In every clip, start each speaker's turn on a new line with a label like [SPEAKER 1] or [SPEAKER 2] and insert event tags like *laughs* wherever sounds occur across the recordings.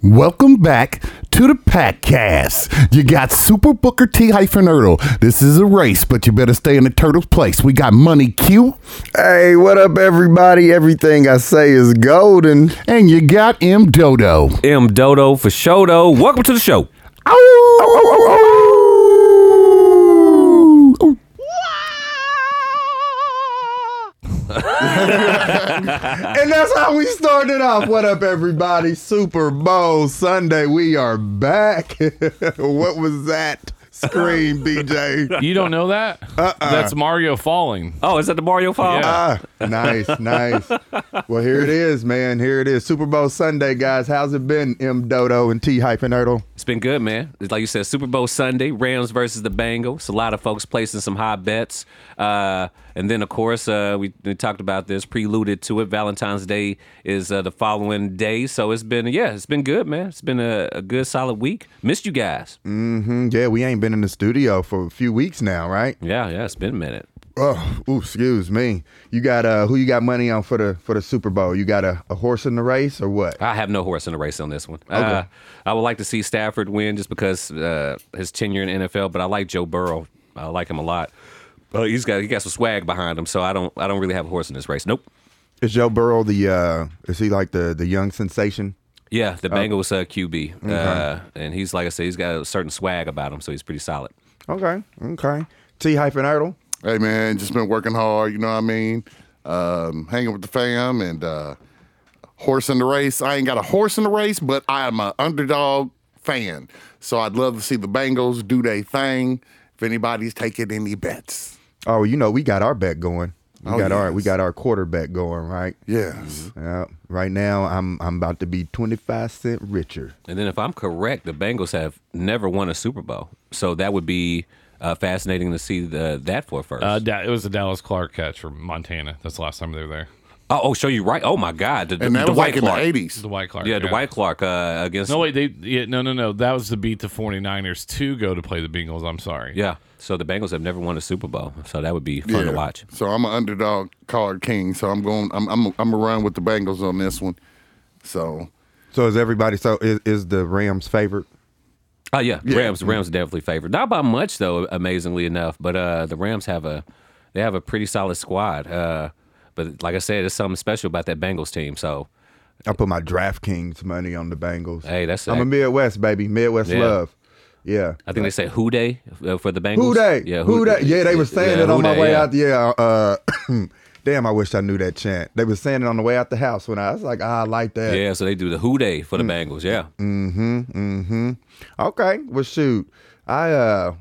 [SPEAKER 1] Welcome back to the Packcast. You got Super Booker T hyphen Ertl. This is a race, but you better stay in the turtle's place. We got Money Q,
[SPEAKER 2] Hey, what up, everybody? Everything I say is golden.
[SPEAKER 1] and you got M Dodo.
[SPEAKER 3] M Dodo for show though. Welcome to the show.
[SPEAKER 2] And that's how we started off. What up, everybody? Super Bowl Sunday. We are back. *laughs* what was that *laughs* scream, BJ?
[SPEAKER 4] You don't know that? Uh-uh. That's Mario falling.
[SPEAKER 3] Oh, is that the Mario file?
[SPEAKER 4] Yeah.
[SPEAKER 2] Ah, nice, nice. Well, here it is, man. Here it is. Super Bowl Sunday, guys. How's it been, M Dodo and T Hyphen Ertl?
[SPEAKER 3] It's been good, man. It's like you said, Super Bowl Sunday, Rams versus the Bengals. A lot of folks placing some high bets. Uh, and then, of course, uh, we, we talked about this, preluded to it. Valentine's Day is uh, the following day. So it's been, yeah, it's been good, man. It's been a, a good, solid week. Missed you guys.
[SPEAKER 2] Mm, yeah, we ain't been in the studio for a few weeks now, right?
[SPEAKER 3] Yeah, yeah, it's been a minute.
[SPEAKER 2] Oh, ooh, excuse me. You got uh, who you got money on for the for the Super Bowl? You got a, a horse in the race or what?
[SPEAKER 3] I have no horse in the race on this one. Uh, I would like to see Stafford win just because uh, his tenure in NFL, but I like Joe Burrow. I like him a lot. Uh, he's got he got some swag behind him, so I don't I don't really have a horse in this race. Nope.
[SPEAKER 2] Is Joe Burrow the uh is he like the the young sensation?
[SPEAKER 3] Yeah,
[SPEAKER 5] Oh.
[SPEAKER 3] the Bengals uh, QB, uh, and he's like I said, he's got a certain swag about him, so he's pretty solid.
[SPEAKER 2] Okay, okay. T hyphen idol.
[SPEAKER 5] Hey man, just been working hard, you know what I mean? Um, hanging with the fam and uh horse in the race. I ain't got a horse in the race, but I am a underdog fan. So I'd love to see the Bengals do their thing. If anybody's taking any bets.
[SPEAKER 2] Oh, you know we got our bet going. We
[SPEAKER 5] Oh,
[SPEAKER 2] got our we
[SPEAKER 5] yes.
[SPEAKER 2] got our quarterback going right.
[SPEAKER 5] Yes.
[SPEAKER 2] Yeah. Right now I'm I'm about to be twenty five cent richer.
[SPEAKER 3] And then if I'm correct, the Bengals have never won a Super Bowl, so that would be uh, fascinating to see the, that for first.
[SPEAKER 4] Uh, da- it was a Dallas Clark catch from Montana. That's the last time they were there.
[SPEAKER 3] oh, oh, show you right. Oh my God, the,
[SPEAKER 5] And that
[SPEAKER 3] the
[SPEAKER 5] was like in
[SPEAKER 3] Clark.
[SPEAKER 5] the eighties.
[SPEAKER 4] The White Clark.
[SPEAKER 3] Yeah, Dwight Clark uh, against
[SPEAKER 4] No, wait. They, yeah, no, no, no. That was the beat the 49ers to go to play the Bengals. I'm sorry.
[SPEAKER 3] Yeah. So the Bengals have never won a Super Bowl, so that would be fun to watch.
[SPEAKER 5] So I'm an underdog card king. So I'm going I'm I'm I'm gonna run with the Bengals on this one. So
[SPEAKER 2] So is everybody so is, is the Rams favorite?
[SPEAKER 3] Oh yeah, Rams. Rams definitely favored. Not by much though, amazingly enough. But uh, the Rams have a they have a pretty solid squad. Uh, but like I said, there's something special about that Bengals team. So
[SPEAKER 2] I put my DraftKings money on the Bengals.
[SPEAKER 3] hey, that's
[SPEAKER 2] I'm a Midwest baby. Midwest
[SPEAKER 3] Yeah.
[SPEAKER 2] love. Yeah.
[SPEAKER 3] I think they say who day uh, for the Bengals.
[SPEAKER 2] Who they?
[SPEAKER 3] Yeah,
[SPEAKER 2] who, they? Yeah, they were saying
[SPEAKER 3] yeah,
[SPEAKER 2] it on
[SPEAKER 3] who
[SPEAKER 2] my
[SPEAKER 3] they,
[SPEAKER 2] way
[SPEAKER 3] yeah.
[SPEAKER 2] out. Yeah. Uh, *clears throat* damn, I wish I knew that chant. They were saying it on the way out the house when I was like, ah, I like that.
[SPEAKER 3] Yeah, so they do the who day for the
[SPEAKER 2] Mm.
[SPEAKER 3] Bengals. Yeah,
[SPEAKER 2] Mm-hmm. Okay. Well, shoot, I uh,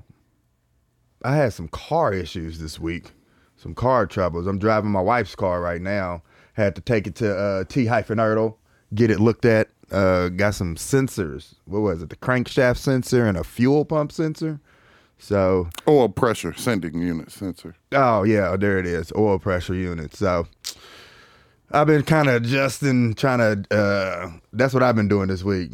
[SPEAKER 2] I had some car issues this week, some car troubles. I'm driving my wife's car right now. Had to take it to uh, T hyphen Ertl, get it looked at. Uh, got some sensors. What was it? The crankshaft sensor and a fuel pump sensor. So
[SPEAKER 5] oil pressure sending unit sensor.
[SPEAKER 2] Oh yeah, there it is. Oil pressure unit. So I've been kind of adjusting, trying to. Uh, that's what I've been doing this week.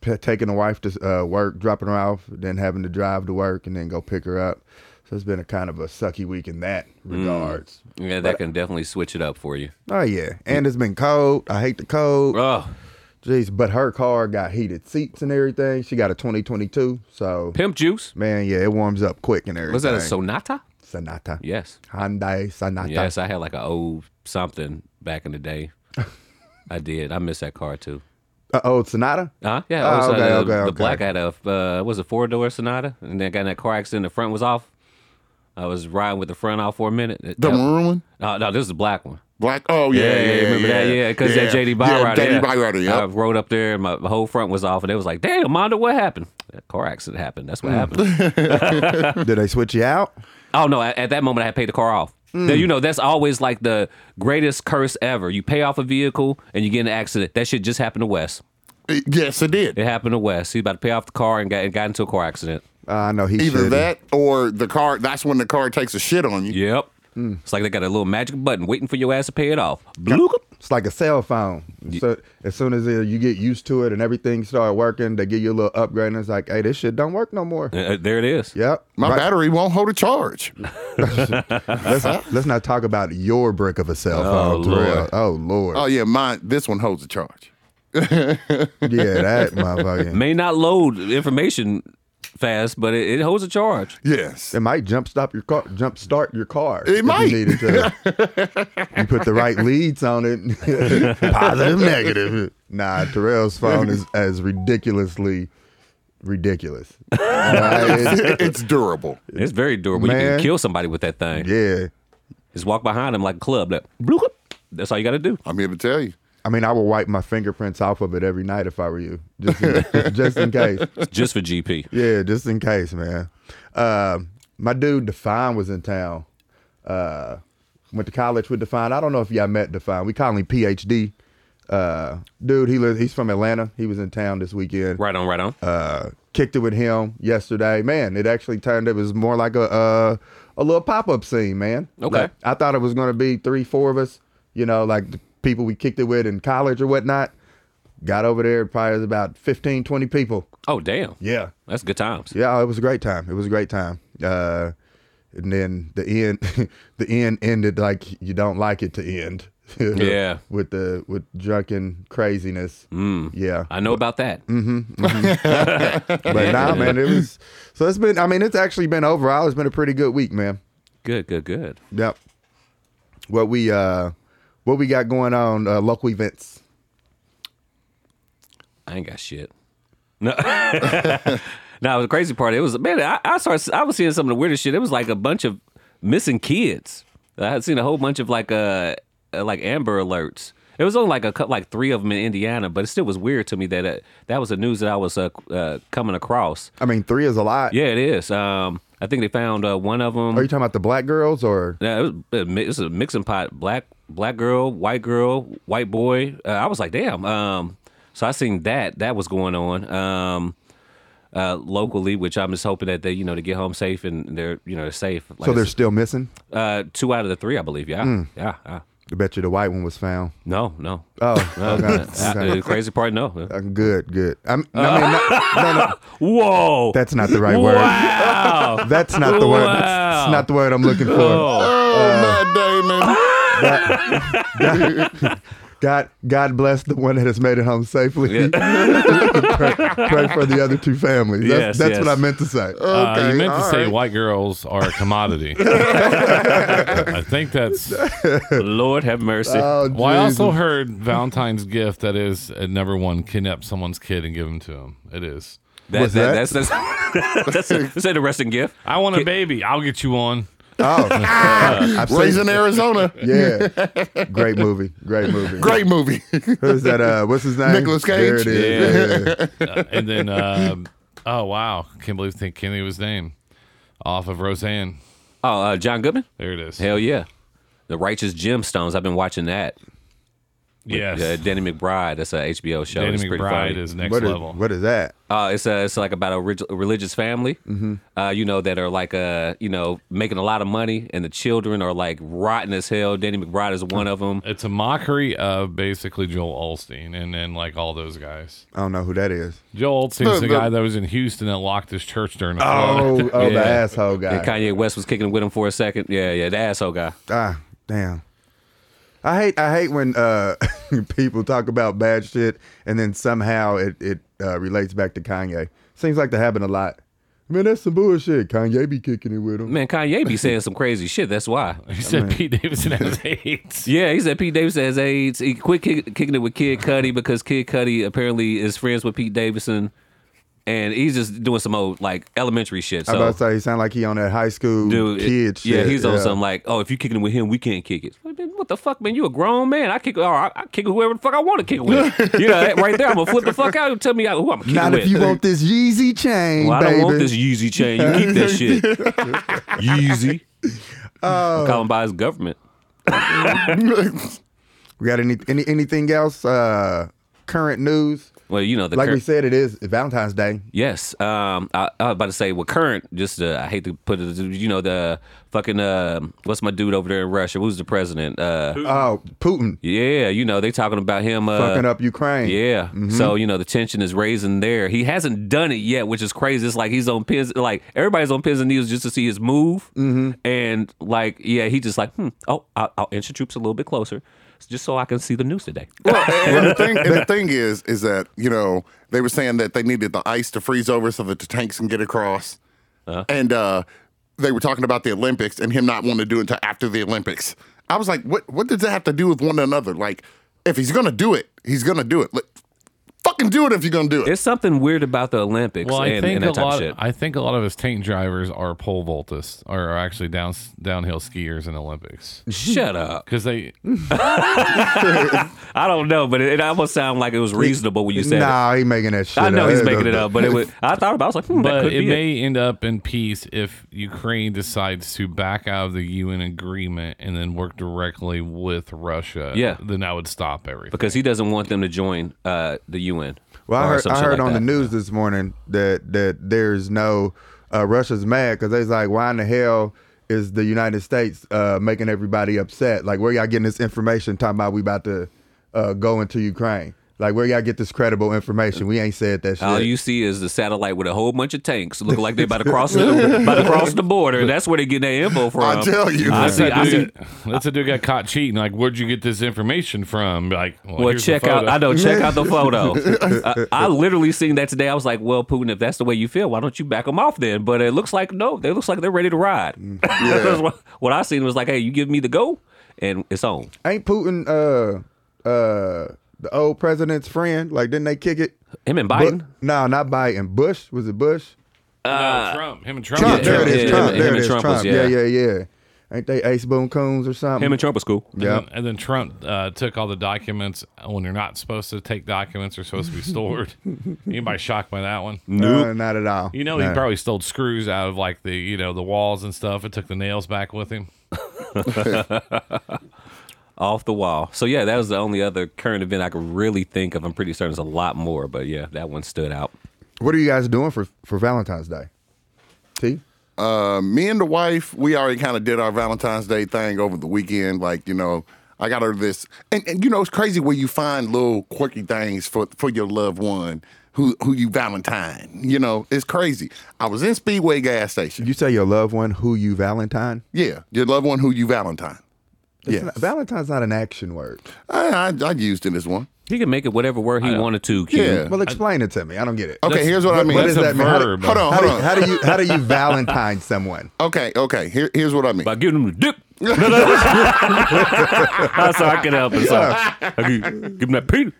[SPEAKER 2] P- taking the wife to uh, work, dropping her off, then having to drive to work, and then go pick her up. So it's been a kind of a sucky week in that
[SPEAKER 3] Mm.
[SPEAKER 2] regards.
[SPEAKER 3] yeah, that can definitely switch it up for you.
[SPEAKER 2] Oh yeah, and it's been cold. I hate the cold.
[SPEAKER 3] Oh,
[SPEAKER 2] Jeez, but her car got heated seats and everything. She got a 2022, so
[SPEAKER 3] pimp juice.
[SPEAKER 2] man, yeah, it warms up quick and everything.
[SPEAKER 3] Was that a sonata?
[SPEAKER 2] Sonata?
[SPEAKER 3] Yes.
[SPEAKER 2] Hyundai Sonata.
[SPEAKER 3] Yes, I had like a old something back in the day. I did. I miss that car too.
[SPEAKER 2] Uh, old Sonata.
[SPEAKER 3] Huh? Yeah.
[SPEAKER 2] Oh,
[SPEAKER 3] I was,
[SPEAKER 2] okay,
[SPEAKER 3] uh,
[SPEAKER 2] okay,
[SPEAKER 3] the
[SPEAKER 2] okay.
[SPEAKER 3] black had a uh, was a four door Sonata, and then got in that car accident. The front was off. I was riding with the front off for a minute. It-
[SPEAKER 5] The
[SPEAKER 3] that-
[SPEAKER 5] maroon one?
[SPEAKER 3] no, no, this is the black one.
[SPEAKER 5] Black oh yeah, yeah, yeah
[SPEAKER 3] remember that? Yeah, because that JD Byrider. Uh,
[SPEAKER 5] Yeah, JD Byrider, yep.
[SPEAKER 3] I rode up there, and my my whole front was off, and it was like, "Damn, Mondo, what happened? That car accident happened. That's what happened."
[SPEAKER 2] Did they switch you out?
[SPEAKER 3] oh no! At, at that moment, I had paid the car off.
[SPEAKER 2] Mm.
[SPEAKER 3] Now, you know that's always like the greatest curse ever. You pay off a vehicle and you get in an accident. That shit just happened to Wes.
[SPEAKER 5] Yes, it did.
[SPEAKER 3] It happened to Wes. He about to pay off the car and got, and got into a car accident.
[SPEAKER 2] Uh, I know he
[SPEAKER 5] Either
[SPEAKER 2] shouldn't.
[SPEAKER 5] that or the car. That's when the car takes a shit on you.
[SPEAKER 3] Yep.
[SPEAKER 2] Mm.
[SPEAKER 3] It's like they got a little magic button waiting for your ass to pay it off. Bloop.
[SPEAKER 2] It's like a cell phone. So as soon as uh, you get used to it and everything start working, they give you a little upgrade and it's like, hey, this shit don't work no more.
[SPEAKER 3] Uh, there it is.
[SPEAKER 2] Yep.
[SPEAKER 5] My
[SPEAKER 2] Right.
[SPEAKER 5] battery won't hold a charge.
[SPEAKER 2] Let's, let's not talk about your brick of a cell phone. for real.
[SPEAKER 3] Lord.
[SPEAKER 2] Oh Lord.
[SPEAKER 5] oh yeah, mine. This one holds a charge.
[SPEAKER 2] Yeah, that motherfucker.
[SPEAKER 3] May not load information fast, but it, it holds a charge.
[SPEAKER 5] Yes. *laughs*
[SPEAKER 2] It might jump stop your car, jump start your car. if you
[SPEAKER 5] might.
[SPEAKER 2] needed *laughs* to. you put the right leads on it, *laughs* positive, negative. Nah, Terrell's phone is as ridiculously ridiculous. Right? *laughs* It's-
[SPEAKER 5] it's durable.
[SPEAKER 3] It's very durable. You
[SPEAKER 2] Man.
[SPEAKER 3] can kill somebody with that thing.
[SPEAKER 2] yeah,
[SPEAKER 3] Just walk behind them like a club. Like, bloop, that's all you got to do.
[SPEAKER 5] I'm here to tell you.
[SPEAKER 2] I mean, I would wipe my fingerprints off of it every night if I were you, just in, just in case.
[SPEAKER 3] It's just for GP.
[SPEAKER 2] Yeah, just in case, man. Uh, my dude Define was in town. Uh, went to college with Define. I don't know if y'all met Define. We call him PhD. Uh, dude, he lives. He's from Atlanta. He was in town this weekend.
[SPEAKER 3] Right on, right on.
[SPEAKER 2] Uh, kicked it with him yesterday. Man, it actually turned. It was more like a uh, a little pop up scene, man.
[SPEAKER 3] Okay.
[SPEAKER 2] Like, I thought it was gonna be three, four of us. You know, like the people we kicked it with in college or whatnot. Got over there. Probably was about 15, 20 people.
[SPEAKER 3] oh, damn.
[SPEAKER 2] Yeah.
[SPEAKER 3] That's good times.
[SPEAKER 2] Yeah, it was a great time. It was a great time. Uh, and then the end, *laughs* the end ended like you don't like it to end. *laughs*
[SPEAKER 3] Yeah.
[SPEAKER 2] with the with drunken craziness. Mm. Yeah,
[SPEAKER 3] I know about that.
[SPEAKER 2] but nah, man, it
[SPEAKER 3] *laughs*
[SPEAKER 2] was. So it's been. I mean, it's actually been overall. It's been a pretty good week, man.
[SPEAKER 3] Good, good, good.
[SPEAKER 2] Yep. What we uh, what we got going on uh, local events.
[SPEAKER 3] I ain't got shit. No. *laughs* no, the crazy part, it was, man, I, I started, I was seeing some of the weirdest shit. It was like a bunch of missing kids. I had seen a whole bunch of like, uh, uh, like Amber Alerts. It was only like a cou- like three of them in Indiana, but it still was weird to me that uh, that was the news that I was uh, uh, coming across.
[SPEAKER 2] I mean, three is a lot.
[SPEAKER 3] Yeah, it is. Um, I think they found uh, one of them.
[SPEAKER 2] Are you talking about the black girls or?
[SPEAKER 3] Yeah, it was, it mi- it's a mixing pot. Black black girl, white girl, white boy. Uh, I was like, damn. Um, so I seen that that was going on um, uh, locally, which I'm just hoping that they you know to get home safe and they're you know they're safe. Like
[SPEAKER 2] So
[SPEAKER 3] I
[SPEAKER 2] they're
[SPEAKER 3] said,
[SPEAKER 2] still missing.
[SPEAKER 3] uh, two out of the three, I believe. Yeah, yeah, yeah.
[SPEAKER 2] I bet you the white one was found.
[SPEAKER 3] No, no.
[SPEAKER 2] Oh,
[SPEAKER 3] *laughs* Uh,
[SPEAKER 2] okay.
[SPEAKER 3] uh, the crazy part, no.
[SPEAKER 2] Uh, Good, good. I'm, I mean, not- no, no,
[SPEAKER 3] Whoa!
[SPEAKER 2] that's not the right word.
[SPEAKER 3] wow!
[SPEAKER 2] That's not the word.
[SPEAKER 3] Wow. Oh.
[SPEAKER 2] That's not the word I'm looking for.
[SPEAKER 3] Uh,
[SPEAKER 5] Oh, Matt Damon.
[SPEAKER 2] God, God bless the one that has made it home safely. *laughs* pray, pray for the other two families. That's,
[SPEAKER 3] Yes,
[SPEAKER 2] that's what I
[SPEAKER 3] yes.
[SPEAKER 2] meant to say.
[SPEAKER 4] Uh,
[SPEAKER 5] Okay,
[SPEAKER 4] you meant to
[SPEAKER 5] all
[SPEAKER 4] say
[SPEAKER 5] right.
[SPEAKER 4] white girls are a commodity. I think that's.
[SPEAKER 3] Lord have mercy.
[SPEAKER 2] Oh,
[SPEAKER 4] Well, I also
[SPEAKER 2] Jesus.
[SPEAKER 4] heard Valentine's gift that is uh, number one kidnap someone's kid and give him to him. It is.
[SPEAKER 3] that, that,
[SPEAKER 2] that?
[SPEAKER 3] That's that's that's, *laughs* a, that's an interesting gift.
[SPEAKER 4] I want a baby. I'll get you one.
[SPEAKER 2] Oh, I've *laughs* seen-
[SPEAKER 5] Raising Arizona.
[SPEAKER 2] Yeah, great movie. Great movie.
[SPEAKER 5] Great movie.
[SPEAKER 2] Who's that? Uh, what's his name?
[SPEAKER 5] Nicolas Cage?
[SPEAKER 2] There it is. Yeah.
[SPEAKER 4] Uh, *laughs* and then, um oh wow, can't believe think Kenny was named off of Roseanne.
[SPEAKER 3] Oh, uh, John Goodman.
[SPEAKER 4] There it is.
[SPEAKER 3] Hell yeah. The Righteous Gemstones. I've been watching that.
[SPEAKER 4] yes.
[SPEAKER 3] Uh, Danny McBride. That's a HBO show.
[SPEAKER 4] Danny
[SPEAKER 3] it's pretty
[SPEAKER 4] McBride
[SPEAKER 3] funny.
[SPEAKER 4] is next
[SPEAKER 2] What is,
[SPEAKER 4] level.
[SPEAKER 2] what is that?
[SPEAKER 3] Uh, it's a, it's like about a, relig- a religious family, uh, you know, that are like, uh, you know, making a lot of money, and the children are like rotten as hell. Danny McBride is one of
[SPEAKER 4] *laughs*
[SPEAKER 3] them.
[SPEAKER 4] It's a mockery of basically Joel Olstein and then like all those guys.
[SPEAKER 2] I don't know who that is.
[SPEAKER 4] Joel
[SPEAKER 5] The-
[SPEAKER 4] Olstein's the,
[SPEAKER 5] the-
[SPEAKER 4] guy that was in Houston that locked his church during the
[SPEAKER 2] Oh, oh,
[SPEAKER 3] Yeah.
[SPEAKER 2] the asshole guy.
[SPEAKER 3] And Kanye West was kicking with him for a second. Yeah, yeah, the asshole guy.
[SPEAKER 2] Ah, damn. I hate I hate when uh, *laughs* people talk about bad shit and then somehow it it uh, relates back to Kanye. Seems like that happen a lot. Man, that's some bullshit. Kanye be kicking it with him.
[SPEAKER 3] Man, Kanye be saying some crazy shit. That's why.
[SPEAKER 4] *laughs* He said Pete Davidson has
[SPEAKER 3] *laughs*
[SPEAKER 4] AIDS.
[SPEAKER 3] Yeah, he said Pete Davidson has AIDS. He quit kick, kicking it with Kid Cudi because Kid Cudi apparently is friends with Pete Davidson, and he's just doing some old like elementary shit.
[SPEAKER 2] I'm
[SPEAKER 3] So,
[SPEAKER 2] about to say he sound like he on that high school
[SPEAKER 3] dude, it-
[SPEAKER 2] kid shit.
[SPEAKER 3] yeah, he's on something like, oh, if you kicking it with him, we can't kick it. Like, man, What the fuck, man? You a grown man? I kick, or I, I kick whoever the fuck I want to kick
[SPEAKER 2] *laughs*
[SPEAKER 3] with. you know, that right there, I'm gonna flip the fuck out. and Tell me who I'm kicking
[SPEAKER 2] Not
[SPEAKER 3] with.
[SPEAKER 2] if you want this Yeezy chain,
[SPEAKER 3] well, I
[SPEAKER 2] baby.
[SPEAKER 3] don't want this Yeezy chain. You keep
[SPEAKER 2] *laughs*
[SPEAKER 3] that shit. Yeezy.
[SPEAKER 2] Oh.
[SPEAKER 3] Call him by his government.
[SPEAKER 2] we got any, any anything else? Uh, current news.
[SPEAKER 3] Well, you know the
[SPEAKER 2] Like
[SPEAKER 3] cur-
[SPEAKER 2] we said, it is Valentine's Day.
[SPEAKER 3] Yes. Um, I, I was about to say, well, current, just uh, I hate to put it, you know, the fucking, uh, what's my dude over there in Russia? Who's the president? Uh,
[SPEAKER 2] Oh, Putin
[SPEAKER 3] yeah, you know, they talking about him. Uh,
[SPEAKER 2] fucking up Mm-hmm. Ukraine.
[SPEAKER 3] Yeah. So, you know, the tension is raising there. He hasn't done it yet, which is crazy. It's like he's on pins, like everybody's on pins and needles just to see
[SPEAKER 2] Mm-hmm.
[SPEAKER 3] his move. And like, yeah, he just like, hmm, oh, I'll, I'll inch the troops a little bit closer. just so I can see the news today.
[SPEAKER 5] Well, and, and the thing, and the thing is, is that you know they were saying that they needed the ice to freeze over so that the tanks can get across, and uh, they were talking about the Olympics and him not wanting to do it until after the Olympics. I was like, what? What does that have to do with one another? Like, if he's gonna do it, he's gonna do it. Like, fucking do it if you're gonna do it.
[SPEAKER 3] There's something weird about the Olympics
[SPEAKER 4] Well, I
[SPEAKER 3] and,
[SPEAKER 4] think
[SPEAKER 3] and that
[SPEAKER 4] a
[SPEAKER 3] type
[SPEAKER 4] lot.
[SPEAKER 3] of shit.
[SPEAKER 4] I think a lot of his tank drivers are pole vaultists, or are actually down downhill skiers in Olympics
[SPEAKER 3] Shut up.
[SPEAKER 4] because they.
[SPEAKER 3] I don't know, but it, it almost sounded like it was reasonable when you said it.
[SPEAKER 2] Nah, he making that shit.
[SPEAKER 3] I know
[SPEAKER 2] up.
[SPEAKER 3] he's
[SPEAKER 2] That
[SPEAKER 3] making it
[SPEAKER 2] doesn't-
[SPEAKER 3] up, but it was, I thought about. it. I was like, hmm, that
[SPEAKER 4] But
[SPEAKER 3] could
[SPEAKER 4] it
[SPEAKER 3] be it.
[SPEAKER 4] may end up in peace if Ukraine decides to back out of the UN agreement and then work directly with Russia.
[SPEAKER 3] Yeah.
[SPEAKER 4] then that would stop everything.
[SPEAKER 3] because he doesn't want them to join uh, the UN.
[SPEAKER 2] Well, I
[SPEAKER 3] or
[SPEAKER 2] heard,
[SPEAKER 3] some
[SPEAKER 2] I
[SPEAKER 3] shit
[SPEAKER 2] heard
[SPEAKER 3] like
[SPEAKER 2] on
[SPEAKER 3] that.
[SPEAKER 2] the news this morning that that there's no uh, Russia's mad because they's like, why in the hell is the United States uh, making everybody upset? Like, where y'all getting this information? Talking about we about to uh, go into Ukraine? Like, where y'all get this credible information? We ain't said that shit.
[SPEAKER 3] All you see is the satellite with a whole bunch of tanks. Look like they about to
[SPEAKER 2] *laughs*
[SPEAKER 3] cross the about to cross the border. That's where they get their info from.
[SPEAKER 5] I tell you.
[SPEAKER 3] I see. I see.
[SPEAKER 4] Dude, that's a dude got caught cheating. Like, where'd you get this information from? Like, well,
[SPEAKER 3] Well,
[SPEAKER 4] here's the
[SPEAKER 3] check out.
[SPEAKER 4] photo.
[SPEAKER 3] I know. Check out *laughs* the photo. I, I literally seen that today. I was like, "Well, Putin, if that's the way you feel, why don't you back them off then?" But it looks like no. They looks like they're ready to ride. *laughs* That's what, what I seen was like, "Hey, you give me the go, and it's on."
[SPEAKER 2] ain't Putin uh uh the old president's friend? Like, didn't they kick it?
[SPEAKER 3] Him and
[SPEAKER 2] But,
[SPEAKER 3] Biden.
[SPEAKER 2] no, not Biden. Bush was it Bush?
[SPEAKER 3] Ah.
[SPEAKER 4] No, uh, Trump. Him and Trump.
[SPEAKER 2] Trump.
[SPEAKER 3] Yeah,
[SPEAKER 2] there it
[SPEAKER 3] yeah,
[SPEAKER 2] is.
[SPEAKER 3] him
[SPEAKER 2] Trump.
[SPEAKER 3] and-
[SPEAKER 2] there it
[SPEAKER 3] him and
[SPEAKER 2] is.
[SPEAKER 3] Trump
[SPEAKER 2] Trump.
[SPEAKER 3] was-
[SPEAKER 2] yeah.
[SPEAKER 3] yeah.
[SPEAKER 2] yeah, yeah, Ain't they Ace Boone Coons or something?
[SPEAKER 3] him and Trump was cool.
[SPEAKER 2] Yeah.
[SPEAKER 4] And, then, and then Trump uh, took all the documents when you're not supposed to take documents; they're supposed to
[SPEAKER 2] *laughs*
[SPEAKER 4] be stored. Anybody shocked by that one?
[SPEAKER 2] no, Uh, not at all.
[SPEAKER 4] You know, he
[SPEAKER 2] Nah.
[SPEAKER 4] probably stole screws out of like the you know the walls and stuff, and took the nails back with him.
[SPEAKER 3] off the wall. So yeah, that was the only other current event I could really think of. I'm pretty certain there's a lot more, but yeah, that one stood out.
[SPEAKER 2] What are you guys doing for for Valentine's Day? T.
[SPEAKER 5] Uh, me and the wife, we already kind of did our Valentine's Day thing over the weekend. Like, you know, I got her this, and, and you know, it's crazy where you find little quirky things for for your loved one who who you Valentine. You know, it's crazy. I was in Speedway gas station.
[SPEAKER 2] You say your loved one who you Valentine?
[SPEAKER 5] yeah, your loved one who you Valentine.
[SPEAKER 2] It's
[SPEAKER 5] Yes.
[SPEAKER 2] not- Valentine's not an action word.
[SPEAKER 5] I, I I used it as one.
[SPEAKER 3] He can make it whatever word he wanted to. Q.
[SPEAKER 5] Yeah.
[SPEAKER 2] Well, explain it to me. I don't get it.
[SPEAKER 5] Okay,
[SPEAKER 4] That's-
[SPEAKER 5] here's what I mean.
[SPEAKER 2] what is
[SPEAKER 4] That's a
[SPEAKER 2] that mean? How do-
[SPEAKER 4] verb.
[SPEAKER 5] Hold on,
[SPEAKER 2] How do,
[SPEAKER 5] hold on.
[SPEAKER 2] how do you how do you Valentine someone?
[SPEAKER 5] okay, okay. Here, here's what I mean.
[SPEAKER 3] By giving
[SPEAKER 5] *laughs*
[SPEAKER 3] him the dick. That's how I can help him. So I give, give him that peanut.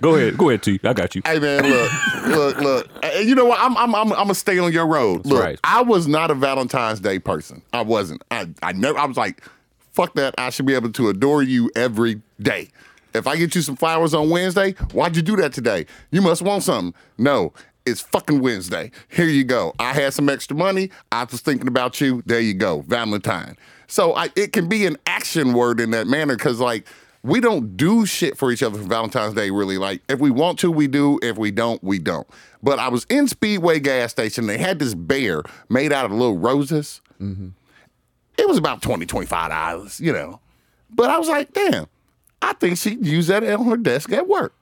[SPEAKER 3] go ahead, go ahead, T. I got you.
[SPEAKER 5] Hey man, look, look, look. Hey, You know what? I'm I'm I'm, I'm gonna stay on your road. look,
[SPEAKER 3] right.
[SPEAKER 5] I was not a Valentine's Day person. I wasn't. I I never. I was like, fuck that. I should be able to adore you every day. If I get you some flowers on Wednesday, why'd you do that today? You must want something. No, it's fucking Wednesday. Here you go. I had some extra money. I was thinking about you. There you go, Valentine. So I, it can be an action word in that manner because like we don't do shit for each other for Valentine's Day, really. Like, if we want to, we do. If we don't, we don't. But I was in Speedway gas station. They had this bear made out of little roses.
[SPEAKER 3] Mm-hmm.
[SPEAKER 5] It was about 20 $25, you know. But I was like, damn, I think she'd use that on her desk at work.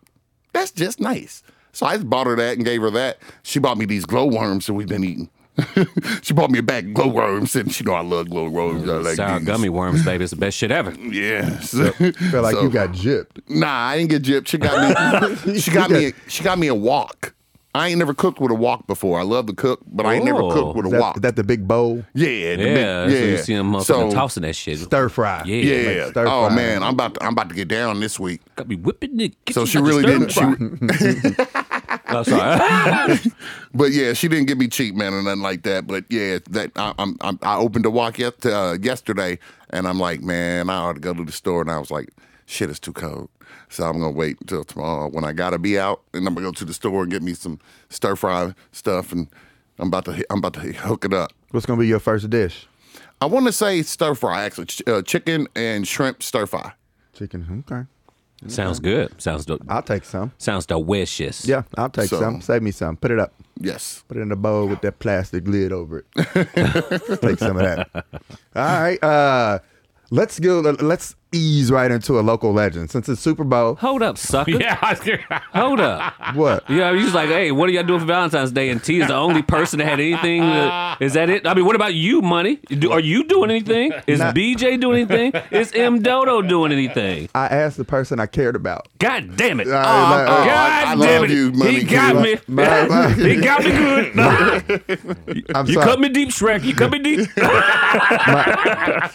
[SPEAKER 5] That's just nice. So I just bought her that and gave her that. She bought me these glowworms that we've been eating. *laughs* she bought me a bag of glowworms, and she know I love glowworms. I like
[SPEAKER 3] Mm, Sour
[SPEAKER 5] these.
[SPEAKER 3] gummy worms, baby. It's the best shit ever.
[SPEAKER 5] Yes.
[SPEAKER 2] Feel
[SPEAKER 5] *laughs*
[SPEAKER 2] like
[SPEAKER 5] So-
[SPEAKER 2] you got gypped.
[SPEAKER 5] Nah, I didn't get gypped. She got
[SPEAKER 2] *laughs*
[SPEAKER 5] me. she got me. She got me a walk. I ain't never cooked with a walk before. I love to cook, but I ain't never
[SPEAKER 3] Oh.
[SPEAKER 5] cooked with a
[SPEAKER 2] Is that,
[SPEAKER 5] walk.
[SPEAKER 2] is that the big bowl
[SPEAKER 5] yeah, the
[SPEAKER 3] Yeah,
[SPEAKER 5] big-
[SPEAKER 3] that's when you see him motherfucking
[SPEAKER 5] So,
[SPEAKER 3] tossing that shit.
[SPEAKER 2] stir fry?
[SPEAKER 3] Yeah.
[SPEAKER 5] Yeah.
[SPEAKER 2] Like stir
[SPEAKER 5] oh
[SPEAKER 2] fry.
[SPEAKER 5] man, I'm about to. I'm about to get down this week.
[SPEAKER 3] Got me whipping it.
[SPEAKER 5] So she really didn't. She,
[SPEAKER 3] I'm sorry.
[SPEAKER 5] but yeah, she didn't give me cheap man or nothing like that. But yeah, that I, I'm, I'm I opened a walk yet, uh, yesterday, and I'm like, man, I ought to go to the store. And I was like, shit, it's too cold, so I'm gonna wait until tomorrow when I gotta be out, and I'm gonna go to the store and get me some stir fry stuff, and I'm about to hit- I'm about to hook it up.
[SPEAKER 2] What's gonna be your first dish?
[SPEAKER 5] I want to say stir fry actually, ch- uh, chicken and shrimp stir fry.
[SPEAKER 2] Chicken. Okay,
[SPEAKER 3] *laughs* Sounds good. Sounds do-
[SPEAKER 2] I'll take some.
[SPEAKER 3] sounds delicious.
[SPEAKER 2] Yeah, I'll take
[SPEAKER 5] So-
[SPEAKER 2] some. Save me some. Put it up.
[SPEAKER 5] Yes.
[SPEAKER 2] Put it in a bowl with that plastic lid over
[SPEAKER 4] *laughs*
[SPEAKER 2] it. Take some of that. All right. Uh, let's go. Let's ease right into a local legend since it's Super Bowl.
[SPEAKER 3] Hold up, sucker.
[SPEAKER 4] *laughs* Yeah, I was gonna-
[SPEAKER 3] Hold up.
[SPEAKER 2] What?
[SPEAKER 3] Yeah, he's like, hey, what are y'all doing for Valentine's Day? And T is the only person that had anything. uh, is that it? I mean, what about you, Money? Do, are you
[SPEAKER 5] *laughs*
[SPEAKER 3] doing anything? Is BJ doing anything? Is M Dodo doing anything?
[SPEAKER 2] I asked the person I cared about.
[SPEAKER 3] God damn it!
[SPEAKER 2] Uh,
[SPEAKER 3] Oh,
[SPEAKER 2] like,
[SPEAKER 3] God
[SPEAKER 2] oh,
[SPEAKER 5] I- I
[SPEAKER 3] damn
[SPEAKER 5] love
[SPEAKER 3] it!
[SPEAKER 5] you, Money
[SPEAKER 3] he got
[SPEAKER 5] Kid.
[SPEAKER 3] me.
[SPEAKER 2] My- my-
[SPEAKER 3] *laughs* he got me
[SPEAKER 5] *laughs*
[SPEAKER 3] good. No,
[SPEAKER 2] I'm
[SPEAKER 3] you
[SPEAKER 2] sorry.
[SPEAKER 3] cut me deep, Shrek. You cut
[SPEAKER 5] *laughs*
[SPEAKER 3] me deep.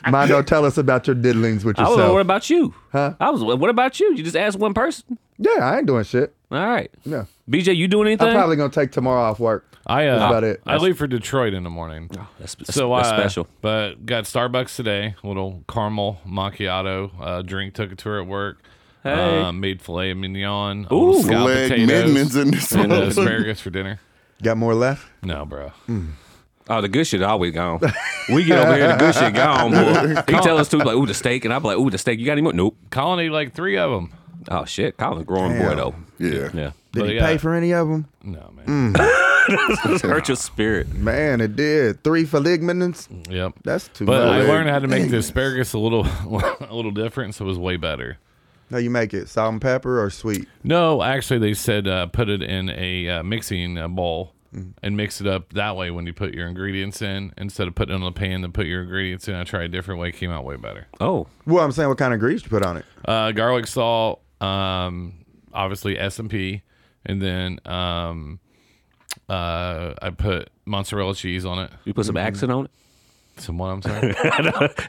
[SPEAKER 2] Mondo, tell us about your diddlings with
[SPEAKER 3] I was.
[SPEAKER 2] yourself.
[SPEAKER 3] What about you? Huh? I was. What about you? You just asked one person.
[SPEAKER 2] yeah, I ain't doing shit.
[SPEAKER 3] All right.
[SPEAKER 2] No.
[SPEAKER 3] BJ, you doing anything?
[SPEAKER 2] I'm probably gonna take tomorrow off work.
[SPEAKER 4] I uh,
[SPEAKER 2] That's about it. Oh,
[SPEAKER 4] I leave for Detroit in the morning.
[SPEAKER 3] that's, that's,
[SPEAKER 4] so
[SPEAKER 3] that's
[SPEAKER 4] uh,
[SPEAKER 3] special.
[SPEAKER 4] But got Starbucks today. Little caramel macchiato uh, drink. Took it to her at work.
[SPEAKER 3] Hey.
[SPEAKER 4] Uh, made filet mignon. a
[SPEAKER 3] Ooh.
[SPEAKER 4] little scalloped
[SPEAKER 5] Leg
[SPEAKER 4] potatoes,
[SPEAKER 5] mittens in this *laughs*
[SPEAKER 4] and uh,
[SPEAKER 5] one.
[SPEAKER 4] asparagus for dinner.
[SPEAKER 2] Got more left?
[SPEAKER 4] No, bro.
[SPEAKER 2] Mm.
[SPEAKER 3] Oh, the good shit always gone. We get over here, the good shit gone, boy. He tell us to like, ooh, the steak, and I'm like, ooh, the steak. You got any more? Nope.
[SPEAKER 4] Colin ate like three of them.
[SPEAKER 3] Oh shit, Colin's a growing boy though.
[SPEAKER 5] Yeah.
[SPEAKER 3] Yeah,
[SPEAKER 2] Did
[SPEAKER 4] But
[SPEAKER 2] he
[SPEAKER 4] yeah.
[SPEAKER 2] pay for Mm. any of them?
[SPEAKER 4] No man.
[SPEAKER 3] this hurt your spirit.
[SPEAKER 2] Man, it did. Three felignants.
[SPEAKER 4] Yep.
[SPEAKER 2] That's too
[SPEAKER 4] But I
[SPEAKER 2] much.
[SPEAKER 4] learned how to make the asparagus a little *laughs* a little different, so it was way better.
[SPEAKER 2] How you make it? Salt and pepper or sweet?
[SPEAKER 4] No, actually, they said uh, put it in a uh, mixing uh, bowl and mix it up that way when you put your ingredients in. Instead of putting it on the pan to put your ingredients in, I tried a different way. Came out way better.
[SPEAKER 3] Oh,
[SPEAKER 2] Well, I'm saying what kind of grease you put on it.
[SPEAKER 4] Uh, garlic salt, um, obviously S and P, and then um, uh, I put mozzarella cheese on it.
[SPEAKER 3] you put some accent *laughs* on it.
[SPEAKER 4] Some what I'm
[SPEAKER 2] *laughs*
[SPEAKER 4] sorry.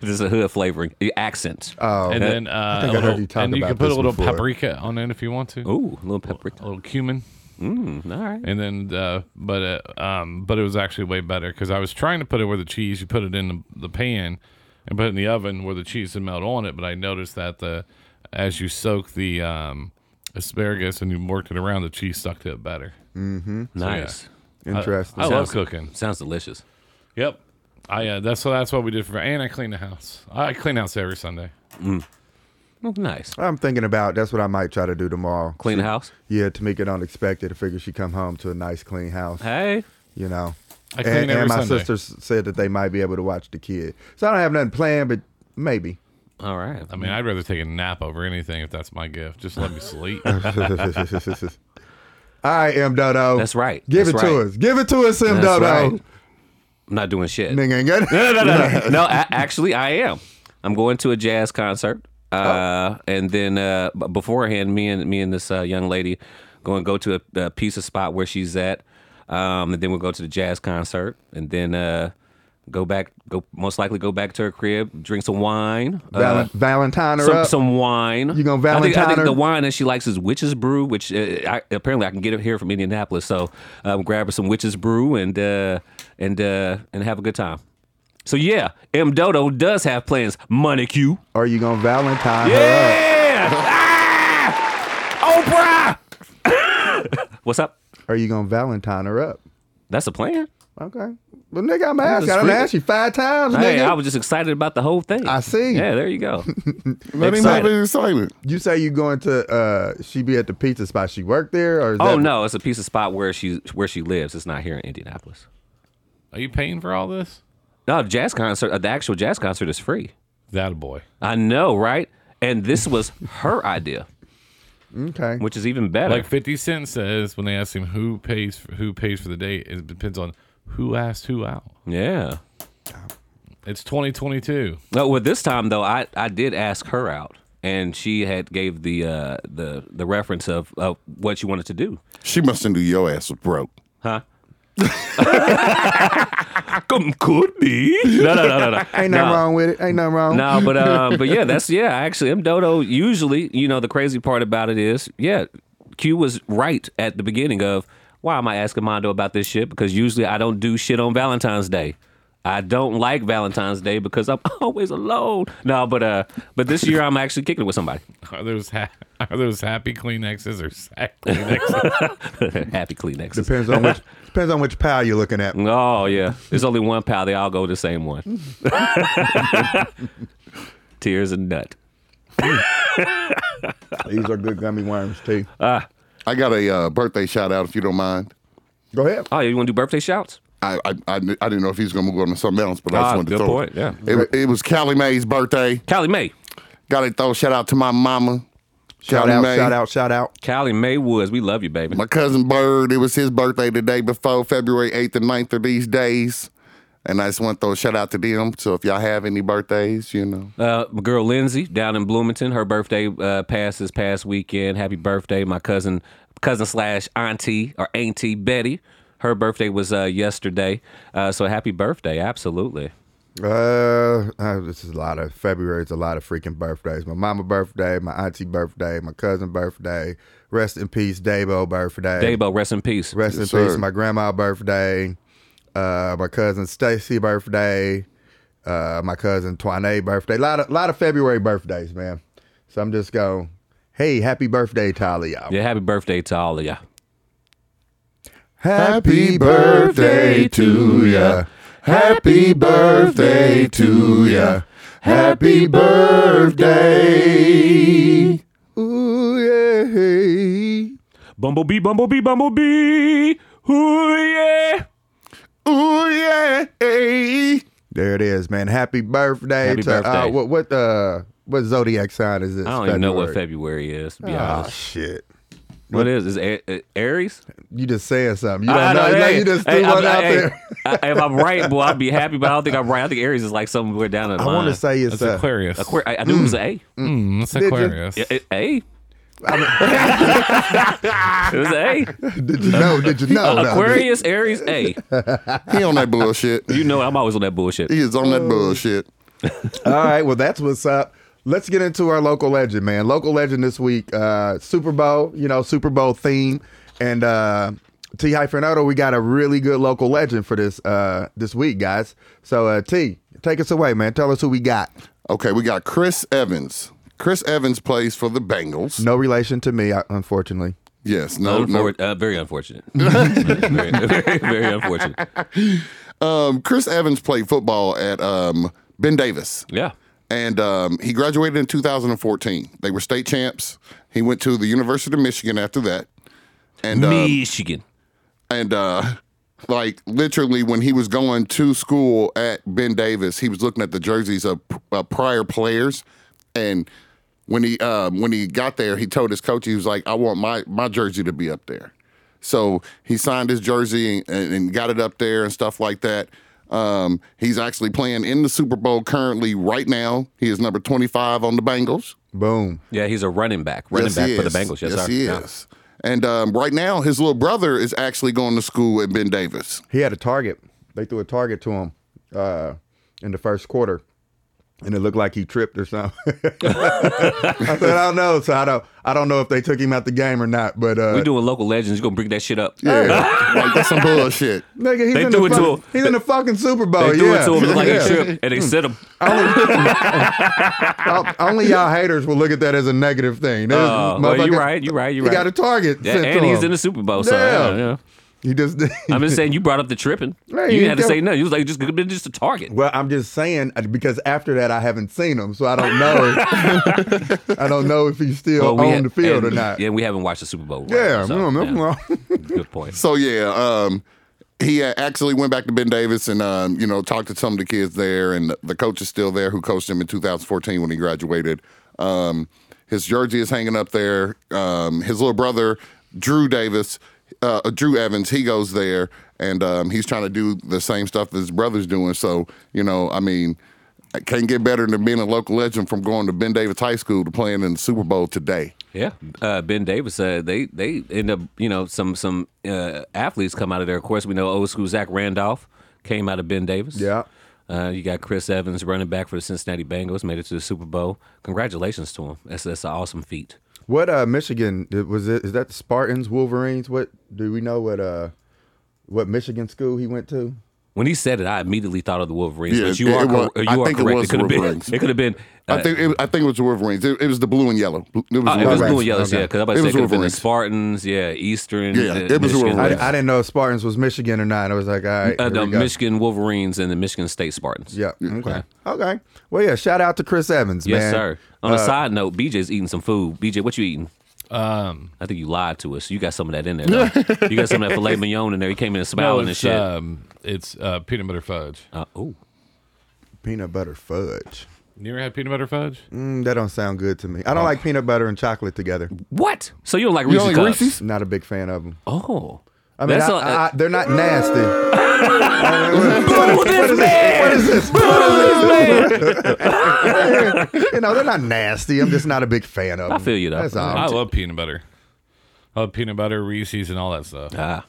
[SPEAKER 3] this is a hood flavoring the accent.
[SPEAKER 2] Oh,
[SPEAKER 4] and then uh,
[SPEAKER 2] think
[SPEAKER 4] a
[SPEAKER 2] I heard
[SPEAKER 4] little-
[SPEAKER 2] you talk
[SPEAKER 4] and you
[SPEAKER 2] about
[SPEAKER 4] can put a
[SPEAKER 2] this
[SPEAKER 4] little
[SPEAKER 2] before.
[SPEAKER 4] paprika on it if you want to.
[SPEAKER 3] ooh, a little paprika.
[SPEAKER 4] a little cumin.
[SPEAKER 3] Mm, all right.
[SPEAKER 4] and then uh, but uh, um, but it was actually way better because I was trying to put it where the cheese you put it in the, the pan and put it in the oven where the cheese would melt on it, but I noticed that the as you soak the um, asparagus and you worked it around, the cheese stuck to it better.
[SPEAKER 3] Nice.
[SPEAKER 2] interesting.
[SPEAKER 4] uh, I love
[SPEAKER 3] Sounds-
[SPEAKER 4] cooking.
[SPEAKER 3] Sounds delicious.
[SPEAKER 4] Yep, I uh, that's so that's what we did for and I cleaned the house. I clean house every Sunday.
[SPEAKER 3] Oh, nice.
[SPEAKER 2] I'm thinking about that's what I might try to do tomorrow.
[SPEAKER 3] Clean the house.
[SPEAKER 2] Yeah, Tamika don't expect it. I figure she come home to a nice clean house.
[SPEAKER 3] Hey.
[SPEAKER 2] You know.
[SPEAKER 4] I clean
[SPEAKER 2] and,
[SPEAKER 4] every
[SPEAKER 2] and my
[SPEAKER 4] Sunday.
[SPEAKER 2] sisters said that they might be able to watch the kid. So I don't have nothing planned, but
[SPEAKER 3] *laughs*
[SPEAKER 2] maybe. *laughs*
[SPEAKER 3] All right.
[SPEAKER 4] I mean, I'd rather take a nap over anything if that's my gift. Just let me sleep.
[SPEAKER 2] All right, M Dodo.
[SPEAKER 3] That's right.
[SPEAKER 2] Give
[SPEAKER 3] That's
[SPEAKER 2] it to
[SPEAKER 3] right.
[SPEAKER 2] us. Give it to us, M
[SPEAKER 3] That's
[SPEAKER 2] Dodo.
[SPEAKER 3] right. I'm not doing shit.
[SPEAKER 2] Nigga ain't got
[SPEAKER 3] *laughs* no, no, no, no. no I, actually, I am. I'm going to a jazz concert, uh, and then uh, b- beforehand, me and me and this uh, young lady going to go to a, a pizza spot where she's at, um, and then we'll go to the jazz concert, and then uh, go back, go most likely go back to her crib, drink some wine, uh,
[SPEAKER 2] *laughs* Valen- Valentine her
[SPEAKER 3] some,
[SPEAKER 2] up.
[SPEAKER 3] some wine.
[SPEAKER 2] You gonna
[SPEAKER 3] I think, I
[SPEAKER 2] Valentine
[SPEAKER 3] think
[SPEAKER 2] her?
[SPEAKER 3] the wine that she likes is Witch's Brew, which uh, I, apparently I can get it here from Indianapolis. So um, grab her some Witch's Brew and uh, and uh, and have a good time. So yeah, M Dodo does have plans. Money Q.
[SPEAKER 2] Or you gonna Valentine her up?
[SPEAKER 3] Yeah. ah! Oprah. *coughs* What's up?
[SPEAKER 2] Or you gonna Valentine her up?
[SPEAKER 3] That's a plan.
[SPEAKER 2] Okay. Well, nigga, I'm asking. I
[SPEAKER 3] just
[SPEAKER 2] done
[SPEAKER 3] freak-
[SPEAKER 2] asked you five times,
[SPEAKER 3] Hey,
[SPEAKER 2] nigga.
[SPEAKER 3] I was just excited about the whole thing.
[SPEAKER 2] I see.
[SPEAKER 3] Yeah, there you
[SPEAKER 2] *laughs*
[SPEAKER 3] go.
[SPEAKER 5] Let him have
[SPEAKER 3] Excited.
[SPEAKER 5] his excitement.
[SPEAKER 2] You say you going to uh she be at the pizza spot. She worked there or is
[SPEAKER 3] Oh
[SPEAKER 2] that
[SPEAKER 3] no, it's a piece of spot where she where she lives. It's not here in Indianapolis.
[SPEAKER 4] Are you paying for all this?
[SPEAKER 3] No, jazz concert. uh, The actual jazz concert is free.
[SPEAKER 4] That a boy.
[SPEAKER 3] I know, right? And this *laughs* was her idea,
[SPEAKER 2] Okay.
[SPEAKER 3] which is even better.
[SPEAKER 4] Like Fifty Cent says when they ask him who pays for, who pays for the date, it depends on who asked who out.
[SPEAKER 3] yeah.
[SPEAKER 4] It's 2022.
[SPEAKER 3] No, well, this time though, I, I did ask her out, and she had gave the uh, the the reference of, of what she wanted to do.
[SPEAKER 5] She must have knew your ass was broke.
[SPEAKER 3] Come could be. No, no, no, no, no.
[SPEAKER 2] *laughs* Ain't nothing
[SPEAKER 3] no.
[SPEAKER 2] wrong with it. Ain't nothing wrong.
[SPEAKER 3] No, but um, but yeah, that's yeah. Actually, M Dodo. Usually, you know, the crazy part about it is, yeah, Q was right at the beginning of why am I asking Mondo about this shit? Because usually I don't do shit on Valentine's Day. I don't like Valentine's Day because I'm *laughs* always alone. No, but uh, but this year I'm actually kicking it with somebody.
[SPEAKER 4] Are those ha- are those happy Kleenexes or sad Kleenexes?
[SPEAKER 3] Happy Kleenexes.
[SPEAKER 2] Depends on
[SPEAKER 3] *laughs*
[SPEAKER 2] which depends on which pal you're looking at.
[SPEAKER 3] Oh yeah, there's only one pal. They all go the same one. *laughs* Tears and nut.
[SPEAKER 2] These are good gummy worms too.
[SPEAKER 3] Uh,
[SPEAKER 5] I got a uh, birthday shout out if you don't mind.
[SPEAKER 2] Go ahead.
[SPEAKER 3] Oh, you want to do birthday shouts?
[SPEAKER 5] I, I, I, kn- I didn't know if he was going to move on to something else, but I just
[SPEAKER 3] Ah,
[SPEAKER 5] wanted to
[SPEAKER 3] good
[SPEAKER 5] throw
[SPEAKER 3] point.
[SPEAKER 5] it.
[SPEAKER 3] Yeah.
[SPEAKER 5] It, it was Callie May's birthday.
[SPEAKER 3] Callie May.
[SPEAKER 5] Gotta throw a shout out to my mama.
[SPEAKER 2] Shout
[SPEAKER 5] Callie
[SPEAKER 2] out,
[SPEAKER 5] Mae.
[SPEAKER 2] shout out, shout out.
[SPEAKER 3] Callie May Woods, we love you, baby.
[SPEAKER 5] My cousin Bird, it was his birthday the day before, February 8th and 9th of these days. And I just want to throw a shout out to them. So if y'all have any birthdays, you know.
[SPEAKER 3] Uh, my girl Lindsay down in Bloomington, her birthday uh, passed this past weekend. Happy birthday, my cousin, cousin slash auntie or auntie Betty. Her birthday was uh, yesterday, uh, so happy birthday, absolutely.
[SPEAKER 2] Uh, uh, this is a lot of February. It's a lot of freaking birthdays. My mama birthday, my auntie birthday, my cousin birthday. Rest in peace, Dabo birthday.
[SPEAKER 3] Dabo, rest in peace.
[SPEAKER 2] Rest in
[SPEAKER 5] Yes,
[SPEAKER 2] peace,
[SPEAKER 5] sir.
[SPEAKER 2] my grandma birthday. Uh, my cousin Stacy birthday. Uh, my cousin Twane birthday. lot of lot of February birthdays, man. So I'm just going. Hey, happy birthday, Talia.
[SPEAKER 3] Yeah, happy birthday to all of ya.
[SPEAKER 2] Happy
[SPEAKER 5] birthday to ya. Happy birthday to ya. Happy birthday.
[SPEAKER 2] Ooh, yeah.
[SPEAKER 3] Bumblebee, bumblebee, bumblebee. Ooh yeah.
[SPEAKER 5] Ooh, yeah. Hey.
[SPEAKER 2] There it is, man. Happy birthday
[SPEAKER 3] Happy
[SPEAKER 2] to Uh,
[SPEAKER 3] birthday.
[SPEAKER 2] what what uh what zodiac sign is this?
[SPEAKER 3] I don't even know what February is. To be
[SPEAKER 2] Ah,
[SPEAKER 3] honest,
[SPEAKER 2] shit.
[SPEAKER 3] what is is it A- A- Aries?
[SPEAKER 2] You just saying something. You don't
[SPEAKER 3] I
[SPEAKER 2] know.
[SPEAKER 3] don't-
[SPEAKER 2] It's like
[SPEAKER 3] hey,
[SPEAKER 2] you just
[SPEAKER 3] hey,
[SPEAKER 2] threw
[SPEAKER 3] I'm
[SPEAKER 2] one
[SPEAKER 3] not-
[SPEAKER 2] out
[SPEAKER 3] hey,
[SPEAKER 2] there.
[SPEAKER 3] I- if
[SPEAKER 2] *laughs*
[SPEAKER 3] I'm right, boy, I'd be happy, but I don't think I'm right. I think Aries is like somewhere down the
[SPEAKER 2] I
[SPEAKER 3] line.
[SPEAKER 2] want to say it's
[SPEAKER 4] That's
[SPEAKER 2] uh,
[SPEAKER 4] Aquarius.
[SPEAKER 3] Aquar- I, I knew it was an A.
[SPEAKER 4] Mm, that's
[SPEAKER 2] you?
[SPEAKER 4] Aquarius.
[SPEAKER 3] Yeah, it- A. *laughs* it was
[SPEAKER 2] *laughs*
[SPEAKER 3] A.
[SPEAKER 2] Did you know? Did you know? No.
[SPEAKER 3] *laughs* Aquarius, Aries, A.
[SPEAKER 5] He on that bullshit.
[SPEAKER 3] *laughs* You Oh. know, I'm always on that bullshit.
[SPEAKER 5] He is on that bullshit.
[SPEAKER 2] All right. Well, that's what's up. Let's get into our local legend, man. Local legend this week, uh, Super Bowl, you know, Super Bowl theme. And uh, T hyphen Odo, we got a really good local legend for this uh, this week, guys. So, uh, T, take us away, man. Tell us who we got.
[SPEAKER 5] Okay, we got Chris Evans. Chris Evans plays for the Bengals.
[SPEAKER 2] No relation to me, I- unfortunately.
[SPEAKER 5] Yes, no, no,
[SPEAKER 3] Unfor- uh, very unfortunate. very, very, very unfortunate.
[SPEAKER 5] Um, Chris Evans played football at um, Ben Davis,
[SPEAKER 3] Yeah.
[SPEAKER 5] and um, he graduated in 2014. They were state champs. He went to the University of Michigan after that, and um,
[SPEAKER 3] Michigan.
[SPEAKER 5] and uh, like literally when he was going to school at Ben Davis, he was looking at the jerseys of uh, prior players, and when he um, when he got there, he told his coach he was like, "I want my my jersey to be up there." So he signed his jersey and, and got it up there and stuff like that. Um, he's actually playing in the Super Bowl currently right now. He is number 25 on the Bengals.
[SPEAKER 2] Boom.
[SPEAKER 3] Yeah, he's a running back. Running
[SPEAKER 5] Yes,
[SPEAKER 3] back
[SPEAKER 5] he
[SPEAKER 3] for the
[SPEAKER 5] is.
[SPEAKER 3] Bengals. Yes, sir.
[SPEAKER 5] he
[SPEAKER 3] Yeah.
[SPEAKER 5] is. And um, right now, his little brother is actually going to school at Ben Davis.
[SPEAKER 2] He had a target. They threw a target to him uh, in the first quarter, and it looked like he tripped or something. *laughs* I said, I don't know. So I don't. I don't know if they took him out the game or not. But uh,
[SPEAKER 3] We doing local legends. You gonna bring that shit up?
[SPEAKER 5] Yeah, like that's some bullshit.
[SPEAKER 2] nigga, he's
[SPEAKER 3] They
[SPEAKER 2] in
[SPEAKER 3] threw
[SPEAKER 2] the
[SPEAKER 3] it to
[SPEAKER 2] fucking,
[SPEAKER 3] him.
[SPEAKER 2] he's in the fucking Super Bowl.
[SPEAKER 3] They threw
[SPEAKER 2] Oh, yeah.
[SPEAKER 3] it to him looked
[SPEAKER 2] *laughs*
[SPEAKER 3] like
[SPEAKER 2] Yeah.
[SPEAKER 3] he tripped, and they sent him.
[SPEAKER 2] O- Only y'all haters will look at that as a negative thing. This
[SPEAKER 3] Uh, well,
[SPEAKER 2] motherfucker-
[SPEAKER 3] you right. You right. You
[SPEAKER 2] He
[SPEAKER 3] right.
[SPEAKER 2] got a target.
[SPEAKER 3] Yeah,
[SPEAKER 2] sent to
[SPEAKER 3] and he's
[SPEAKER 2] him.
[SPEAKER 3] in the Super Bowl. So
[SPEAKER 2] Yeah.
[SPEAKER 3] yeah, yeah.
[SPEAKER 2] He just. *laughs*
[SPEAKER 3] I'm just saying, you brought up the tripping.
[SPEAKER 2] Right,
[SPEAKER 3] you
[SPEAKER 2] you
[SPEAKER 3] had to
[SPEAKER 2] go-
[SPEAKER 3] say no. You was like just just a target.
[SPEAKER 2] Well, I'm just saying uh, because after that I haven't seen him, so I don't *laughs* know. I don't know if he's still
[SPEAKER 3] we
[SPEAKER 2] on
[SPEAKER 3] ha-
[SPEAKER 2] the field
[SPEAKER 3] and-
[SPEAKER 2] or not.
[SPEAKER 3] Yeah, we haven't watched the Super Bowl. right,
[SPEAKER 2] Yeah,
[SPEAKER 3] so,
[SPEAKER 2] no, no, no.
[SPEAKER 3] *laughs* Good point.
[SPEAKER 5] So yeah, um, he uh, actually went back to Ben Davis and um, you know talked to some of the kids there, and the coach is still there who coached him in 2014 when he graduated. Um, his jersey is hanging up there. Um, his little brother, Drew Davis, uh, uh, Drew Evans, he goes there, and um, he's trying to do the same stuff that his brother's doing. So you know, I mean. It can't get better than being a local legend from going to Ben Davis High School to playing in the Super Bowl today.
[SPEAKER 3] Yeah, uh, Ben Davis. Uh, they they end up. You know, some some uh, athletes come out of there. Of course, we know old school Zach Randolph came out of Ben Davis.
[SPEAKER 2] Yeah.
[SPEAKER 3] Uh, you got Chris Evans, running back for the Cincinnati Bengals, made it to the Super Bowl. Congratulations to him. That's that's an awesome feat.
[SPEAKER 2] What uh Michigan did- was it? Is that the Spartans, Wolverines? What do we know? What uh, what Michigan school he went to?
[SPEAKER 3] When he said it, I immediately thought of the Wolverines.
[SPEAKER 5] Yeah,
[SPEAKER 3] but you
[SPEAKER 5] it-
[SPEAKER 3] are
[SPEAKER 5] it was-
[SPEAKER 3] cor- you
[SPEAKER 5] I
[SPEAKER 3] are
[SPEAKER 5] think it
[SPEAKER 3] correct.
[SPEAKER 5] was
[SPEAKER 3] could have been.
[SPEAKER 5] Wolverines.
[SPEAKER 3] It could have been. Uh,
[SPEAKER 5] I think it, I think it was the Wolverines. It, it was the blue and yellow. It was,
[SPEAKER 3] Oh, it was
[SPEAKER 2] Wolverines.
[SPEAKER 3] blue and yellows,
[SPEAKER 2] Okay.
[SPEAKER 3] yeah. Because I was
[SPEAKER 5] It
[SPEAKER 3] about to say
[SPEAKER 5] was
[SPEAKER 3] it could have been the
[SPEAKER 5] Wolverines.
[SPEAKER 3] Spartans, yeah, Eastern.
[SPEAKER 5] Yeah,
[SPEAKER 3] uh,
[SPEAKER 5] it was
[SPEAKER 3] Michigan.
[SPEAKER 5] Wolverines.
[SPEAKER 2] I, I didn't know if Spartans was Michigan or not. I was like, all right,
[SPEAKER 3] Uh,
[SPEAKER 2] here
[SPEAKER 3] the
[SPEAKER 2] we go.
[SPEAKER 3] Michigan Wolverines and the Michigan State Spartans.
[SPEAKER 2] Yeah. Okay. Okay. Well, yeah. Shout out to Chris Evans,
[SPEAKER 3] Yes,
[SPEAKER 2] man.
[SPEAKER 3] sir. On a side note, BJ's eating some food. BJ, what you eating?
[SPEAKER 4] Um,
[SPEAKER 3] I think you lied to us. You got some of that in there. though. you got some of that filet mignon in there. You came in and
[SPEAKER 4] no,
[SPEAKER 3] smiling and
[SPEAKER 4] it's
[SPEAKER 3] shit. Uh,
[SPEAKER 4] um, it's uh, peanut butter fudge.
[SPEAKER 3] oh,
[SPEAKER 2] Peanut butter fudge.
[SPEAKER 4] You ever had peanut butter fudge?
[SPEAKER 2] Mm, that don't sound good to me. I don't like peanut butter and chocolate together.
[SPEAKER 3] What? So you don't like
[SPEAKER 1] You
[SPEAKER 3] Reese's
[SPEAKER 1] don't like
[SPEAKER 3] Cups?
[SPEAKER 1] Reese's?
[SPEAKER 2] Not a big fan of them.
[SPEAKER 3] Oh.
[SPEAKER 2] I mean,
[SPEAKER 3] That's
[SPEAKER 2] I-
[SPEAKER 3] all-
[SPEAKER 2] I-
[SPEAKER 3] *laughs*
[SPEAKER 2] they're not nasty. *laughs* what,
[SPEAKER 3] this
[SPEAKER 2] is this? What is this?
[SPEAKER 3] Man,
[SPEAKER 2] you know, they're not nasty. I'm just not a big fan of them.
[SPEAKER 3] I feel you, though.
[SPEAKER 2] That's all.
[SPEAKER 4] I love peanut butter. I love peanut butter, Reese's, and all that stuff.
[SPEAKER 3] Ah.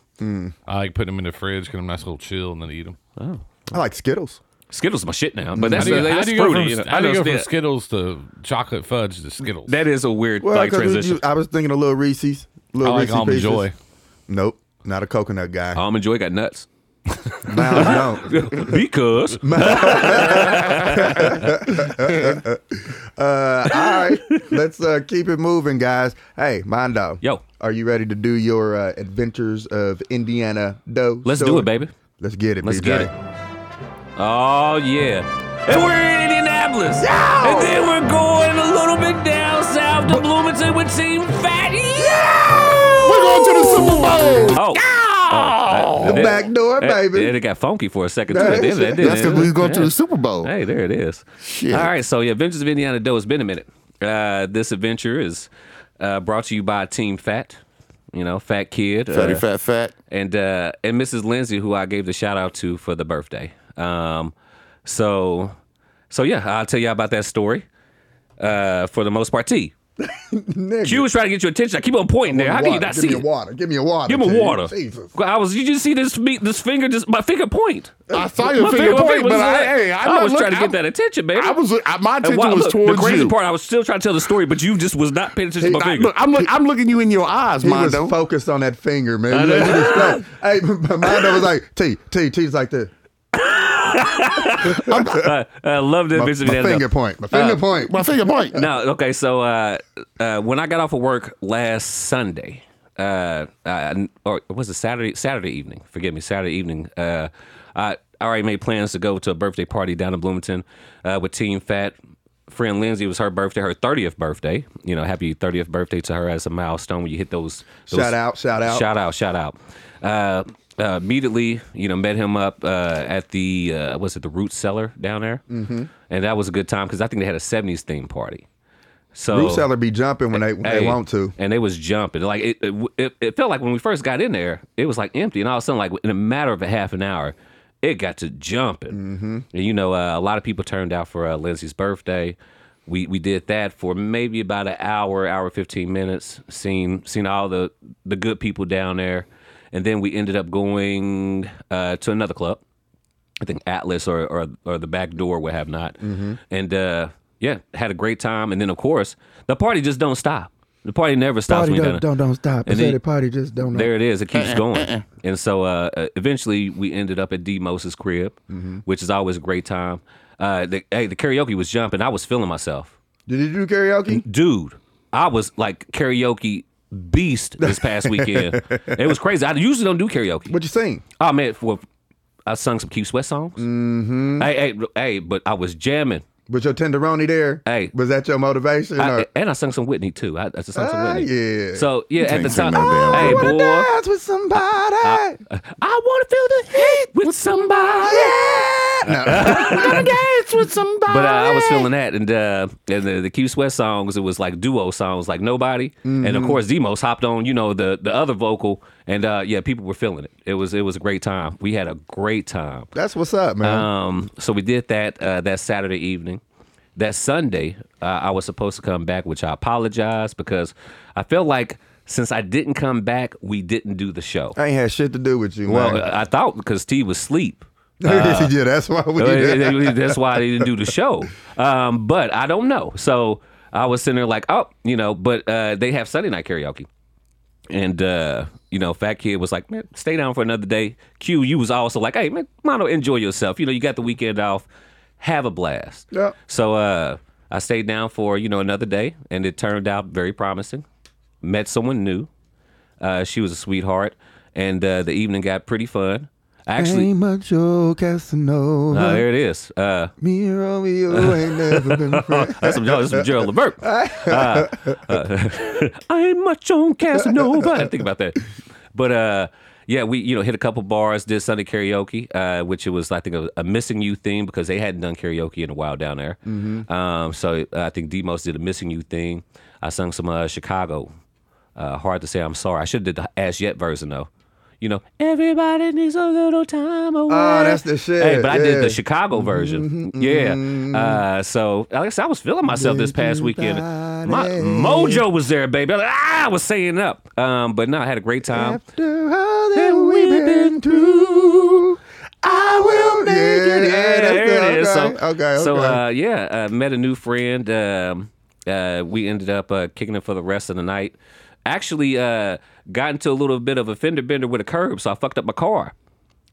[SPEAKER 4] I like putting them in the fridge, get them nice little chill, and then eat them.
[SPEAKER 2] I like Skittles.
[SPEAKER 3] Skittles is my shit now, but that's,
[SPEAKER 4] Mm, How do you,
[SPEAKER 3] that's
[SPEAKER 4] how do you go
[SPEAKER 3] fruity.
[SPEAKER 4] from,
[SPEAKER 3] you know?
[SPEAKER 4] how do you
[SPEAKER 3] I
[SPEAKER 4] go
[SPEAKER 3] know
[SPEAKER 4] from
[SPEAKER 3] that-
[SPEAKER 4] Skittles to chocolate fudge to Skittles?
[SPEAKER 3] that is a weird like
[SPEAKER 2] 'cause you-
[SPEAKER 3] transition.
[SPEAKER 2] I was thinking a little Reese's.
[SPEAKER 4] I
[SPEAKER 2] Little
[SPEAKER 4] like
[SPEAKER 2] Reese's
[SPEAKER 4] Almond
[SPEAKER 2] pieces.
[SPEAKER 4] Joy.
[SPEAKER 2] Nope. Not a coconut guy.
[SPEAKER 3] Almond Joy got nuts. *laughs*
[SPEAKER 2] Bound, no.
[SPEAKER 3] because
[SPEAKER 2] Uh, all right,
[SPEAKER 3] *laughs*
[SPEAKER 2] let's uh, keep it moving, guys. Hey, Mondo.
[SPEAKER 3] Yo.
[SPEAKER 2] Are you ready to do your uh, adventures of Indiana Doe?
[SPEAKER 3] Let's do
[SPEAKER 2] story?
[SPEAKER 3] it, baby.
[SPEAKER 2] Let's get it.
[SPEAKER 3] Let's
[SPEAKER 2] BJ.
[SPEAKER 3] get it. Oh yeah. And we're in Indianapolis.
[SPEAKER 2] Yeah!
[SPEAKER 3] And then we're going a little bit down south to Bloomington with Team Fatty.
[SPEAKER 1] We're going to the Super Bowl.
[SPEAKER 3] Oh. oh
[SPEAKER 2] The back door, baby.
[SPEAKER 3] It, got funky for a second too. At the end of that, didn't
[SPEAKER 5] That's
[SPEAKER 3] it?
[SPEAKER 5] because we going to
[SPEAKER 3] Yeah.
[SPEAKER 5] the Super Bowl.
[SPEAKER 3] Hey, there it is.
[SPEAKER 5] Shit.
[SPEAKER 3] All right, so yeah, Adventures of Indiana Doe. It's been a minute. Uh, this adventure is uh, brought to you by Team Fat. You know, Fat Kid.
[SPEAKER 5] Fatty,
[SPEAKER 3] uh,
[SPEAKER 5] fat, fat.
[SPEAKER 3] and uh, and Mrs. Lindsay, who I gave the shout out to for the birthday. Um, so so yeah, I'll tell you all about that story. Uh, for the most part, T.
[SPEAKER 2] *laughs* Nigga,
[SPEAKER 3] Q was trying to get your attention. I keep on pointing there. How
[SPEAKER 2] water.
[SPEAKER 3] can you not
[SPEAKER 2] Give
[SPEAKER 3] see
[SPEAKER 2] me a
[SPEAKER 3] it?
[SPEAKER 2] water. Give me a water.
[SPEAKER 3] Give him a
[SPEAKER 2] T.
[SPEAKER 3] water.
[SPEAKER 2] Jesus.
[SPEAKER 3] I was. You just see this me, this finger, just my finger point.
[SPEAKER 5] I saw your
[SPEAKER 3] My
[SPEAKER 5] finger
[SPEAKER 3] my
[SPEAKER 5] point, but
[SPEAKER 3] was
[SPEAKER 5] I,
[SPEAKER 3] like-
[SPEAKER 5] hey, I'm not
[SPEAKER 3] was
[SPEAKER 5] look-
[SPEAKER 3] trying to
[SPEAKER 5] I'm-
[SPEAKER 3] get that attention, baby.
[SPEAKER 5] I was look- I- my
[SPEAKER 3] And
[SPEAKER 5] attention
[SPEAKER 3] why-
[SPEAKER 5] was
[SPEAKER 3] look,
[SPEAKER 5] towards
[SPEAKER 3] the crazy
[SPEAKER 5] you.
[SPEAKER 3] part, I was still trying to tell the story, but you just was not paying attention to my
[SPEAKER 5] I,
[SPEAKER 3] finger.
[SPEAKER 5] look, I'm look, I'm looking you in your eyes,
[SPEAKER 2] He was
[SPEAKER 5] Mondo.
[SPEAKER 2] focused on that finger,
[SPEAKER 3] *laughs*
[SPEAKER 2] man. He was hey, *laughs* Mondo was like, T, T, T's like this.
[SPEAKER 3] Uh, I love the
[SPEAKER 2] My,
[SPEAKER 3] adventure.
[SPEAKER 2] my
[SPEAKER 3] of that,
[SPEAKER 2] finger
[SPEAKER 3] though.
[SPEAKER 2] point. My finger
[SPEAKER 3] Uh,
[SPEAKER 2] point.
[SPEAKER 5] My finger point.
[SPEAKER 3] No, okay. So uh, uh, when I got off of work last Sunday, uh, I, or was it Saturday? Saturday evening. Forgive me, Saturday evening. Uh, I already made plans to go to a birthday party down in Bloomington uh, with Team Fat. Friend Lindsay it was her birthday, her thirtieth birthday. You know, happy thirtieth birthday to her as a milestone when you hit those. those
[SPEAKER 2] Shout out, shout out.
[SPEAKER 3] Shout out, shout out. Uh, uh, immediately, you know, met him up uh, at the uh, was it the Root Cellar down there, mm-hmm. and that was a good time because I think they had a '70s theme party. So
[SPEAKER 2] Root seller be jumping when they, when they
[SPEAKER 3] hey,
[SPEAKER 2] want to.
[SPEAKER 3] and they was jumping like it it, it. it felt like when we first got in there, it was like empty, and all of a sudden, like in a matter of a half an hour, it got to jumping. Mm-hmm. And you know, uh, a lot of people turned out for uh, Lindsay's birthday. We we did that for maybe about an hour, hour fifteen minutes. Seen seen all the the good people down there, and then we ended up going uh, to another club. I think Atlas or or, or the back door would have not.
[SPEAKER 2] Mm-hmm.
[SPEAKER 3] And uh, yeah, had a great time. And then of course the party just don't stop. The party never stops.
[SPEAKER 2] Party
[SPEAKER 3] when you're
[SPEAKER 2] don't,
[SPEAKER 3] done.
[SPEAKER 2] don't, don't stop.
[SPEAKER 3] And
[SPEAKER 2] Say
[SPEAKER 3] then-
[SPEAKER 2] the party just don't.
[SPEAKER 3] There it is. It
[SPEAKER 2] *laughs*
[SPEAKER 3] keeps going. And so uh, uh, eventually we ended up at D Moses' crib,
[SPEAKER 2] Mm-hmm.
[SPEAKER 3] which is always a great time. Uh, the, hey, the karaoke was jumping. I was feeling myself,
[SPEAKER 2] Did you do
[SPEAKER 3] Mm.
[SPEAKER 2] karaoke?
[SPEAKER 3] dude. I was like karaoke beast this
[SPEAKER 2] *laughs*
[SPEAKER 3] past weekend. it was crazy. I usually don't do karaoke.
[SPEAKER 2] What you sing?
[SPEAKER 3] Oh man, for I sung some Q Sweat songs. Mm-hmm. Hey, hey, hey, but I was jamming.
[SPEAKER 2] With your tenderoni there?
[SPEAKER 3] Hey.
[SPEAKER 2] Was that your motivation?
[SPEAKER 3] I-
[SPEAKER 2] or-
[SPEAKER 3] and I sung some Whitney too. I, I sung some
[SPEAKER 2] Ah,
[SPEAKER 3] Whitney.
[SPEAKER 2] yeah.
[SPEAKER 3] So yeah, at the
[SPEAKER 5] sing
[SPEAKER 3] time,
[SPEAKER 5] no damn
[SPEAKER 3] hey
[SPEAKER 5] Whitney.
[SPEAKER 3] boy,
[SPEAKER 2] dance with somebody.
[SPEAKER 3] I want to feel the heat with somebody.
[SPEAKER 5] dance with somebody.
[SPEAKER 3] But uh, I was feeling that, and uh, and the, the Q Sweat songs, it was like duo songs, like nobody, and of course Demos hopped on, you know, the the other vocal, and uh, yeah, people were feeling it. It was it was a great time. We had a great time.
[SPEAKER 2] That's what's up, man.
[SPEAKER 3] Um, so we did that uh, that Saturday evening. That Sunday, uh, I was supposed to come back, which I apologize because I felt like since I didn't come back, we didn't do the show.
[SPEAKER 2] I ain't had shit to do with you,
[SPEAKER 3] Well, uh,
[SPEAKER 2] man.
[SPEAKER 3] I I thought because T was asleep.
[SPEAKER 2] *laughs* yeah, that's why
[SPEAKER 3] uh,
[SPEAKER 2] we did that.
[SPEAKER 3] That's why they didn't do the show. Um, but I don't know. So I was sitting there like, oh, you know, but uh, they have Sunday night karaoke. And, uh, you know, Fat Kid was like, man, stay down for another day. Q, you was also like, hey, man, Mono, enjoy yourself. You know, you got the weekend off. Have a blast.
[SPEAKER 2] Yeah.
[SPEAKER 3] So uh, I stayed down for, you know, another day. And it turned out very promising. Met someone new. Uh, she was a sweetheart. And uh, the evening got pretty fun. I Actually,
[SPEAKER 2] Ain't much old Casanova.
[SPEAKER 3] uh, there it is. Uh,
[SPEAKER 2] Me and Romeo ain't never *laughs* been friends.
[SPEAKER 3] That's some, that's some
[SPEAKER 2] *laughs*
[SPEAKER 3] Gerald Levert. Uh, *laughs* uh, I ain't much on Casanova. I didn't think about that. But uh, yeah, we you know hit a couple bars, did Sunday karaoke, uh, which it was I think a, a missing you theme because they hadn't done karaoke in a while down there.
[SPEAKER 2] Mm-hmm.
[SPEAKER 3] Um, so I think Demos did a missing you theme. I sung some uh, Chicago. Uh, hard to say I'm sorry. I should have did the as yet version though. You know, everybody needs a little time away.
[SPEAKER 2] Oh, that's the shit,
[SPEAKER 3] Hey, but I did
[SPEAKER 2] yeah.
[SPEAKER 3] the Chicago version.
[SPEAKER 2] mm-hmm,
[SPEAKER 3] Yeah. Uh, so like I said, I was feeling myself this past weekend. My mojo was there, baby. I was like, ah, I was saying up. Um, but no, I had a great time.
[SPEAKER 2] After all that
[SPEAKER 3] And we've
[SPEAKER 2] we've been
[SPEAKER 3] been
[SPEAKER 2] through, I will make it. Yeah, that's
[SPEAKER 3] there
[SPEAKER 2] the-
[SPEAKER 3] it is.
[SPEAKER 2] okay,
[SPEAKER 3] So,
[SPEAKER 2] okay,
[SPEAKER 3] so
[SPEAKER 2] okay.
[SPEAKER 3] uh, yeah, uh, met a new friend. Um, uh, we ended up uh, kicking it for the rest of the night. Actually, uh, got into a little bit of a fender bender with a curb, so I fucked up my car,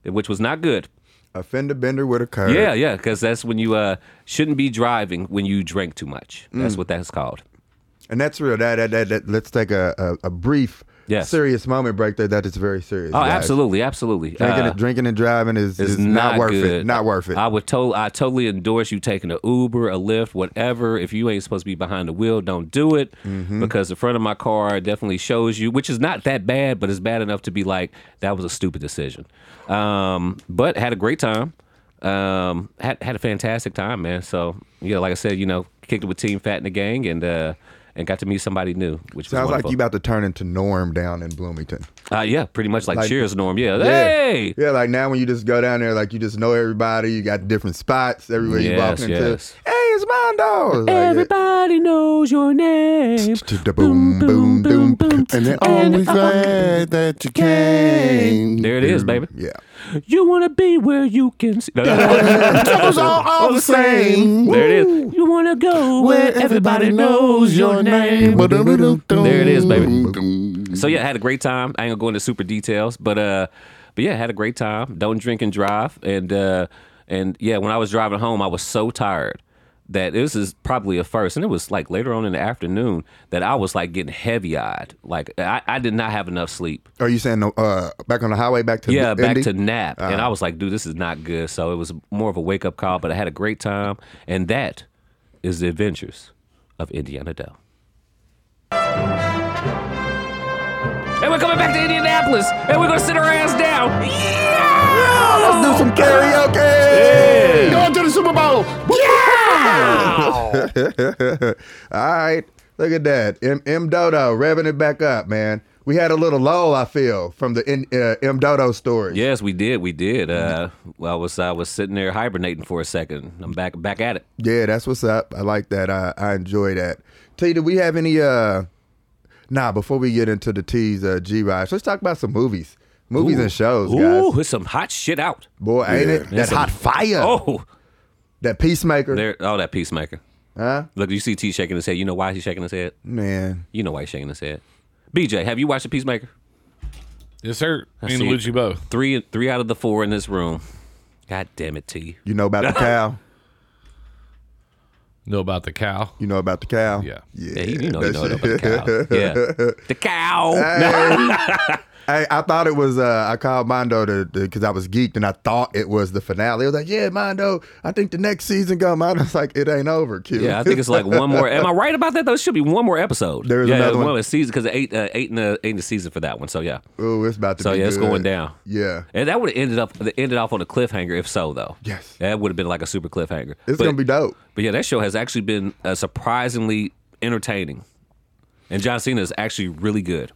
[SPEAKER 3] which was not good.
[SPEAKER 2] a fender bender with a curve.
[SPEAKER 3] Yeah, yeah, because that's when you uh, shouldn't be driving when you drink too much.
[SPEAKER 2] Mm.
[SPEAKER 3] That's what that's called.
[SPEAKER 2] And that's real. That, that, that, that- let's take a, a, a brief,
[SPEAKER 3] Yes.
[SPEAKER 2] serious moment break there. That is very serious.
[SPEAKER 3] Oh,
[SPEAKER 2] guys.
[SPEAKER 3] absolutely, absolutely.
[SPEAKER 2] Drinking,
[SPEAKER 3] Uh,
[SPEAKER 2] and, drinking and driving is,
[SPEAKER 3] It's
[SPEAKER 2] is not, worth
[SPEAKER 3] good.
[SPEAKER 2] it. Not worth it.
[SPEAKER 3] I would to- I totally endorse you taking a Uber, a Lyft, whatever. If you ain't supposed to be behind the wheel, don't do it
[SPEAKER 2] Mm-hmm.
[SPEAKER 3] because the front of my car definitely shows you, which is not that bad, but it's bad enough to be like that was a stupid decision. Um, but had a great time. Um, had had a fantastic time, man. So yeah, like I said, you know, kicked it with Team Fat in the gang and. uh and got to meet somebody new, which was
[SPEAKER 2] Sounds like
[SPEAKER 3] wonderful.
[SPEAKER 2] you about to turn into Norm down in Bloomington.
[SPEAKER 3] uh, yeah, pretty much like,
[SPEAKER 2] Like-
[SPEAKER 3] Cheers, Norm. Yeah, hey,
[SPEAKER 2] Yeah, like now when you just go down there, like you just know everybody. You got different spots everywhere you walk
[SPEAKER 3] Yes,
[SPEAKER 2] into.
[SPEAKER 3] yes.
[SPEAKER 2] Hey, it's Mondo. It's like,
[SPEAKER 3] everybody knows your name.
[SPEAKER 2] Boom, boom, boom, boom.
[SPEAKER 5] And they're always glad that you came.
[SPEAKER 3] There it is, baby.
[SPEAKER 2] *laughs* Yeah.
[SPEAKER 3] You want to be where you can *laughs* see. there
[SPEAKER 5] Those are all, the same.
[SPEAKER 3] it is. You want to go where everybody knows your name.
[SPEAKER 5] There
[SPEAKER 3] it is,
[SPEAKER 5] baby.
[SPEAKER 3] So yeah, had a great time. I ain't gonna go into super details, but uh, but yeah, had a great time. Don't drink and drive, and uh, and yeah, when I was driving home, I was so tired that this is probably a first, and it was like later on in the afternoon that I was like getting heavy eyed. Like I, I did not have enough sleep.
[SPEAKER 2] Are you saying uh, back on the Uh-huh. highway, back to
[SPEAKER 3] yeah, back
[SPEAKER 2] Indy? *laughs*
[SPEAKER 3] to nap. And I was like, dude, this is not good. So it was more of a wake up call, but I had a great time. And that is the adventures of Indiana Dell. And we're coming back to Indianapolis, and we're gonna sit our ass down. Yeah!
[SPEAKER 2] do some karaoke.
[SPEAKER 5] Going to the Super Bowl.
[SPEAKER 2] *laughs* All right. Look at that. M, M Dodo revving it back up, man. We had a little lull, I feel, from the in, uh, M Dodo story.
[SPEAKER 3] Yes, we did. We did. Uh, well, I was I was sitting there hibernating for a second. I'm back back at it.
[SPEAKER 2] Yeah, that's what's up. I like that. I, I enjoy that. T, do we have any uh nah before we get into the T's uh G rides, let's talk about some movies. Movies and shows, guys.
[SPEAKER 3] Ooh, it's some hot shit out.
[SPEAKER 2] Boy, ain't it? That
[SPEAKER 3] That's a-
[SPEAKER 2] hot fire.
[SPEAKER 3] Oh,
[SPEAKER 2] That peacemaker.
[SPEAKER 3] there! Oh, that peacemaker.
[SPEAKER 2] Huh?
[SPEAKER 3] Look, you see T shaking his head. You know why he's shaking his head?
[SPEAKER 2] Man.
[SPEAKER 3] You know why he's shaking his head. BJ, have you watched The Peacemaker?
[SPEAKER 4] Yes, sir. Me and
[SPEAKER 3] see.
[SPEAKER 4] Luigi both.
[SPEAKER 3] Three three out of the four in this room. God damn it, T.
[SPEAKER 2] You know about the cow.
[SPEAKER 4] Know about the cow.
[SPEAKER 2] You know about the cow.
[SPEAKER 4] Yeah.
[SPEAKER 2] Yeah.
[SPEAKER 3] Yeah, he, you know you
[SPEAKER 2] that's
[SPEAKER 3] know
[SPEAKER 2] it.
[SPEAKER 3] about the
[SPEAKER 2] *laughs*
[SPEAKER 3] cow. Yeah. The cow.
[SPEAKER 2] Hey, I thought it was. Uh, I called Mondo to because I was geeked and I thought it was the finale. I was like, "Yeah, Mondo, I think the next season come *laughs* out." I was like, "It ain't over, Q."
[SPEAKER 3] Yeah, I think it's like one more. Am I right about that though? It should be one more episode.
[SPEAKER 2] There is
[SPEAKER 3] yeah,
[SPEAKER 2] another one.
[SPEAKER 3] more season because eight uh, eight in the eight in the season for that one. So yeah,
[SPEAKER 2] Ooh, it's about to.
[SPEAKER 3] so
[SPEAKER 2] be
[SPEAKER 3] yeah, it's
[SPEAKER 2] good.
[SPEAKER 3] going down.
[SPEAKER 2] Yeah,
[SPEAKER 3] And that would have ended up ended off on a cliffhanger if so though.
[SPEAKER 2] Yes.
[SPEAKER 3] that would have been like a super cliffhanger.
[SPEAKER 2] it's
[SPEAKER 3] But-
[SPEAKER 2] gonna be dope.
[SPEAKER 3] But yeah, that show has actually been uh, surprisingly entertaining, and John Cena is actually really good.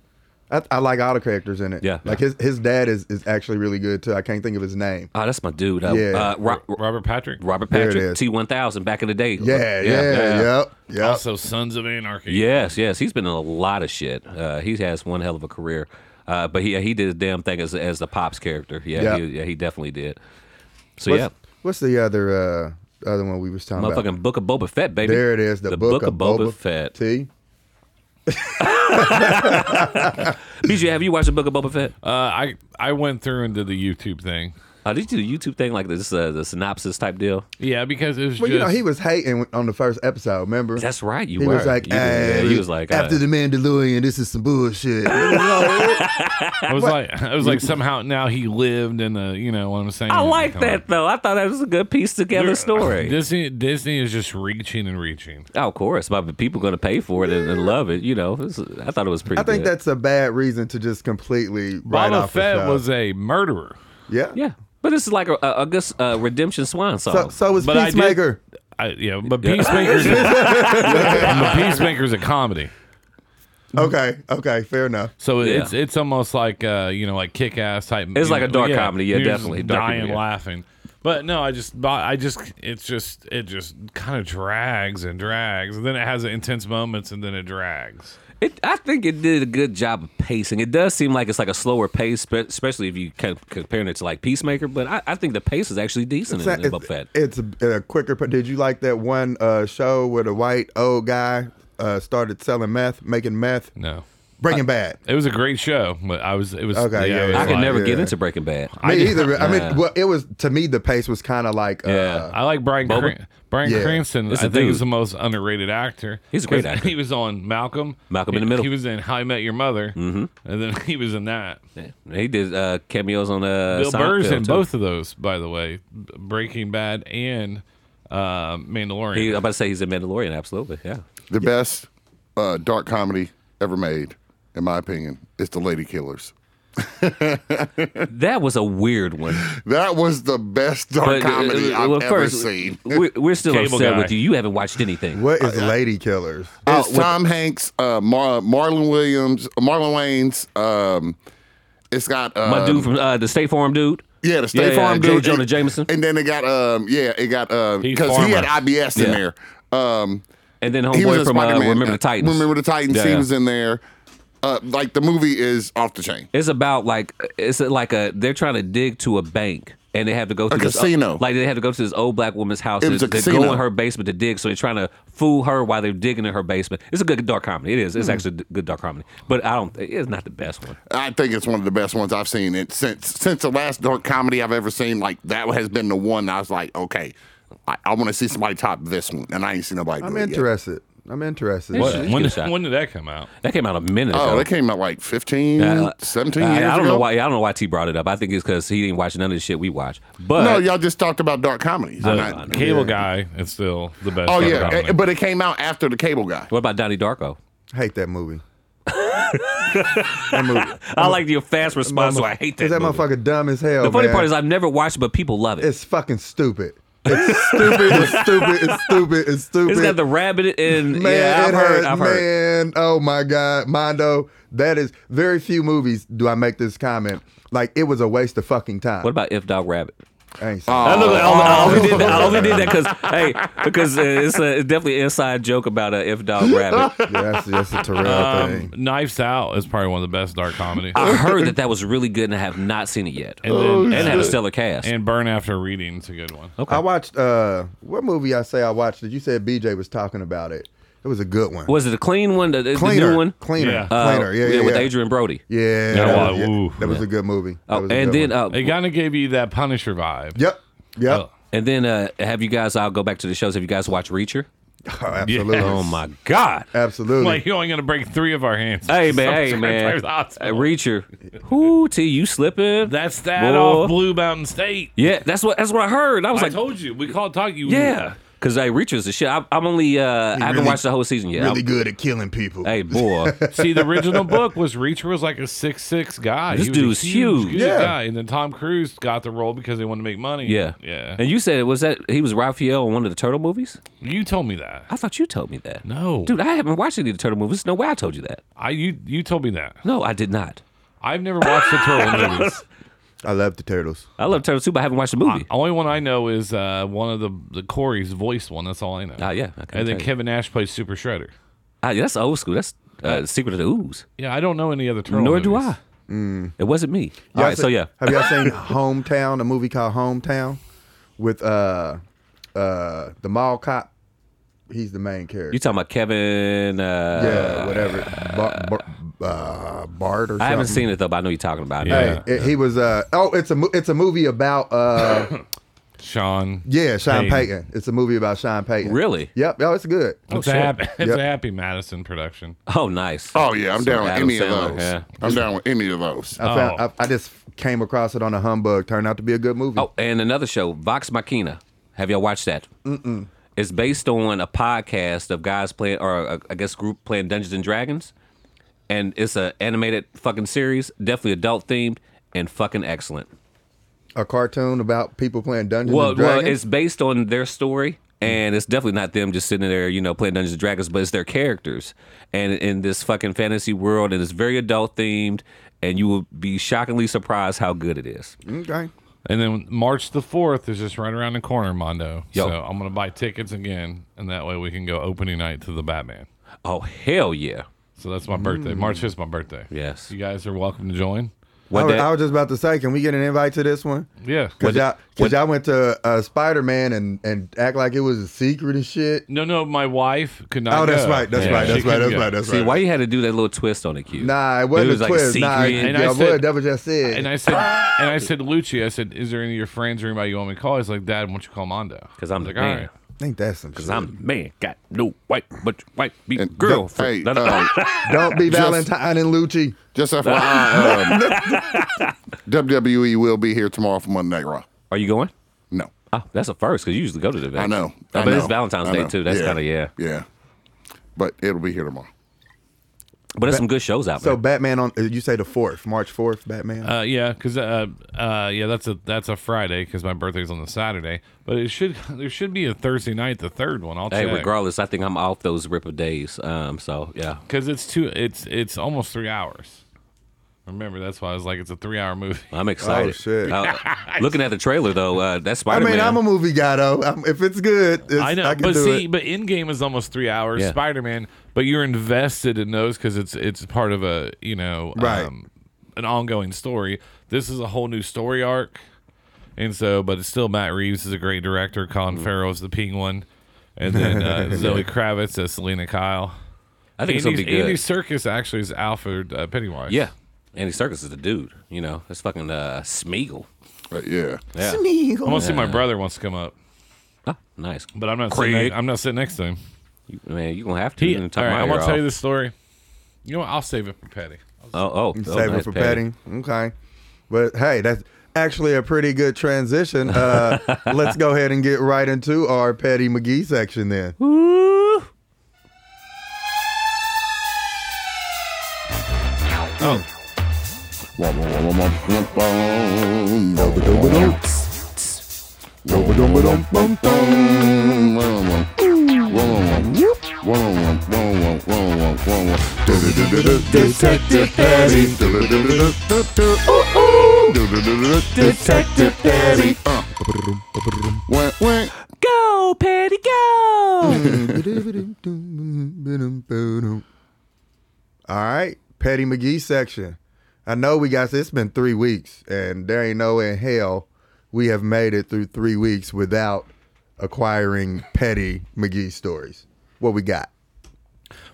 [SPEAKER 2] I, I like all the characters in it.
[SPEAKER 3] Yeah.
[SPEAKER 2] like his his dad is is actually really good too. I can't think of his name.
[SPEAKER 3] Oh, that's my dude. Uh,
[SPEAKER 2] Yeah.
[SPEAKER 3] uh, Ro-
[SPEAKER 4] Robert Patrick.
[SPEAKER 3] Robert
[SPEAKER 2] There it
[SPEAKER 3] Patrick,
[SPEAKER 2] is.
[SPEAKER 3] T one thousand back in the day. Uh,
[SPEAKER 2] Yeah, yeah, yep, yep.
[SPEAKER 4] Also, Sons of Anarchy.
[SPEAKER 3] Yes, yes. He's been in a lot of shit. Uh, he has one hell of a career. Uh, but he he did a damn thing as as the pops character. Yeah,
[SPEAKER 2] Yeah.
[SPEAKER 3] He, yeah, he definitely did. So
[SPEAKER 2] what's,
[SPEAKER 3] yeah,
[SPEAKER 2] what's the other uh other one we was talking about?
[SPEAKER 3] motherfucking Book of Boba Fett, baby.
[SPEAKER 2] There it is. The, book, of Boba,
[SPEAKER 3] Fett.
[SPEAKER 2] T.
[SPEAKER 3] BJ, have you watched the Book of Boba Fett?
[SPEAKER 4] Uh, I I went through and did the YouTube thing.
[SPEAKER 3] Uh, did you do the YouTube thing like this, uh, the synopsis type deal?
[SPEAKER 4] Yeah, because it was
[SPEAKER 2] Well,
[SPEAKER 4] just
[SPEAKER 2] you know, he was hating on the first episode. Remember?
[SPEAKER 3] That's right. You
[SPEAKER 2] He
[SPEAKER 3] were.
[SPEAKER 2] was like,
[SPEAKER 3] you, yeah,
[SPEAKER 2] "Hey,
[SPEAKER 3] he was like,
[SPEAKER 2] after
[SPEAKER 3] uh,
[SPEAKER 2] the Mandalorian, this is some bullshit.
[SPEAKER 4] I was like I was like somehow now he lived in the you know what I'm saying.
[SPEAKER 3] I like
[SPEAKER 4] Come on.
[SPEAKER 3] that though. I thought that was a good piece together *laughs* story.
[SPEAKER 4] Disney Disney is just reaching and reaching.
[SPEAKER 3] Oh, of course, but people going to pay for it and, and love it. You know, It's- I thought it was *laughs* pretty.
[SPEAKER 2] I think
[SPEAKER 3] good.
[SPEAKER 2] that's a bad reason to just completely write
[SPEAKER 4] Boba
[SPEAKER 2] off the
[SPEAKER 4] Fett
[SPEAKER 2] show.
[SPEAKER 4] was a murderer.
[SPEAKER 2] yeah.
[SPEAKER 3] yeah, but this is like a, a, a good uh, redemption swan
[SPEAKER 2] So,
[SPEAKER 3] song.
[SPEAKER 2] so was
[SPEAKER 4] But I did-
[SPEAKER 2] Peacemaker.
[SPEAKER 4] I, yeah, but Peacemaker's
[SPEAKER 2] *laughs*
[SPEAKER 4] a, but Peacemaker's a comedy.
[SPEAKER 2] Okay, okay, fair enough.
[SPEAKER 4] So
[SPEAKER 3] Yeah.
[SPEAKER 4] it's it's almost like uh, you know like kick ass type.
[SPEAKER 3] It's
[SPEAKER 4] you
[SPEAKER 3] like a
[SPEAKER 4] know,
[SPEAKER 3] dark comedy, yeah,
[SPEAKER 4] you're just
[SPEAKER 3] definitely, dark
[SPEAKER 4] dying
[SPEAKER 3] comedy, yeah.
[SPEAKER 4] laughing. But no, I just I just it's just it just kind of drags and drags, and then it has intense moments, and then it drags.
[SPEAKER 3] It, I think it did a good job of pacing. It does seem like it's like a slower pace, spe- especially if you kind of comparing it to like Peacemaker. But I, I think the pace is actually decent
[SPEAKER 2] It's,
[SPEAKER 3] in, in Boba
[SPEAKER 2] a-
[SPEAKER 3] Fett.
[SPEAKER 2] it's a, a quicker. pro- Did you like that one uh, show where the white old guy uh, started selling meth, making meth,
[SPEAKER 4] No,
[SPEAKER 2] Breaking Bad?
[SPEAKER 4] it was a great show, but I was it was
[SPEAKER 2] Okay,
[SPEAKER 4] yeah,
[SPEAKER 2] yeah,
[SPEAKER 4] it was
[SPEAKER 2] yeah.
[SPEAKER 3] I could
[SPEAKER 4] like-
[SPEAKER 3] never get
[SPEAKER 2] yeah.
[SPEAKER 3] into Breaking Bad.
[SPEAKER 2] Me either. I mean, well, it was to me the pace was kind of like uh,
[SPEAKER 3] Yeah.
[SPEAKER 4] I like Brian
[SPEAKER 3] Boba?
[SPEAKER 4] Cran- Brian
[SPEAKER 2] Yeah.
[SPEAKER 4] Cranston. I
[SPEAKER 3] It's a
[SPEAKER 4] think he's
[SPEAKER 3] dude.
[SPEAKER 4] the most underrated actor.
[SPEAKER 3] He's a great
[SPEAKER 4] 'Cause
[SPEAKER 3] actor.
[SPEAKER 4] He was on Malcolm.
[SPEAKER 3] Malcolm
[SPEAKER 4] he,
[SPEAKER 3] in the Middle.
[SPEAKER 4] He was in How I Met Your Mother, mm-hmm. and then he was in that.
[SPEAKER 3] He did uh, cameos on uh,
[SPEAKER 4] Bill Burr's
[SPEAKER 3] Seinfeld,
[SPEAKER 4] in
[SPEAKER 3] too.
[SPEAKER 4] both of those, by the way, B- Breaking Bad and uh, Mandalorian.
[SPEAKER 3] He, I'm about to say he's in Mandalorian. Absolutely, yeah.
[SPEAKER 5] The best uh, dark comedy ever made, in my opinion, is The Lady Killers.
[SPEAKER 3] That was a weird one.
[SPEAKER 5] That was the best dark
[SPEAKER 3] But uh,
[SPEAKER 5] comedy
[SPEAKER 3] uh,
[SPEAKER 5] I've
[SPEAKER 3] well,
[SPEAKER 5] ever
[SPEAKER 3] first,
[SPEAKER 5] seen.
[SPEAKER 3] we're, we're still
[SPEAKER 4] Cable
[SPEAKER 3] upset
[SPEAKER 4] guy.
[SPEAKER 3] with you. You haven't watched anything.
[SPEAKER 2] what is Lady Killers?
[SPEAKER 5] It's Tom Hanks, uh, Mar- Marlon Williams, uh, Marlon Wayne's. Um, it's got um,
[SPEAKER 3] My dude from uh, the State Farm dude.
[SPEAKER 5] yeah, the State Farm
[SPEAKER 3] J.
[SPEAKER 5] dude,
[SPEAKER 3] Jonah
[SPEAKER 5] and-
[SPEAKER 3] Jameson,
[SPEAKER 5] and then it got um, yeah, it got
[SPEAKER 4] He's
[SPEAKER 5] because he had
[SPEAKER 4] Farmer.
[SPEAKER 5] IBS in
[SPEAKER 3] Yeah.
[SPEAKER 5] there. Um,
[SPEAKER 3] and then
[SPEAKER 5] he was
[SPEAKER 3] homeboy
[SPEAKER 5] in
[SPEAKER 3] from uh,
[SPEAKER 5] Spider-Man.
[SPEAKER 3] Remember the Titans.
[SPEAKER 5] Remember the Titans.
[SPEAKER 3] Yeah,
[SPEAKER 5] he
[SPEAKER 3] yeah.
[SPEAKER 5] was in there. Uh, like the movie is off the chain.
[SPEAKER 3] It's about like it's like a they're trying to dig to a bank and they have to go to this, uh,
[SPEAKER 5] casino.
[SPEAKER 3] like they have to go to this old black woman's house.
[SPEAKER 5] It was
[SPEAKER 3] they,
[SPEAKER 5] a
[SPEAKER 3] they go
[SPEAKER 5] casino.
[SPEAKER 3] in her basement to dig, so they're trying to fool her while they're digging in her basement. It's a good dark comedy. It
[SPEAKER 5] Hmm.
[SPEAKER 3] is. It's actually a d- good dark comedy, but I don't. It's not the best one.
[SPEAKER 5] I think it's one of the best ones I've seen. It since since the last dark comedy I've ever seen. Like that has been the one that I was like, okay, I, I want to see somebody top this one, and I ain't seen nobody.
[SPEAKER 2] I'm
[SPEAKER 5] do it yet.
[SPEAKER 2] interested. I'm interested.
[SPEAKER 3] What?
[SPEAKER 4] When,
[SPEAKER 3] Just give it a
[SPEAKER 4] did-
[SPEAKER 3] shot.
[SPEAKER 4] when did that come out?
[SPEAKER 3] That came out a minute
[SPEAKER 5] Oh,
[SPEAKER 3] ago.
[SPEAKER 5] that came out like 15,
[SPEAKER 3] Yeah,
[SPEAKER 5] 17
[SPEAKER 3] I, I
[SPEAKER 5] years ago.
[SPEAKER 3] don't know why. I don't know why T brought it up. I think it's because he didn't watch none of the shit we watch. But
[SPEAKER 5] No, y'all just talked about dark comedies. and
[SPEAKER 3] know,
[SPEAKER 5] I-
[SPEAKER 3] I know.
[SPEAKER 4] Cable Guy is still the best.
[SPEAKER 5] oh
[SPEAKER 4] dark
[SPEAKER 5] yeah,
[SPEAKER 4] comedy.
[SPEAKER 5] eh, but it came out after the Cable Guy.
[SPEAKER 3] what about Donnie Darko?
[SPEAKER 2] Hate that movie. that movie.
[SPEAKER 3] I like your fast response, so I hate that.
[SPEAKER 2] Is that
[SPEAKER 3] movie.
[SPEAKER 2] motherfucker dumb as hell?
[SPEAKER 3] The funny
[SPEAKER 2] man.
[SPEAKER 3] part is I've never watched, it, but people love it.
[SPEAKER 2] it's fucking
[SPEAKER 3] *laughs*
[SPEAKER 2] stupid. It's stupid. it's stupid. It's stupid. It's stupid.
[SPEAKER 3] It's got the rabbit and
[SPEAKER 2] Man,
[SPEAKER 3] yeah, I've
[SPEAKER 2] it
[SPEAKER 3] heard.
[SPEAKER 2] has-
[SPEAKER 3] I've heard.
[SPEAKER 2] man, oh my God, Mondo, that is very few movies do I make this comment. Like it was a waste of fucking time.
[SPEAKER 3] What about If Dog
[SPEAKER 2] *laughs*
[SPEAKER 3] Rabbit?
[SPEAKER 2] I ain't seen
[SPEAKER 3] I,
[SPEAKER 5] Oh,
[SPEAKER 3] look, I only- I only did that, I only did
[SPEAKER 2] *laughs*
[SPEAKER 3] that because hey, because uh, it's a, it's definitely an inside joke about a If Dog Rabbit.
[SPEAKER 2] it. yeah, that's, that's
[SPEAKER 3] *laughs*
[SPEAKER 2] a Terrell
[SPEAKER 4] Um,
[SPEAKER 2] thing.
[SPEAKER 4] Knives Out is probably one of the best dark comedy.
[SPEAKER 3] I heard that that was really good, and I have not seen it yet.
[SPEAKER 4] And,
[SPEAKER 2] Oh,
[SPEAKER 4] then,
[SPEAKER 3] and it had a stellar cast.
[SPEAKER 4] and Burn After Reading is a good one.
[SPEAKER 2] I watched uh what movie I say I watched that you said BJ was talking about it. It was a good one.
[SPEAKER 3] was it a clean one? The, the
[SPEAKER 2] cleaner,
[SPEAKER 3] new one?
[SPEAKER 2] cleaner,
[SPEAKER 4] Yeah.
[SPEAKER 3] Uh,
[SPEAKER 2] cleaner. Yeah, yeah, yeah.
[SPEAKER 3] with Adrian Brody.
[SPEAKER 2] Yeah,
[SPEAKER 4] Yeah,
[SPEAKER 2] that,
[SPEAKER 4] well,
[SPEAKER 2] was, yeah,
[SPEAKER 4] ooh,
[SPEAKER 2] that was a good movie. That
[SPEAKER 3] Oh,
[SPEAKER 2] was a
[SPEAKER 3] and
[SPEAKER 2] good
[SPEAKER 3] then
[SPEAKER 2] one.
[SPEAKER 3] uh,
[SPEAKER 4] It kind of gave you that Punisher vibe.
[SPEAKER 2] yep, yep,
[SPEAKER 4] Oh.
[SPEAKER 3] and then uh, have you guys? I'll go back to the shows. Have you guys watched Reacher?
[SPEAKER 2] Oh, absolutely,
[SPEAKER 3] Oh my God!
[SPEAKER 2] absolutely.
[SPEAKER 4] Like you're only gonna break three of our hands.
[SPEAKER 3] Hey man,
[SPEAKER 4] *laughs* Sometimes
[SPEAKER 3] hey man,
[SPEAKER 4] there's hospital.
[SPEAKER 3] Uh, Reacher. Who T you slipping?
[SPEAKER 4] That's that
[SPEAKER 3] Boy.
[SPEAKER 4] off Blue Mountain State.
[SPEAKER 3] yeah. That's what that's what I heard. I was
[SPEAKER 4] I
[SPEAKER 3] like,
[SPEAKER 4] told you, we called talk. You
[SPEAKER 3] yeah, because hey, Reacher's the shit. I, I'm only uh, I haven't
[SPEAKER 2] really-
[SPEAKER 3] watched the whole season yet.
[SPEAKER 2] really
[SPEAKER 3] I'm-
[SPEAKER 2] good at killing people. *laughs*
[SPEAKER 3] Hey boy,
[SPEAKER 4] See, the original book was Reacher was like a six six guy.
[SPEAKER 3] This
[SPEAKER 4] He was a
[SPEAKER 3] dude's huge.
[SPEAKER 4] good
[SPEAKER 2] Yeah.
[SPEAKER 4] guy. And then Tom Cruise got the role because they wanted to make money.
[SPEAKER 3] yeah,
[SPEAKER 4] yeah.
[SPEAKER 3] And you said it was that he was Raphael in one of the Turtle movies.
[SPEAKER 4] you told me that.
[SPEAKER 3] I thought you told me that.
[SPEAKER 4] No,
[SPEAKER 3] dude, I haven't watched any of the Turtle movies. No way I told you that.
[SPEAKER 4] I you you told me that.
[SPEAKER 3] No, I did not.
[SPEAKER 4] I've never watched the
[SPEAKER 3] *laughs*
[SPEAKER 4] turtle movies.
[SPEAKER 2] I love the turtles.
[SPEAKER 3] I love Turtles too, but I haven't watched the movie.
[SPEAKER 4] Only one I know is uh, one of the the Corey's voice one. That's all I know.
[SPEAKER 3] Ah, yeah, I can
[SPEAKER 4] And then
[SPEAKER 3] tell you.
[SPEAKER 4] Kevin Nash plays Super Shredder.
[SPEAKER 3] Ah, yeah, that's old school. That's uh, Secret of the Ooze.
[SPEAKER 4] Yeah, I don't know any other turtle.
[SPEAKER 3] Nor do
[SPEAKER 4] movies.
[SPEAKER 3] I.
[SPEAKER 2] Mm.
[SPEAKER 3] It wasn't me. All
[SPEAKER 2] Y'all
[SPEAKER 3] right,
[SPEAKER 2] se-
[SPEAKER 3] so yeah,
[SPEAKER 2] Have y'all
[SPEAKER 3] *laughs*
[SPEAKER 2] seen Hometown? A movie called Hometown with uh uh the mall cop. He's the main character.
[SPEAKER 3] you talking about Kevin? Uh,
[SPEAKER 2] yeah, whatever. Bar- Bar- uh, Bart or something.
[SPEAKER 3] I haven't seen it though, but I know you're talking about it.
[SPEAKER 4] Yeah.
[SPEAKER 2] Hey, it- he was. Uh, oh, it's a mo- it's a movie about.
[SPEAKER 4] *laughs*
[SPEAKER 2] Uh,
[SPEAKER 4] Sean.
[SPEAKER 2] yeah, Sean
[SPEAKER 4] Payton.
[SPEAKER 2] Payton. It's a movie about Sean Payton.
[SPEAKER 3] Really?
[SPEAKER 2] Yep. Oh, it's good.
[SPEAKER 4] It's,
[SPEAKER 3] shit.
[SPEAKER 4] a happy, *laughs* it's
[SPEAKER 2] Yep.
[SPEAKER 4] a happy Madison production.
[SPEAKER 3] Oh, nice.
[SPEAKER 5] Oh yeah, I'm
[SPEAKER 3] Some
[SPEAKER 5] down with
[SPEAKER 3] Adam
[SPEAKER 5] any
[SPEAKER 3] Sandler,
[SPEAKER 5] of those.
[SPEAKER 3] yeah. Uh,
[SPEAKER 5] I'm down with any of those.
[SPEAKER 2] I, found,
[SPEAKER 4] Oh.
[SPEAKER 2] I, I just came across it on a humbug. Turned out to be a good movie.
[SPEAKER 3] Oh, and another show, Vox Machina. Have y'all watched that? Mm-mm. It's based on a podcast of guys playing, or uh, I guess group playing Dungeons and Dragons, and it's a animated fucking series, definitely adult themed and fucking excellent.
[SPEAKER 2] A cartoon about people playing Dungeons
[SPEAKER 3] Well,
[SPEAKER 2] and
[SPEAKER 3] well,
[SPEAKER 2] Dragons.
[SPEAKER 3] it's based on their story, and it's definitely not them just sitting there, you know, playing Dungeons and Dragons, but it's their characters, and in this fucking fantasy world, and it's very adult themed, and you will be shockingly surprised how good it is.
[SPEAKER 2] okay.
[SPEAKER 4] And then March the 4th is just right around the corner, Mondo.
[SPEAKER 3] Yo.
[SPEAKER 4] So I'm going to buy tickets again, and that way we can go opening night to the Batman.
[SPEAKER 3] Oh hell yeah,
[SPEAKER 4] So that's my birthday. March is my birthday.
[SPEAKER 3] Mm. yes.
[SPEAKER 4] You guys are welcome to join.
[SPEAKER 2] I
[SPEAKER 3] What
[SPEAKER 2] was,
[SPEAKER 3] that-
[SPEAKER 2] I was just about to say, can we get an invite to this one?
[SPEAKER 4] Yeah.
[SPEAKER 2] Because
[SPEAKER 3] What-
[SPEAKER 2] y'all, 'cause y'all went to uh, Spider Man and, and act like it was a secret and shit.
[SPEAKER 4] No, no, my wife could not.
[SPEAKER 2] Oh, that's
[SPEAKER 4] go.
[SPEAKER 2] right. That's
[SPEAKER 4] Yeah,
[SPEAKER 2] right.
[SPEAKER 4] she
[SPEAKER 2] That's right.
[SPEAKER 4] couldn't
[SPEAKER 2] That's
[SPEAKER 4] go.
[SPEAKER 2] right. That's
[SPEAKER 3] See,
[SPEAKER 2] right.
[SPEAKER 3] why you had to do that little twist on it, Q?
[SPEAKER 2] Nah, it wasn't
[SPEAKER 3] was
[SPEAKER 2] a
[SPEAKER 3] like
[SPEAKER 2] twist. nah,
[SPEAKER 3] secret.
[SPEAKER 4] And
[SPEAKER 2] yeah,
[SPEAKER 4] I
[SPEAKER 2] I would.
[SPEAKER 4] said-
[SPEAKER 2] That was just it.
[SPEAKER 4] And I said,
[SPEAKER 3] *laughs*
[SPEAKER 4] and I said, Lucci, I said, is there any of your friends or anybody you want me to call? He's like, Dad, why don't you call Mondo?
[SPEAKER 3] 'Cause I'm
[SPEAKER 4] I was
[SPEAKER 3] the
[SPEAKER 4] like,
[SPEAKER 3] man.
[SPEAKER 2] think that's some shit.
[SPEAKER 3] Cause I'm the man, got no white, but white be
[SPEAKER 5] And
[SPEAKER 3] girl.
[SPEAKER 5] don't- hey, uh,
[SPEAKER 3] Da- da- da- da.
[SPEAKER 2] Don't
[SPEAKER 4] *laughs*
[SPEAKER 2] be Valentine and Lucci.
[SPEAKER 5] Just FYI,
[SPEAKER 3] *laughs*
[SPEAKER 5] um, WWE will be here tomorrow for Monday Night Raw.
[SPEAKER 3] Are you going?
[SPEAKER 5] No,
[SPEAKER 3] Oh, that's a first because you usually go to the event.
[SPEAKER 5] I know.
[SPEAKER 3] Oh,
[SPEAKER 5] I
[SPEAKER 3] but
[SPEAKER 5] know,
[SPEAKER 3] it's Valentine's
[SPEAKER 5] I
[SPEAKER 3] Day
[SPEAKER 5] know.
[SPEAKER 3] too. That's kind of yeah.
[SPEAKER 5] yeah. But it'll be here tomorrow.
[SPEAKER 3] But there's some good shows out
[SPEAKER 2] So
[SPEAKER 3] there.
[SPEAKER 2] Batman on uh, you say the fourth, March fourth, Batman.
[SPEAKER 4] Uh, yeah, because uh, uh, yeah, that's a that's a Friday because my birthday's on the Saturday. But it should *laughs* there should be a Thursday night, the third one. I'll
[SPEAKER 3] Hey,
[SPEAKER 4] check.
[SPEAKER 3] regardless, I think I'm off those ripper days. Um, so yeah,
[SPEAKER 4] because it's two it's it's almost three hours remember that's why i was like it's a three hour movie
[SPEAKER 3] I'm excited.
[SPEAKER 2] Oh, shit. *laughs*
[SPEAKER 3] Uh, looking at the trailer though, uh, that
[SPEAKER 2] I
[SPEAKER 3] Spider
[SPEAKER 2] mean,
[SPEAKER 3] Man.
[SPEAKER 2] I'm a movie guy though. I'm, if it's good, it's,
[SPEAKER 4] *laughs* i
[SPEAKER 2] I
[SPEAKER 4] know
[SPEAKER 2] can
[SPEAKER 4] but
[SPEAKER 2] do
[SPEAKER 4] see
[SPEAKER 2] it.
[SPEAKER 4] but in game is almost three hours
[SPEAKER 3] Yeah.
[SPEAKER 4] spider-man but you're invested in those because it's it's part of a you know um,
[SPEAKER 2] Right.
[SPEAKER 4] an ongoing story this is a whole new story arc and so but it's still matt reeves is a great director colin farrell is the penguin and
[SPEAKER 2] *laughs*
[SPEAKER 4] then uh, zoe kravitz as selena kyle
[SPEAKER 3] I think it's gonna
[SPEAKER 4] Andy,
[SPEAKER 3] be good.
[SPEAKER 4] Andy Circus actually is Alfred uh, Pennywise.
[SPEAKER 3] yeah, Andy Circus is the dude. You know, it's fucking uh, Smeagol.
[SPEAKER 5] But yeah,
[SPEAKER 3] Yeah.
[SPEAKER 4] I'm gonna see my brother wants to come up,
[SPEAKER 3] Ah, nice.
[SPEAKER 4] but I'm not.
[SPEAKER 3] Craig.
[SPEAKER 4] Sitting next, I'm not sitting next to him.
[SPEAKER 3] You, man, you gonna have to.
[SPEAKER 4] He,
[SPEAKER 3] You're
[SPEAKER 4] all
[SPEAKER 3] gonna talk my
[SPEAKER 4] right, I
[SPEAKER 3] ear
[SPEAKER 4] want to tell
[SPEAKER 3] off.
[SPEAKER 4] you this story. You know what? I'll save it for Petty.
[SPEAKER 3] Oh, oh, oh,
[SPEAKER 2] Save
[SPEAKER 3] nice,
[SPEAKER 2] it for
[SPEAKER 3] Patty.
[SPEAKER 2] petting. Okay. But hey, that's actually a pretty good transition. Uh, let's go ahead and get right into our Petty McGee section then.
[SPEAKER 5] Detective Patty. Detective Patty. Went, went.
[SPEAKER 3] Go, Patty, go.
[SPEAKER 2] All right, Petty McGee section. I know we got it's been three weeks, and there ain't no way in hell we have made it through three weeks without acquiring Petty McGee stories. What we got?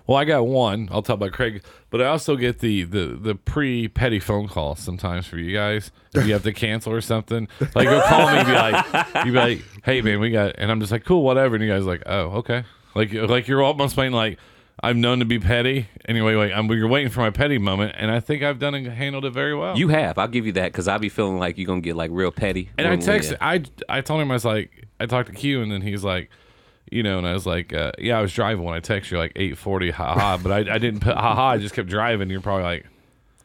[SPEAKER 4] Well, I got one. I'll talk about Craig, but I also get the the the pre Petty phone call sometimes for you guys. If you have to cancel or something, like you'll call me, and be like, you be like, hey man, we got, and I'm just like, cool, whatever. And you guys are like, oh, okay, like like you're almost playing like. I'm known to be petty. Anyway, like I'm, you're waiting for my petty moment, and I think I've done and handled it very well.
[SPEAKER 3] You have. I'll give you that because I be feeling like you're gonna get like real petty.
[SPEAKER 4] And I
[SPEAKER 3] when- when-
[SPEAKER 4] texted. I I told him I was like I talked to Q and then he's like, you know, and I was like, uh, yeah, I was driving when I texted you like eight forty, haha. But I, I didn't put haha. I just kept driving. You're probably like,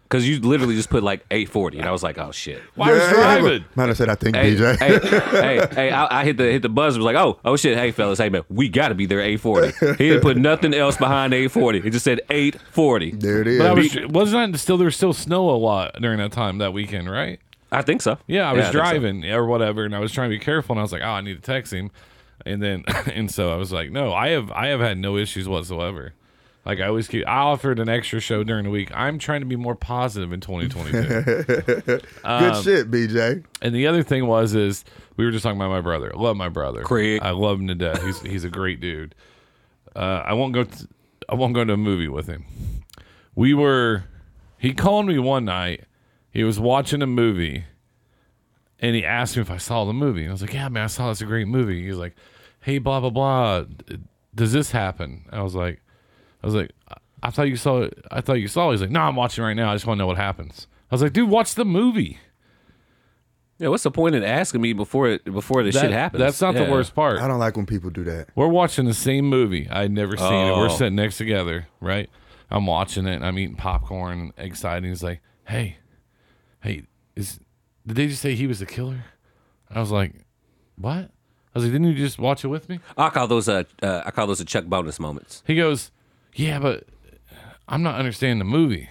[SPEAKER 3] Because you literally just put like 840, and I was like, oh shit.
[SPEAKER 4] why was driving?
[SPEAKER 2] Man, I said I think
[SPEAKER 3] Hey,
[SPEAKER 2] DJ.
[SPEAKER 3] hey, hey, hey, I, I hit the hit the buzzer. Was like, oh, oh shit, hey fellas, hey man, we gotta be there 840. He didn't put nothing else behind 840. He just said 840.
[SPEAKER 2] There it is.
[SPEAKER 4] But I was wasn't that still there was still snow a lot during that time that weekend, right?
[SPEAKER 3] I think so.
[SPEAKER 4] Yeah, I was
[SPEAKER 3] think so.
[SPEAKER 4] driving or whatever, and I was trying to be careful, and I was like, oh, I need to text him, and then *laughs* and so I was like, no, I have I have had no issues whatsoever. Like I always keep, I offered an extra show during the week. I'm trying to be more positive in 2022. um,
[SPEAKER 2] Good shit, BJ.
[SPEAKER 4] And the other thing was is we were just talking about my brother. I love my brother.
[SPEAKER 3] Craig.
[SPEAKER 4] I love him to death. He's he's a great dude. Uh, I won't go. t I won't go to a movie with him. we were he called me one night he was watching a movie and he asked me if i saw the movie and i was like yeah man i saw it. it's a great movie he was like hey blah blah blah d- does this happen i was like i was like "I- i thought you saw it i thought you saw it he's like no i'm watching right now i just want to know what happens i was like dude watch the movie
[SPEAKER 3] Yeah, what's the point in asking me before it before the shit
[SPEAKER 4] That-
[SPEAKER 3] happens?
[SPEAKER 4] that's not
[SPEAKER 3] Yeah.
[SPEAKER 4] the worst part
[SPEAKER 2] I don't like when people do that.
[SPEAKER 4] We're watching the same movie. I'd never seen it.
[SPEAKER 3] Oh.
[SPEAKER 4] We're sitting next together, right? I'm watching it and I'm eating popcorn, excited. He's like, "Hey, hey, is did they just say he was the killer?" I was like, "What?" I was like, "Didn't you just watch it with me?"
[SPEAKER 3] I call those uh, uh I call those a Chuck bonus moments.
[SPEAKER 4] He goes, "Yeah, but I'm not understanding the movie,"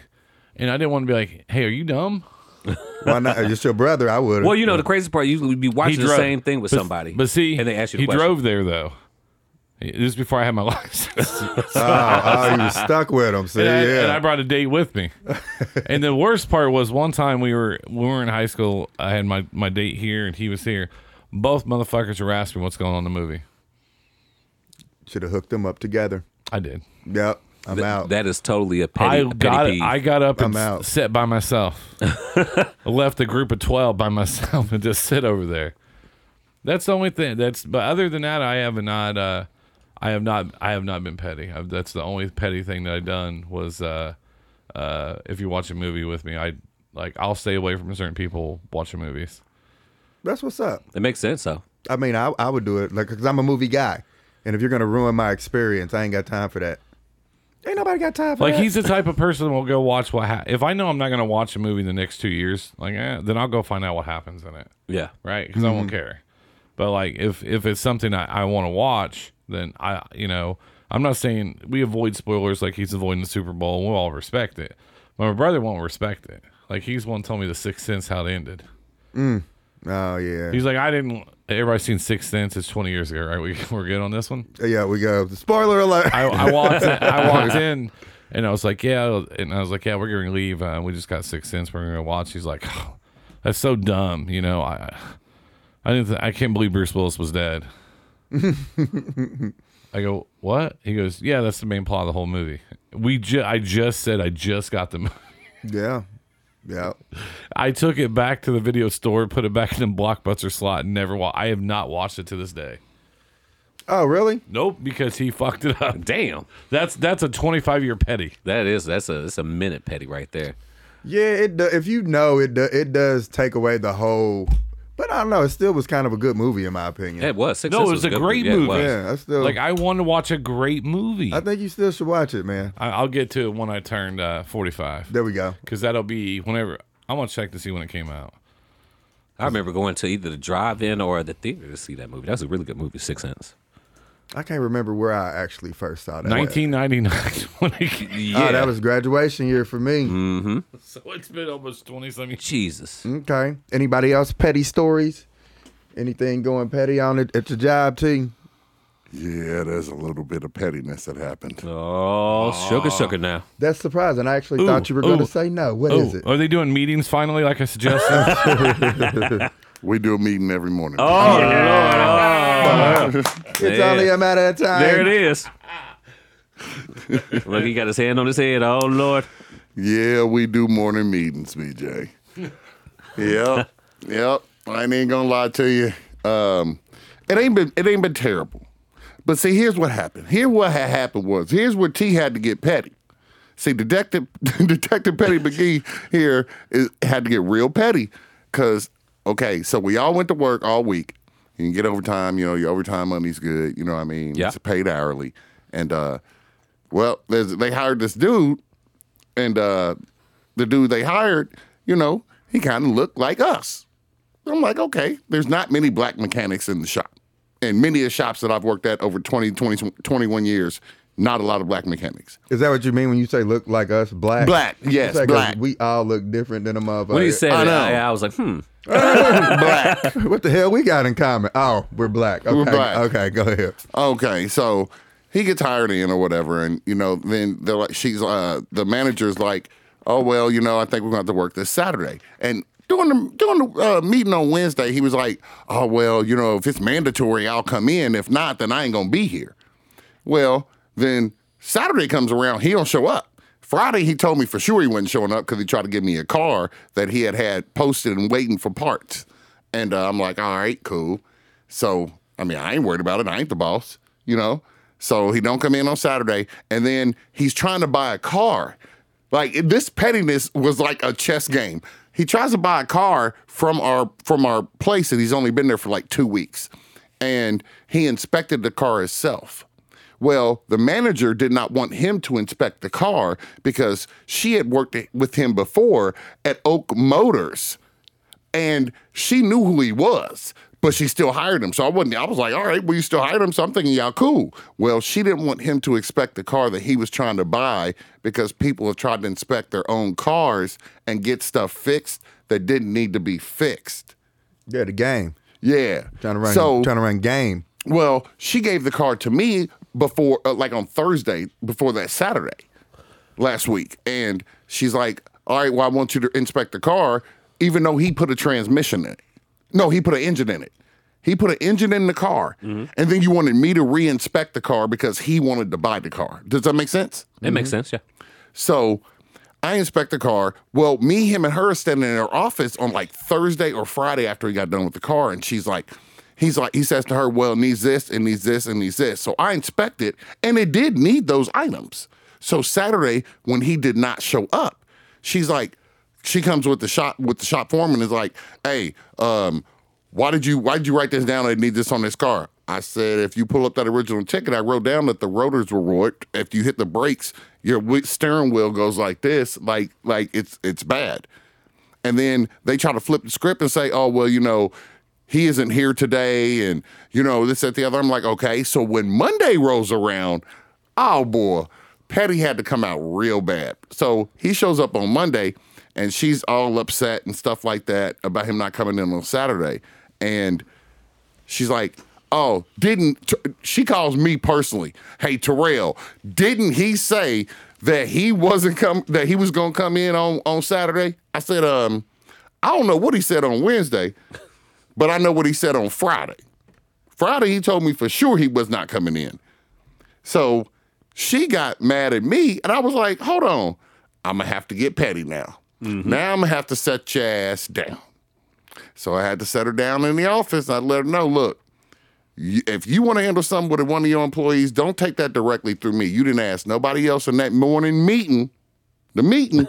[SPEAKER 4] and I didn't want to be like, "Hey, are you dumb?"
[SPEAKER 2] Why not? If It's your brother. I would.
[SPEAKER 3] Well, you know the crazy part, you would be watching the
[SPEAKER 4] drove.
[SPEAKER 3] same thing with
[SPEAKER 4] But-
[SPEAKER 3] somebody,
[SPEAKER 4] But see,
[SPEAKER 3] and they ask you. The
[SPEAKER 4] he
[SPEAKER 3] question.
[SPEAKER 4] drove there though. This is before I had my *laughs* license.
[SPEAKER 2] oh, oh,
[SPEAKER 4] *laughs*
[SPEAKER 2] you were stuck with him. See,
[SPEAKER 4] and, I, and I
[SPEAKER 2] yeah.
[SPEAKER 4] brought a date with me. and the worst part was one time we were when we were in high school. I had my my date here, and he was here. Both motherfuckers were asking what's going on in the movie.
[SPEAKER 2] Should have hooked them up together.
[SPEAKER 4] I did.
[SPEAKER 2] Yep. I'm out.
[SPEAKER 3] That is totally a petty,
[SPEAKER 4] I
[SPEAKER 3] a
[SPEAKER 4] got
[SPEAKER 3] petty peeve.
[SPEAKER 4] I got up and
[SPEAKER 2] I'm out.
[SPEAKER 4] s- sat
[SPEAKER 3] *laughs*
[SPEAKER 4] by myself. I left a group of twelve by myself *laughs* and just sit over there. That's the only thing. That's but other than that, I have not. Uh, I have not. I have not been petty. I've, that's the only petty thing that I've done was. Uh, uh, if you watch a movie with me, I like I'll stay away from certain people watching movies.
[SPEAKER 2] That's what's up.
[SPEAKER 3] it makes sense though.
[SPEAKER 2] I mean, I, I would do it like because I'm a movie guy, and if you're gonna ruin my experience, I ain't got time for that. Ain't nobody got time for
[SPEAKER 4] Like
[SPEAKER 2] that.
[SPEAKER 4] he's the type of person who'll go watch what. Ha- if I know I'm not gonna watch a movie in the next two years, like eh, then I'll go find out what happens in it.
[SPEAKER 3] Yeah.
[SPEAKER 4] right? Because I won't care. But like, if if it's something I, I want to watch, then I you know I'm not saying we avoid spoilers like he's avoiding the Super Bowl. We'll all respect it. But my brother won't respect it. Like he's one tell me the Sixth Sense how it ended.
[SPEAKER 2] oh yeah,
[SPEAKER 4] He's like, I didn't. Everybody's seen Sixth Sense. It's 20 years ago, right? We *laughs* we're good on this one.
[SPEAKER 2] yeah. We go. Spoiler alert. *laughs*
[SPEAKER 4] I, I walked in, I walked in and I was like, yeah, and I was like, yeah, we're gonna leave. Uh, we just got six cents. We're gonna watch. He's like, "Oh, that's so dumb. You know, I I didn't. Th- I can't believe Bruce Willis was dead. I go, what? He goes, yeah, that's the main plot of the whole movie. We ju- I just said I just got the movie.
[SPEAKER 2] yeah, yeah.
[SPEAKER 4] *laughs* I took it back to the video store, put it back in the blockbuster slot, and never. Wa- I have not watched it to this day.
[SPEAKER 2] Oh really?
[SPEAKER 4] Nope, because he fucked it up.
[SPEAKER 3] Damn,
[SPEAKER 4] That's that's a twenty five year petty.
[SPEAKER 3] that is that's a that's a minute petty right there.
[SPEAKER 2] Yeah. It do, if you know it, do, it does take away the whole. But I don't know. It still was kind of a good movie in my opinion.
[SPEAKER 3] Yeah, it was. Six
[SPEAKER 4] No,
[SPEAKER 3] Sense
[SPEAKER 4] it was a
[SPEAKER 3] good
[SPEAKER 4] great
[SPEAKER 3] Yeah, it
[SPEAKER 4] movie.
[SPEAKER 3] was.
[SPEAKER 2] yeah. I still
[SPEAKER 4] Like I want to watch a great movie.
[SPEAKER 2] I think you still should watch it, man.
[SPEAKER 4] I, I'll get to it when I turned uh, 45.
[SPEAKER 2] There we go.
[SPEAKER 4] Because that'll be whenever. I'm going to check to see when it came out.
[SPEAKER 3] I remember going to either the drive-in or the theater to see that movie. That was a really good movie, Six Sense.
[SPEAKER 2] I can't remember where I actually first saw that.
[SPEAKER 4] 1999. *laughs* when it came-
[SPEAKER 2] Oh, that was graduation year for me.
[SPEAKER 5] Mm-hmm.
[SPEAKER 4] so it's been almost 20 something years.
[SPEAKER 3] Jesus.
[SPEAKER 5] Mm.
[SPEAKER 2] Okay. Anybody else petty stories? Anything going petty on it at your job, T?
[SPEAKER 5] Yeah, there's a little bit of pettiness that happened.
[SPEAKER 3] Oh, sugar, sugar now.
[SPEAKER 2] That's surprising. I actually thought you were going
[SPEAKER 4] ooh.
[SPEAKER 2] to say no. What is
[SPEAKER 4] Oh,
[SPEAKER 2] it?
[SPEAKER 4] are they doing meetings finally, like
[SPEAKER 2] *laughs*
[SPEAKER 4] I suggested?
[SPEAKER 5] We do a meeting every morning.
[SPEAKER 3] Oh,
[SPEAKER 2] it's only a matter of time.
[SPEAKER 3] There it is. Look, he got his hand on his head. Oh Lord.
[SPEAKER 5] Yeah, we do morning meetings, BJ. yep, yep. I ain't gonna lie to you. Um, it ain't been it ain't been terrible. But see, here's what happened. Here what had happened was here's where T had to get petty. See, Detective *laughs* Detective Petty McGee here is, had to get real petty because okay, so we all went to work all week. You can get overtime. You know, your overtime money's good. You know what I mean?
[SPEAKER 3] Yeah.
[SPEAKER 5] It's paid hourly, and uh, well, there's, they hired this dude and uh the dude they hired, you know, he kind of looked like us. I'm like, okay, there's not many black mechanics in the shop. And many of the shops that I've worked at over 20, 20 21 years, not a lot of black mechanics.
[SPEAKER 2] Is that what you mean when you say look like us, black?
[SPEAKER 5] Black, yes,
[SPEAKER 2] It's like
[SPEAKER 5] black.
[SPEAKER 2] We all look different than a motherfucker.
[SPEAKER 3] When he said
[SPEAKER 5] I
[SPEAKER 3] that,
[SPEAKER 5] know.
[SPEAKER 3] I, I was like, hmm.
[SPEAKER 5] black.
[SPEAKER 2] *laughs* what the hell we got in common? Oh, we're black. Okay,
[SPEAKER 5] We're black.
[SPEAKER 2] Okay, go
[SPEAKER 5] *laughs*
[SPEAKER 2] ahead.
[SPEAKER 5] Okay, so he gets hired in or whatever, and you know, then they're like, she's uh, the manager's like, oh well, you know, I think we're gonna have to work this Saturday, and. During the, during the uh, meeting on Wednesday, he was like, Oh, well, you know, if it's mandatory, I'll come in. If not, then I ain't going to be here. Well, then Saturday comes around, he don't show up. Friday, he told me for sure he wasn't showing up because he tried to give me a car that he had had posted and waiting for parts. And uh, I'm like, all right, cool. So, I mean, I ain't worried about it. I ain't the boss, you know? So he don't come in on Saturday. And then he's trying to buy a car. Like this pettiness was like a chess game. He tries to buy a car from our from our place and he's only been there for like 2 weeks. And he inspected the car himself. Well, the manager did not want him to inspect the car because she had worked with him before at Oak Motors and she knew who he was, but she still hired him. So I wasn't. I was like, all right, well, you still hired him. So I'm thinking, y'all cool. Well, she didn't want him to expect the car that he was trying to buy because people have tried to inspect their own cars and get stuff fixed that didn't need to be fixed.
[SPEAKER 2] Yeah, the game.
[SPEAKER 5] Yeah.
[SPEAKER 2] Trying to run,
[SPEAKER 5] So
[SPEAKER 2] trying to run game.
[SPEAKER 5] well, she gave the car to me before, uh, like on Thursday, before that Saturday last week. And she's like, All right, well, I want you to inspect the car, even though he put a transmission in it. No, he put an engine in it. He put an engine in the car. And then you wanted me to re inspect the car because he wanted to buy the car. Does that make sense?
[SPEAKER 3] It makes sense, yeah.
[SPEAKER 5] So I inspect the car. Well, me, him, and her are standing in her office on like Thursday or Friday after he got done with the car. And she's like, he's like, he says to her, well, it needs this and needs this and needs this. So I inspect it and it did need those items. So Saturday, when he did not show up, she's like, she comes with the shop with the shop foreman and is like, hey, um, why did you why did you write this down? I need this on this car. I said, if you pull up that original ticket, I wrote down that the rotors were warped. If you hit the brakes, your wi- steering wheel goes like this, like like it's it's bad. And then they try to flip the script and say, oh well, you know, he isn't here today, and you know this that the other. I'm like, okay. So when Monday rolls around, oh boy, Patty had to come out real bad. So he shows up on Monday and she's all upset and stuff like that about him not coming in on Saturday. And she's like, "Oh, didn't T- she calls me personally? Hey, Terrell, didn't he say that he wasn't come that he was gonna come in on on Saturday?" I said, "Um, I don't know what he said on Wednesday, but I know what he said on Friday. Friday he told me for sure he was not coming in." So she got mad at me, and I was like, hold on, I'm gonna have to get petty now. Now I'm gonna have to set your ass down. So I had to set her down in the office. And I let her know, look, you- if you want to handle something with one of your employees, don't take that directly through me. You didn't ask nobody else in that morning meeting, the meeting.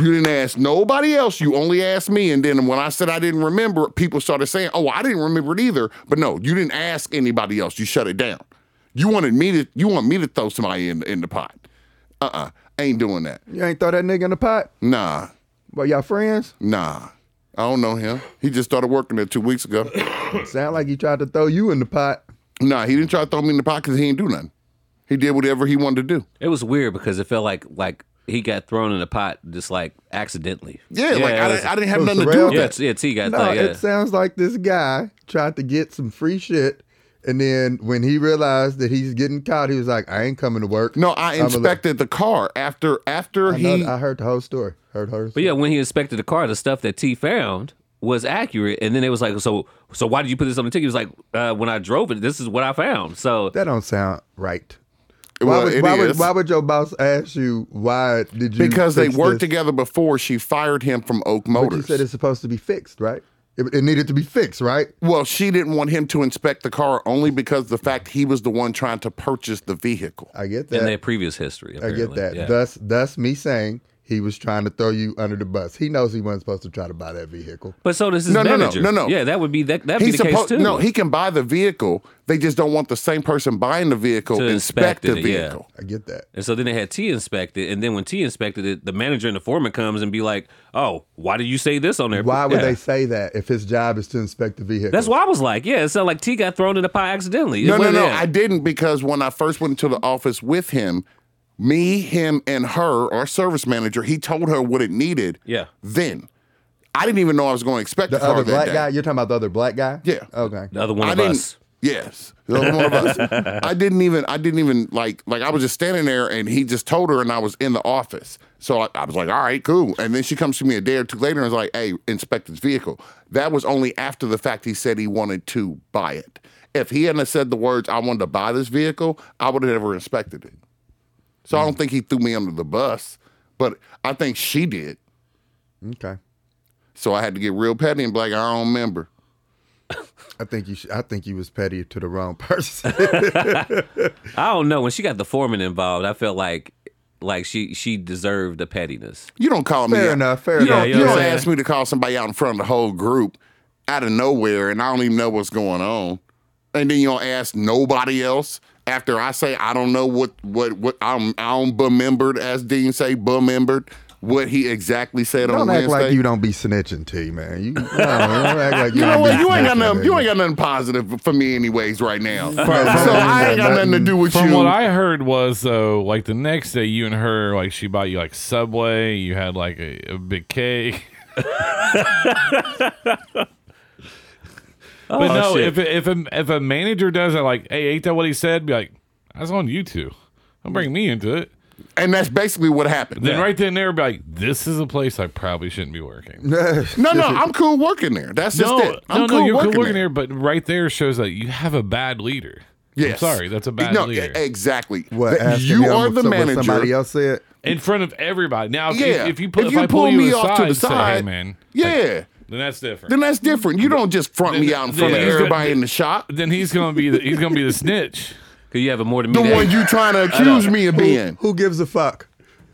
[SPEAKER 5] You didn't ask nobody else. You only asked me. And then when I said I didn't remember, people started saying, "Oh, I didn't remember it either." But no, you didn't ask anybody else. You shut it down. You wanted me to. You want me to throw somebody in in the pot? Uh uh Ain't doing that.
[SPEAKER 2] You ain't throw that nigga in the pot?
[SPEAKER 5] Nah,
[SPEAKER 2] Well, y'all friends?
[SPEAKER 5] nah. I don't know him. He just started working there two weeks ago.
[SPEAKER 2] Sound like he tried to throw you in the pot.
[SPEAKER 5] nah, he didn't try to throw me in the pot because he didn't do nothing. He did whatever he wanted to do.
[SPEAKER 3] It was weird because it felt like like he got thrown in a pot just like accidentally.
[SPEAKER 5] Yeah, like
[SPEAKER 3] it
[SPEAKER 5] I,
[SPEAKER 3] was-
[SPEAKER 5] didn't- I didn't have
[SPEAKER 2] it was
[SPEAKER 5] nothing to do with
[SPEAKER 2] surreal.
[SPEAKER 3] yeah,
[SPEAKER 5] that.
[SPEAKER 3] t- yeah, T got
[SPEAKER 5] Oh,
[SPEAKER 2] No,
[SPEAKER 3] thrown, yeah.
[SPEAKER 2] it sounds like this guy tried to get some free shit. And then when he realized that he's getting caught, he was like, I ain't coming to work.
[SPEAKER 5] No, I
[SPEAKER 2] I'm a-
[SPEAKER 5] inspected the car after after
[SPEAKER 2] I, know-
[SPEAKER 5] he.
[SPEAKER 2] I heard the whole story. Heard her.
[SPEAKER 3] But yeah, when he inspected the car, the stuff that T found was accurate, and then it was like, so so why did you put this on the ticket? He was like, uh, when I drove it, this is what I found. So
[SPEAKER 2] That don't sound right.
[SPEAKER 5] Well,
[SPEAKER 2] why, would,
[SPEAKER 5] it
[SPEAKER 2] why, would,
[SPEAKER 5] is.
[SPEAKER 2] why would your boss ask you why did you?
[SPEAKER 5] because they
[SPEAKER 2] fix
[SPEAKER 5] worked
[SPEAKER 2] this?
[SPEAKER 5] together before she fired him from Oak
[SPEAKER 2] But you
[SPEAKER 5] Motors.
[SPEAKER 2] said it's supposed to be fixed, right? It, it needed to be fixed, right?
[SPEAKER 5] well, she didn't want him to inspect the car only because the fact he was the one trying to purchase the vehicle.
[SPEAKER 2] I get
[SPEAKER 3] in their
[SPEAKER 2] that.
[SPEAKER 3] previous history,
[SPEAKER 2] I get
[SPEAKER 3] apparently.
[SPEAKER 2] that.
[SPEAKER 3] Yeah.
[SPEAKER 2] Thus, thus me saying he was trying to throw you under the bus. He knows he wasn't supposed to try to buy that vehicle.
[SPEAKER 3] But so does his
[SPEAKER 5] No, no, no,
[SPEAKER 3] manager.
[SPEAKER 5] no, no.
[SPEAKER 3] Yeah, that would be that. That would be the case
[SPEAKER 5] supposed
[SPEAKER 3] too.
[SPEAKER 5] no, he can buy the vehicle. They just don't want the same person buying the vehicle
[SPEAKER 3] To
[SPEAKER 5] inspect
[SPEAKER 3] inspect
[SPEAKER 5] the
[SPEAKER 3] it, yeah.
[SPEAKER 5] vehicle.
[SPEAKER 2] I get that.
[SPEAKER 3] And so then they had T inspected, and then when T inspected it, the manager and the foreman comes and be like, "Oh, why did you say this on there?
[SPEAKER 2] Why would
[SPEAKER 3] Yeah.
[SPEAKER 2] they say that if his job is to inspect the vehicle?
[SPEAKER 3] That's why I was like, "Yeah, it sounded like T got thrown in the pie accidentally." It
[SPEAKER 5] No, no,
[SPEAKER 3] wasn't
[SPEAKER 5] no.
[SPEAKER 3] there.
[SPEAKER 5] I didn't because when I first went into the office with him, me, him, and her, our service manager, he told her what it needed.
[SPEAKER 3] Yeah.
[SPEAKER 5] Then, I didn't even know I was going to expect the,
[SPEAKER 2] the
[SPEAKER 5] car
[SPEAKER 2] other
[SPEAKER 5] that
[SPEAKER 2] black
[SPEAKER 5] day.
[SPEAKER 2] guy. You're talking about the other black guy.
[SPEAKER 5] Yeah.
[SPEAKER 2] Okay.
[SPEAKER 3] the other one
[SPEAKER 5] I
[SPEAKER 3] of
[SPEAKER 5] didn't.
[SPEAKER 3] us.
[SPEAKER 5] Yes, the other one of
[SPEAKER 3] *laughs*
[SPEAKER 5] us. I didn't even. I didn't even like. Like I was just standing there, and he just told her, and I was in the office. So I, I was like, "All right, cool." And then she comes to me a day or two later, and is like, "Hey, inspect this vehicle." That was only after the fact he said he wanted to buy it. If he hadn't said the words, "I wanted to buy this vehicle," I would have never inspected it. So
[SPEAKER 3] Hmm.
[SPEAKER 5] I don't think he threw me under the bus, but I think she did.
[SPEAKER 2] Okay.
[SPEAKER 5] So I had to get real petty and be like, I don't remember.
[SPEAKER 2] I think you. Should, I think you was petty to the wrong *laughs* person.
[SPEAKER 3] I don't know. When she got the foreman involved, I felt like like she she deserved the pettiness.
[SPEAKER 5] You don't call me.
[SPEAKER 2] fair
[SPEAKER 5] out.
[SPEAKER 2] enough. Fair
[SPEAKER 5] You
[SPEAKER 2] enough.
[SPEAKER 5] don't,
[SPEAKER 3] you
[SPEAKER 5] you
[SPEAKER 3] know
[SPEAKER 5] don't
[SPEAKER 3] what I'm saying?
[SPEAKER 5] ask me to call somebody out in front of the whole group out of nowhere, and I don't even know what's going on. And then you don't ask nobody else after I say I don't know what what what I'm I'm remembered as Dean say remembered what he exactly said on
[SPEAKER 2] Don't act
[SPEAKER 5] Wednesday.
[SPEAKER 2] like you don't be snitching, T man.
[SPEAKER 5] *laughs*
[SPEAKER 2] You no, don't act like you.
[SPEAKER 5] You know
[SPEAKER 2] don't
[SPEAKER 5] what?
[SPEAKER 2] be
[SPEAKER 5] You ain't got
[SPEAKER 2] snitching,
[SPEAKER 5] nothing.
[SPEAKER 2] baby.
[SPEAKER 5] You ain't got nothing positive for me, anyways, right now. so
[SPEAKER 2] from-
[SPEAKER 5] I ain't got nothing to do with
[SPEAKER 4] From
[SPEAKER 5] you.
[SPEAKER 4] what I heard was though, like the next day, you and her, like she bought you like Subway. You had like a, a big cake. *laughs*
[SPEAKER 5] Oh,
[SPEAKER 4] but no,
[SPEAKER 3] shit.
[SPEAKER 4] if a- if a, if a manager does it, like, hey, ain't that what he said? Be like, that's on you two. Don't bring me into it.
[SPEAKER 5] and that's basically what happened.
[SPEAKER 4] Then right then and there, be like, this is a place I probably shouldn't be working.
[SPEAKER 5] No, no, I'm cool working there. That's just
[SPEAKER 4] No,
[SPEAKER 5] it. I'm
[SPEAKER 4] no,
[SPEAKER 5] cool
[SPEAKER 4] no, you're
[SPEAKER 5] working
[SPEAKER 4] cool working
[SPEAKER 5] there.
[SPEAKER 4] here, but right there shows that you have a bad leader.
[SPEAKER 5] Yes.
[SPEAKER 4] I'm sorry, that's a bad
[SPEAKER 5] no,
[SPEAKER 4] leader.
[SPEAKER 5] e- Exactly.
[SPEAKER 2] What,
[SPEAKER 5] That-
[SPEAKER 2] asking
[SPEAKER 5] *laughs* you
[SPEAKER 2] them
[SPEAKER 5] are
[SPEAKER 2] what
[SPEAKER 5] the
[SPEAKER 2] some- what
[SPEAKER 5] manager.
[SPEAKER 2] Somebody else said.
[SPEAKER 4] in front of everybody. Now, if,
[SPEAKER 5] Yeah.
[SPEAKER 4] if, if you pull,
[SPEAKER 5] If
[SPEAKER 4] if
[SPEAKER 5] you
[SPEAKER 4] I
[SPEAKER 5] pull
[SPEAKER 4] pull you
[SPEAKER 5] me
[SPEAKER 4] aside,
[SPEAKER 5] off to the
[SPEAKER 4] and say, hey,
[SPEAKER 5] side,
[SPEAKER 4] man,
[SPEAKER 5] Yeah.
[SPEAKER 4] then that's different.
[SPEAKER 5] Then that's different. You don't just front me out in front of
[SPEAKER 4] then-
[SPEAKER 5] everybody in the shop.
[SPEAKER 4] *laughs* then he's gonna be the, he's gonna be
[SPEAKER 5] *laughs*
[SPEAKER 4] the snitch.
[SPEAKER 3] Cause you have a more to me.
[SPEAKER 5] The
[SPEAKER 3] than-
[SPEAKER 5] one you trying to accuse me of being.
[SPEAKER 2] Who gives a fuck?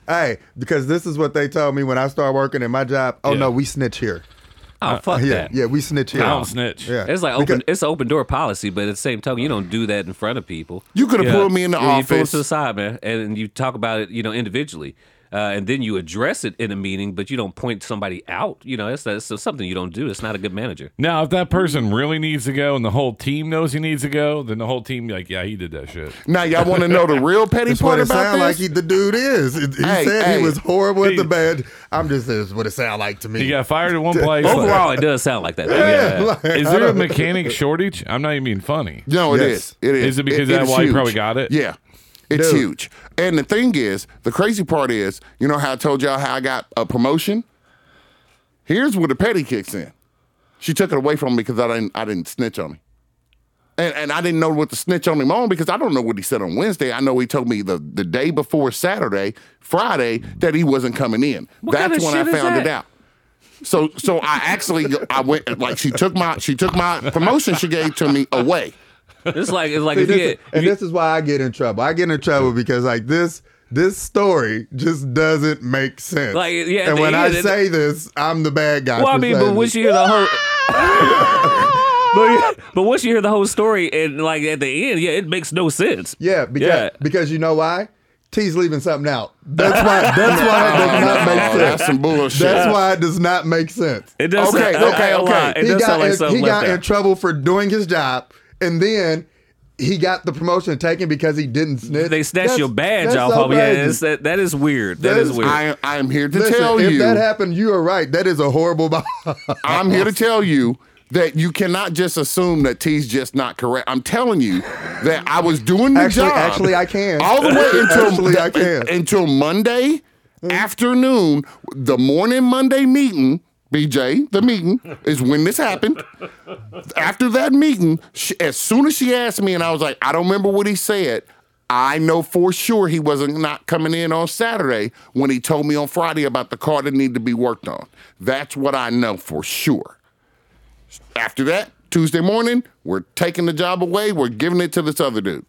[SPEAKER 2] Hey, because this is what they told me when I started working at my job. Oh
[SPEAKER 4] Yeah.
[SPEAKER 2] no, we snitch here.
[SPEAKER 3] *laughs* oh fuck
[SPEAKER 2] Yeah,
[SPEAKER 3] that.
[SPEAKER 2] yeah, we snitch here.
[SPEAKER 4] I don't snitch.
[SPEAKER 2] Yeah.
[SPEAKER 3] It's like
[SPEAKER 2] Because-
[SPEAKER 3] open. It's an open door policy, but at the same token, you don't do that in front of people.
[SPEAKER 5] You could have pulled me in the
[SPEAKER 3] you, you pull it
[SPEAKER 5] office.
[SPEAKER 3] to the side, man, and you talk about it, you know, individually, uh, and then you address it in a meeting, but you don't point somebody out. You know, that's, that's something you don't do. It's not a good manager.
[SPEAKER 4] Now, if that person really needs to go, and the whole team knows he needs to go, then the whole team be like, yeah, he did that shit.
[SPEAKER 5] Now y'all want to know the real petty
[SPEAKER 2] That's what
[SPEAKER 5] part
[SPEAKER 2] it
[SPEAKER 5] about
[SPEAKER 2] sound
[SPEAKER 5] this?
[SPEAKER 2] like he, the dude is. It- He
[SPEAKER 5] Hey,
[SPEAKER 2] said
[SPEAKER 5] hey.
[SPEAKER 2] he was horrible at
[SPEAKER 4] He-
[SPEAKER 2] the bed. I'm just this is what it sound like to me.
[SPEAKER 4] He got fired at
[SPEAKER 5] *laughs*
[SPEAKER 4] one place.
[SPEAKER 3] Overall, it does sound like that. Yeah.
[SPEAKER 2] Like,
[SPEAKER 4] is
[SPEAKER 2] I
[SPEAKER 4] there a
[SPEAKER 5] *laughs*
[SPEAKER 2] don't-
[SPEAKER 4] mechanic shortage? I'm not even being funny.
[SPEAKER 5] No, it
[SPEAKER 2] Yes.
[SPEAKER 5] is. It is.
[SPEAKER 4] Is it because
[SPEAKER 5] that
[SPEAKER 4] that's why you probably got it?
[SPEAKER 5] Yeah. It's
[SPEAKER 2] Dude.
[SPEAKER 5] huge. And the thing is, the crazy part is, you know how I told y'all how I got a promotion? Here's where the petty kicks in. She took it away from me because I didn't I didn't snitch on him. And and I didn't know what to snitch on him on because I don't know what he said on Wednesday. I know he told me the, the day before Saturday, Friday, that he wasn't coming in.
[SPEAKER 3] kind
[SPEAKER 5] That's
[SPEAKER 3] of
[SPEAKER 5] when I
[SPEAKER 3] shit is
[SPEAKER 5] found it
[SPEAKER 3] that?
[SPEAKER 5] out. So so I actually I went like she took my she took my promotion she gave to me away.
[SPEAKER 3] It's like it's like
[SPEAKER 2] See,
[SPEAKER 3] if
[SPEAKER 2] this
[SPEAKER 3] you
[SPEAKER 2] is-
[SPEAKER 3] had-
[SPEAKER 2] and
[SPEAKER 3] you-
[SPEAKER 2] this is why I get in trouble. I get in trouble because like this this story just doesn't make sense.
[SPEAKER 3] Like, yeah, at
[SPEAKER 2] and
[SPEAKER 3] the
[SPEAKER 2] when I
[SPEAKER 3] end, it-
[SPEAKER 2] say this, I'm the bad guy.
[SPEAKER 3] Well, I
[SPEAKER 2] for
[SPEAKER 3] mean, but
[SPEAKER 2] saying
[SPEAKER 3] once
[SPEAKER 2] this.
[SPEAKER 3] you hear the whole.
[SPEAKER 5] *laughs*
[SPEAKER 3] *laughs* but, but once you hear the whole story and like at the end, yeah, it makes no sense.
[SPEAKER 2] yeah, because
[SPEAKER 3] Yeah.
[SPEAKER 2] because you know why? T's leaving something out.
[SPEAKER 5] *laughs*
[SPEAKER 2] That's why. That's why it does not make
[SPEAKER 5] Oh,
[SPEAKER 2] sense.
[SPEAKER 5] that's some bullshit.
[SPEAKER 2] That's why it does not make sense.
[SPEAKER 3] It does.
[SPEAKER 5] Okay,
[SPEAKER 3] sound, I- I
[SPEAKER 5] okay,
[SPEAKER 3] ain't gonna lie,
[SPEAKER 5] okay.
[SPEAKER 3] It
[SPEAKER 2] he
[SPEAKER 3] does
[SPEAKER 2] got,
[SPEAKER 3] sound like
[SPEAKER 2] in,
[SPEAKER 3] something
[SPEAKER 2] he
[SPEAKER 3] left
[SPEAKER 2] got in
[SPEAKER 3] out.
[SPEAKER 2] trouble for doing his job, and then he got the promotion taken because he didn't snitch.
[SPEAKER 3] They snatch
[SPEAKER 2] That's-
[SPEAKER 3] your badge
[SPEAKER 2] that's
[SPEAKER 3] off
[SPEAKER 2] so
[SPEAKER 3] of you. Yeah,
[SPEAKER 2] crazy.
[SPEAKER 3] it's- that, that is weird. that
[SPEAKER 2] That
[SPEAKER 3] is,
[SPEAKER 2] is-
[SPEAKER 3] weird.
[SPEAKER 5] I I am here to
[SPEAKER 2] Listen,
[SPEAKER 5] tell
[SPEAKER 2] if
[SPEAKER 5] you.
[SPEAKER 2] that happened, you are right. That is a horrible *laughs* boss.
[SPEAKER 5] I'm here to tell you that you cannot just assume that T's just not correct. I'm telling you that I was doing the
[SPEAKER 2] Actually-
[SPEAKER 5] job.
[SPEAKER 2] actually, I
[SPEAKER 3] *laughs*
[SPEAKER 2] can.
[SPEAKER 5] All the way until
[SPEAKER 2] Actually, I can. Mm.
[SPEAKER 5] until Monday afternoon, the morning Monday meeting. BJ, the meeting is when this happened. After that meeting, she, as soon as she asked me, and I was like, I don't remember what he said. I know for sure he wasn't not coming in on Saturday when he told me on Friday about the car that needed to be worked on. That's what I know for sure. After that, Tuesday morning, we're taking the job away. We're giving it to this other dude.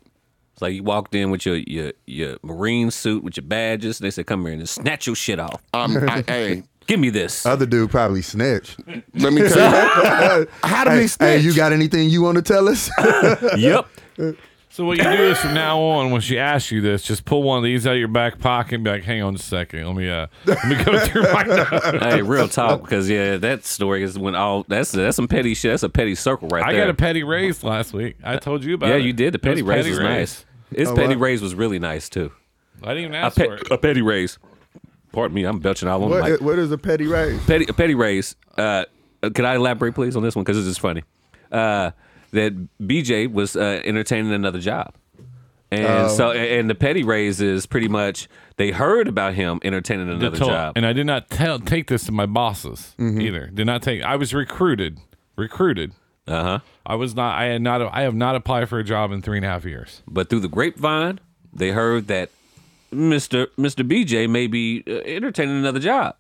[SPEAKER 3] It's like you walked in with your your your marine suit with your badges, and they said, "Come here and just snatch your shit off.
[SPEAKER 5] Um,
[SPEAKER 2] *laughs*
[SPEAKER 5] I, hey,
[SPEAKER 3] Give me this." *laughs*
[SPEAKER 2] Other dude probably snitched.
[SPEAKER 5] let me tell you. How did
[SPEAKER 2] hey,
[SPEAKER 5] he
[SPEAKER 2] hey,
[SPEAKER 5] snitch?
[SPEAKER 2] you got anything you want to tell us?
[SPEAKER 3] yep.
[SPEAKER 4] So what you do is from now on, when she asks you this, just pull one of these out of your back pocket and be like, "Hang on just a second, let me uh, let me go through
[SPEAKER 5] *laughs*
[SPEAKER 4] my." *laughs* notes."
[SPEAKER 3] Hey, real talk, because yeah, that story is when all that's that's some petty shit. That's a petty circle right
[SPEAKER 4] I
[SPEAKER 3] there.
[SPEAKER 4] got a petty raise last week. I told you about
[SPEAKER 3] yeah,
[SPEAKER 4] it.
[SPEAKER 3] you did. The
[SPEAKER 4] It was
[SPEAKER 3] petty raise was nice.
[SPEAKER 2] Oh,
[SPEAKER 3] His petty raise was really nice too.
[SPEAKER 4] I didn't even
[SPEAKER 3] A,
[SPEAKER 4] ask
[SPEAKER 3] pe-
[SPEAKER 4] for it.
[SPEAKER 3] a petty raise. Pardon me, I'm belching all over my
[SPEAKER 2] what, what is a petty raise?
[SPEAKER 3] petty a petty raise. Uh, can I elaborate, please, on this one? Because this is funny. Uh, that BJ was uh, entertaining another job, and so and the petty raise is pretty much they heard about him entertaining
[SPEAKER 4] The
[SPEAKER 3] another
[SPEAKER 4] total-
[SPEAKER 3] job.
[SPEAKER 4] And I did not tell take this to my bosses
[SPEAKER 2] Mm-hmm.
[SPEAKER 4] either. Did not take. I was recruited. Recruited.
[SPEAKER 3] Uh huh.
[SPEAKER 4] I was not. I had not. I have not applied for a job in three and a half years.
[SPEAKER 3] But through the grapevine, they heard that Mr. Mr. BJ may be uh, entertaining another job.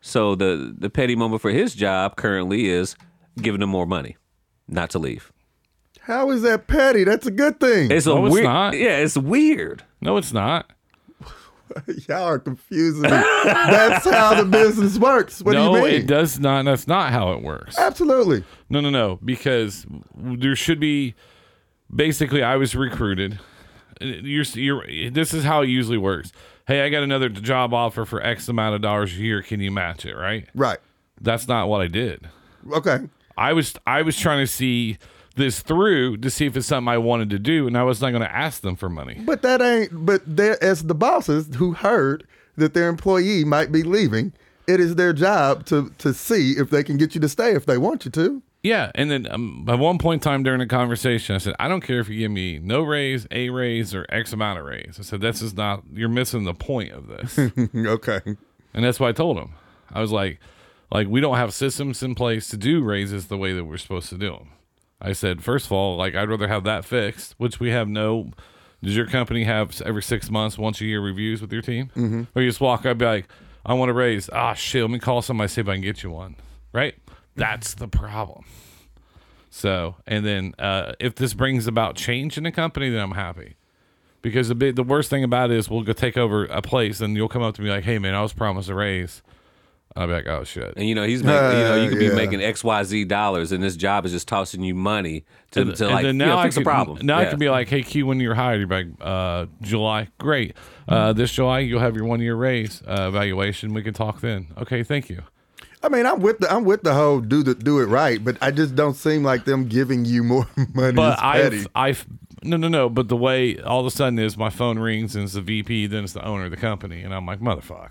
[SPEAKER 3] So the the petty moment for his job currently is giving him more money, not to leave.
[SPEAKER 2] *laughs* How is that petty? That's a good thing.
[SPEAKER 3] It's a
[SPEAKER 4] No, it's
[SPEAKER 3] weird.
[SPEAKER 4] not.
[SPEAKER 3] Yeah, it's weird.
[SPEAKER 4] No, it's not.
[SPEAKER 2] Y'all are confusing me. That's how the business works. What
[SPEAKER 4] no,
[SPEAKER 2] do you mean?
[SPEAKER 4] it does not. That's not how it works.
[SPEAKER 2] Absolutely.
[SPEAKER 4] No, no, no. Because there should be. Basically, I was recruited. You're, you're. This is how it usually works. Hey, I got another job offer for X amount of dollars a year. Can you match it? Right.
[SPEAKER 2] Right.
[SPEAKER 4] That's not what I did.
[SPEAKER 2] Okay.
[SPEAKER 4] I was I was trying to see this through to see if it's something I wanted to do, and I was not going to ask them for money.
[SPEAKER 2] But that ain't. But there, as the bosses who heard that their employee might be leaving, it is their job to to see if they can get you to stay if they want you to.
[SPEAKER 4] Yeah, and then um, at one point in time during the conversation, I said, "I don't care if you give me no raise, a raise, or X amount of raise." I said, "This is not. You're missing the point of this." and
[SPEAKER 2] okay.
[SPEAKER 4] that's what I told him. I was like, "Like we don't have systems in place to do raises the way that we're supposed to do them." I said, first of all, like I'd rather have that fixed, which we have no. Does your company have every six months, once a year reviews with your team? Mm-hmm. Or you just walk up, be like, I want to raise. Ah, shit, let me call somebody, see if I can get you one. Right? That's the problem. So, and then uh, if this brings about change in the company, then I'm happy. Because the big, the worst thing about it is we'll go take over a place and you'll come up to me like, hey, man, I was promised a raise. I'll be like, oh, shit.
[SPEAKER 3] And you know he's making, you know you could
[SPEAKER 2] yeah.
[SPEAKER 3] be making X Y Z dollars, and this job is just tossing you money to, to
[SPEAKER 4] And
[SPEAKER 3] like
[SPEAKER 4] then
[SPEAKER 3] you know,
[SPEAKER 4] I
[SPEAKER 3] fix a
[SPEAKER 4] could-
[SPEAKER 3] problem.
[SPEAKER 4] Now I
[SPEAKER 3] Yeah.
[SPEAKER 4] can be like, hey, Q, when you're hired, you're like, uh, July, great.
[SPEAKER 3] Mm-hmm.
[SPEAKER 4] Uh, this July, you'll have your one year raise uh, evaluation. We can talk then. Okay, thank you.
[SPEAKER 2] I mean, I'm with the I'm with the whole do the do it right, but I just don't seem like them giving you more *laughs* money.
[SPEAKER 4] But
[SPEAKER 2] is
[SPEAKER 4] I,
[SPEAKER 2] petty.
[SPEAKER 4] I, no, no, no. But the way all of a sudden is my phone rings and it's the VP, then it's the owner of the company, and I'm like, motherfucker.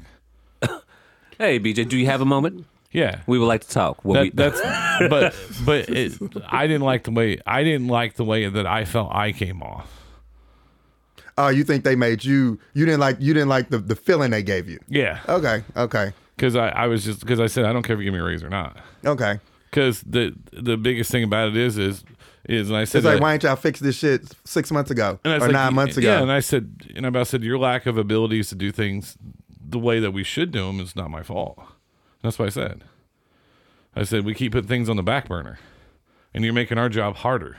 [SPEAKER 3] hey BJ, do you have a moment?
[SPEAKER 4] Yeah.
[SPEAKER 3] We would like to talk. What
[SPEAKER 4] That-
[SPEAKER 3] we,
[SPEAKER 4] that's but but it, I didn't like the way I didn't like the way that I felt I came off.
[SPEAKER 2] Oh, you think they made you? You didn't like you didn't like the, the feeling they gave you.
[SPEAKER 4] Yeah,
[SPEAKER 2] Okay, okay,
[SPEAKER 4] because I, I was just because I said I don't care if you give me a raise or not.
[SPEAKER 2] okay.
[SPEAKER 4] because the the biggest thing about it is is is and I said
[SPEAKER 2] It's like
[SPEAKER 4] that-
[SPEAKER 2] why ain't y'all fix this shit six months ago
[SPEAKER 4] and I
[SPEAKER 2] or
[SPEAKER 4] was like,
[SPEAKER 2] nine months ago?
[SPEAKER 4] Yeah, and I said and I about said your lack of abilities to do things the way that we should do them is not my fault. And that's what I said. I said we keep putting things on the back burner, and you're making our job harder.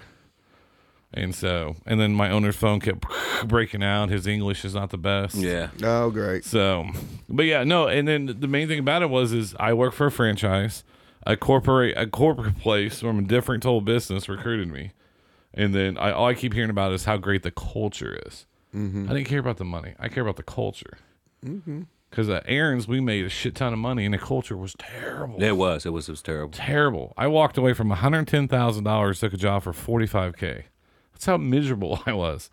[SPEAKER 4] And so, and then my owner's phone kept *laughs* breaking out. His English is not the best.
[SPEAKER 3] yeah.
[SPEAKER 2] oh, great.
[SPEAKER 4] So, but yeah, no. And then the main thing about it was is I work for a franchise, a corporate a corporate place from a different total business recruited me, and then I all I keep hearing about is how great the culture is. I didn't care about the money. I care about the culture. Because at Aaron's, we made a shit ton of money, and the culture was terrible.
[SPEAKER 3] It was. It was. It was terrible.
[SPEAKER 4] Terrible. I walked away from one hundred ten thousand dollars, took a job for forty five k. That's how miserable *laughs* I was.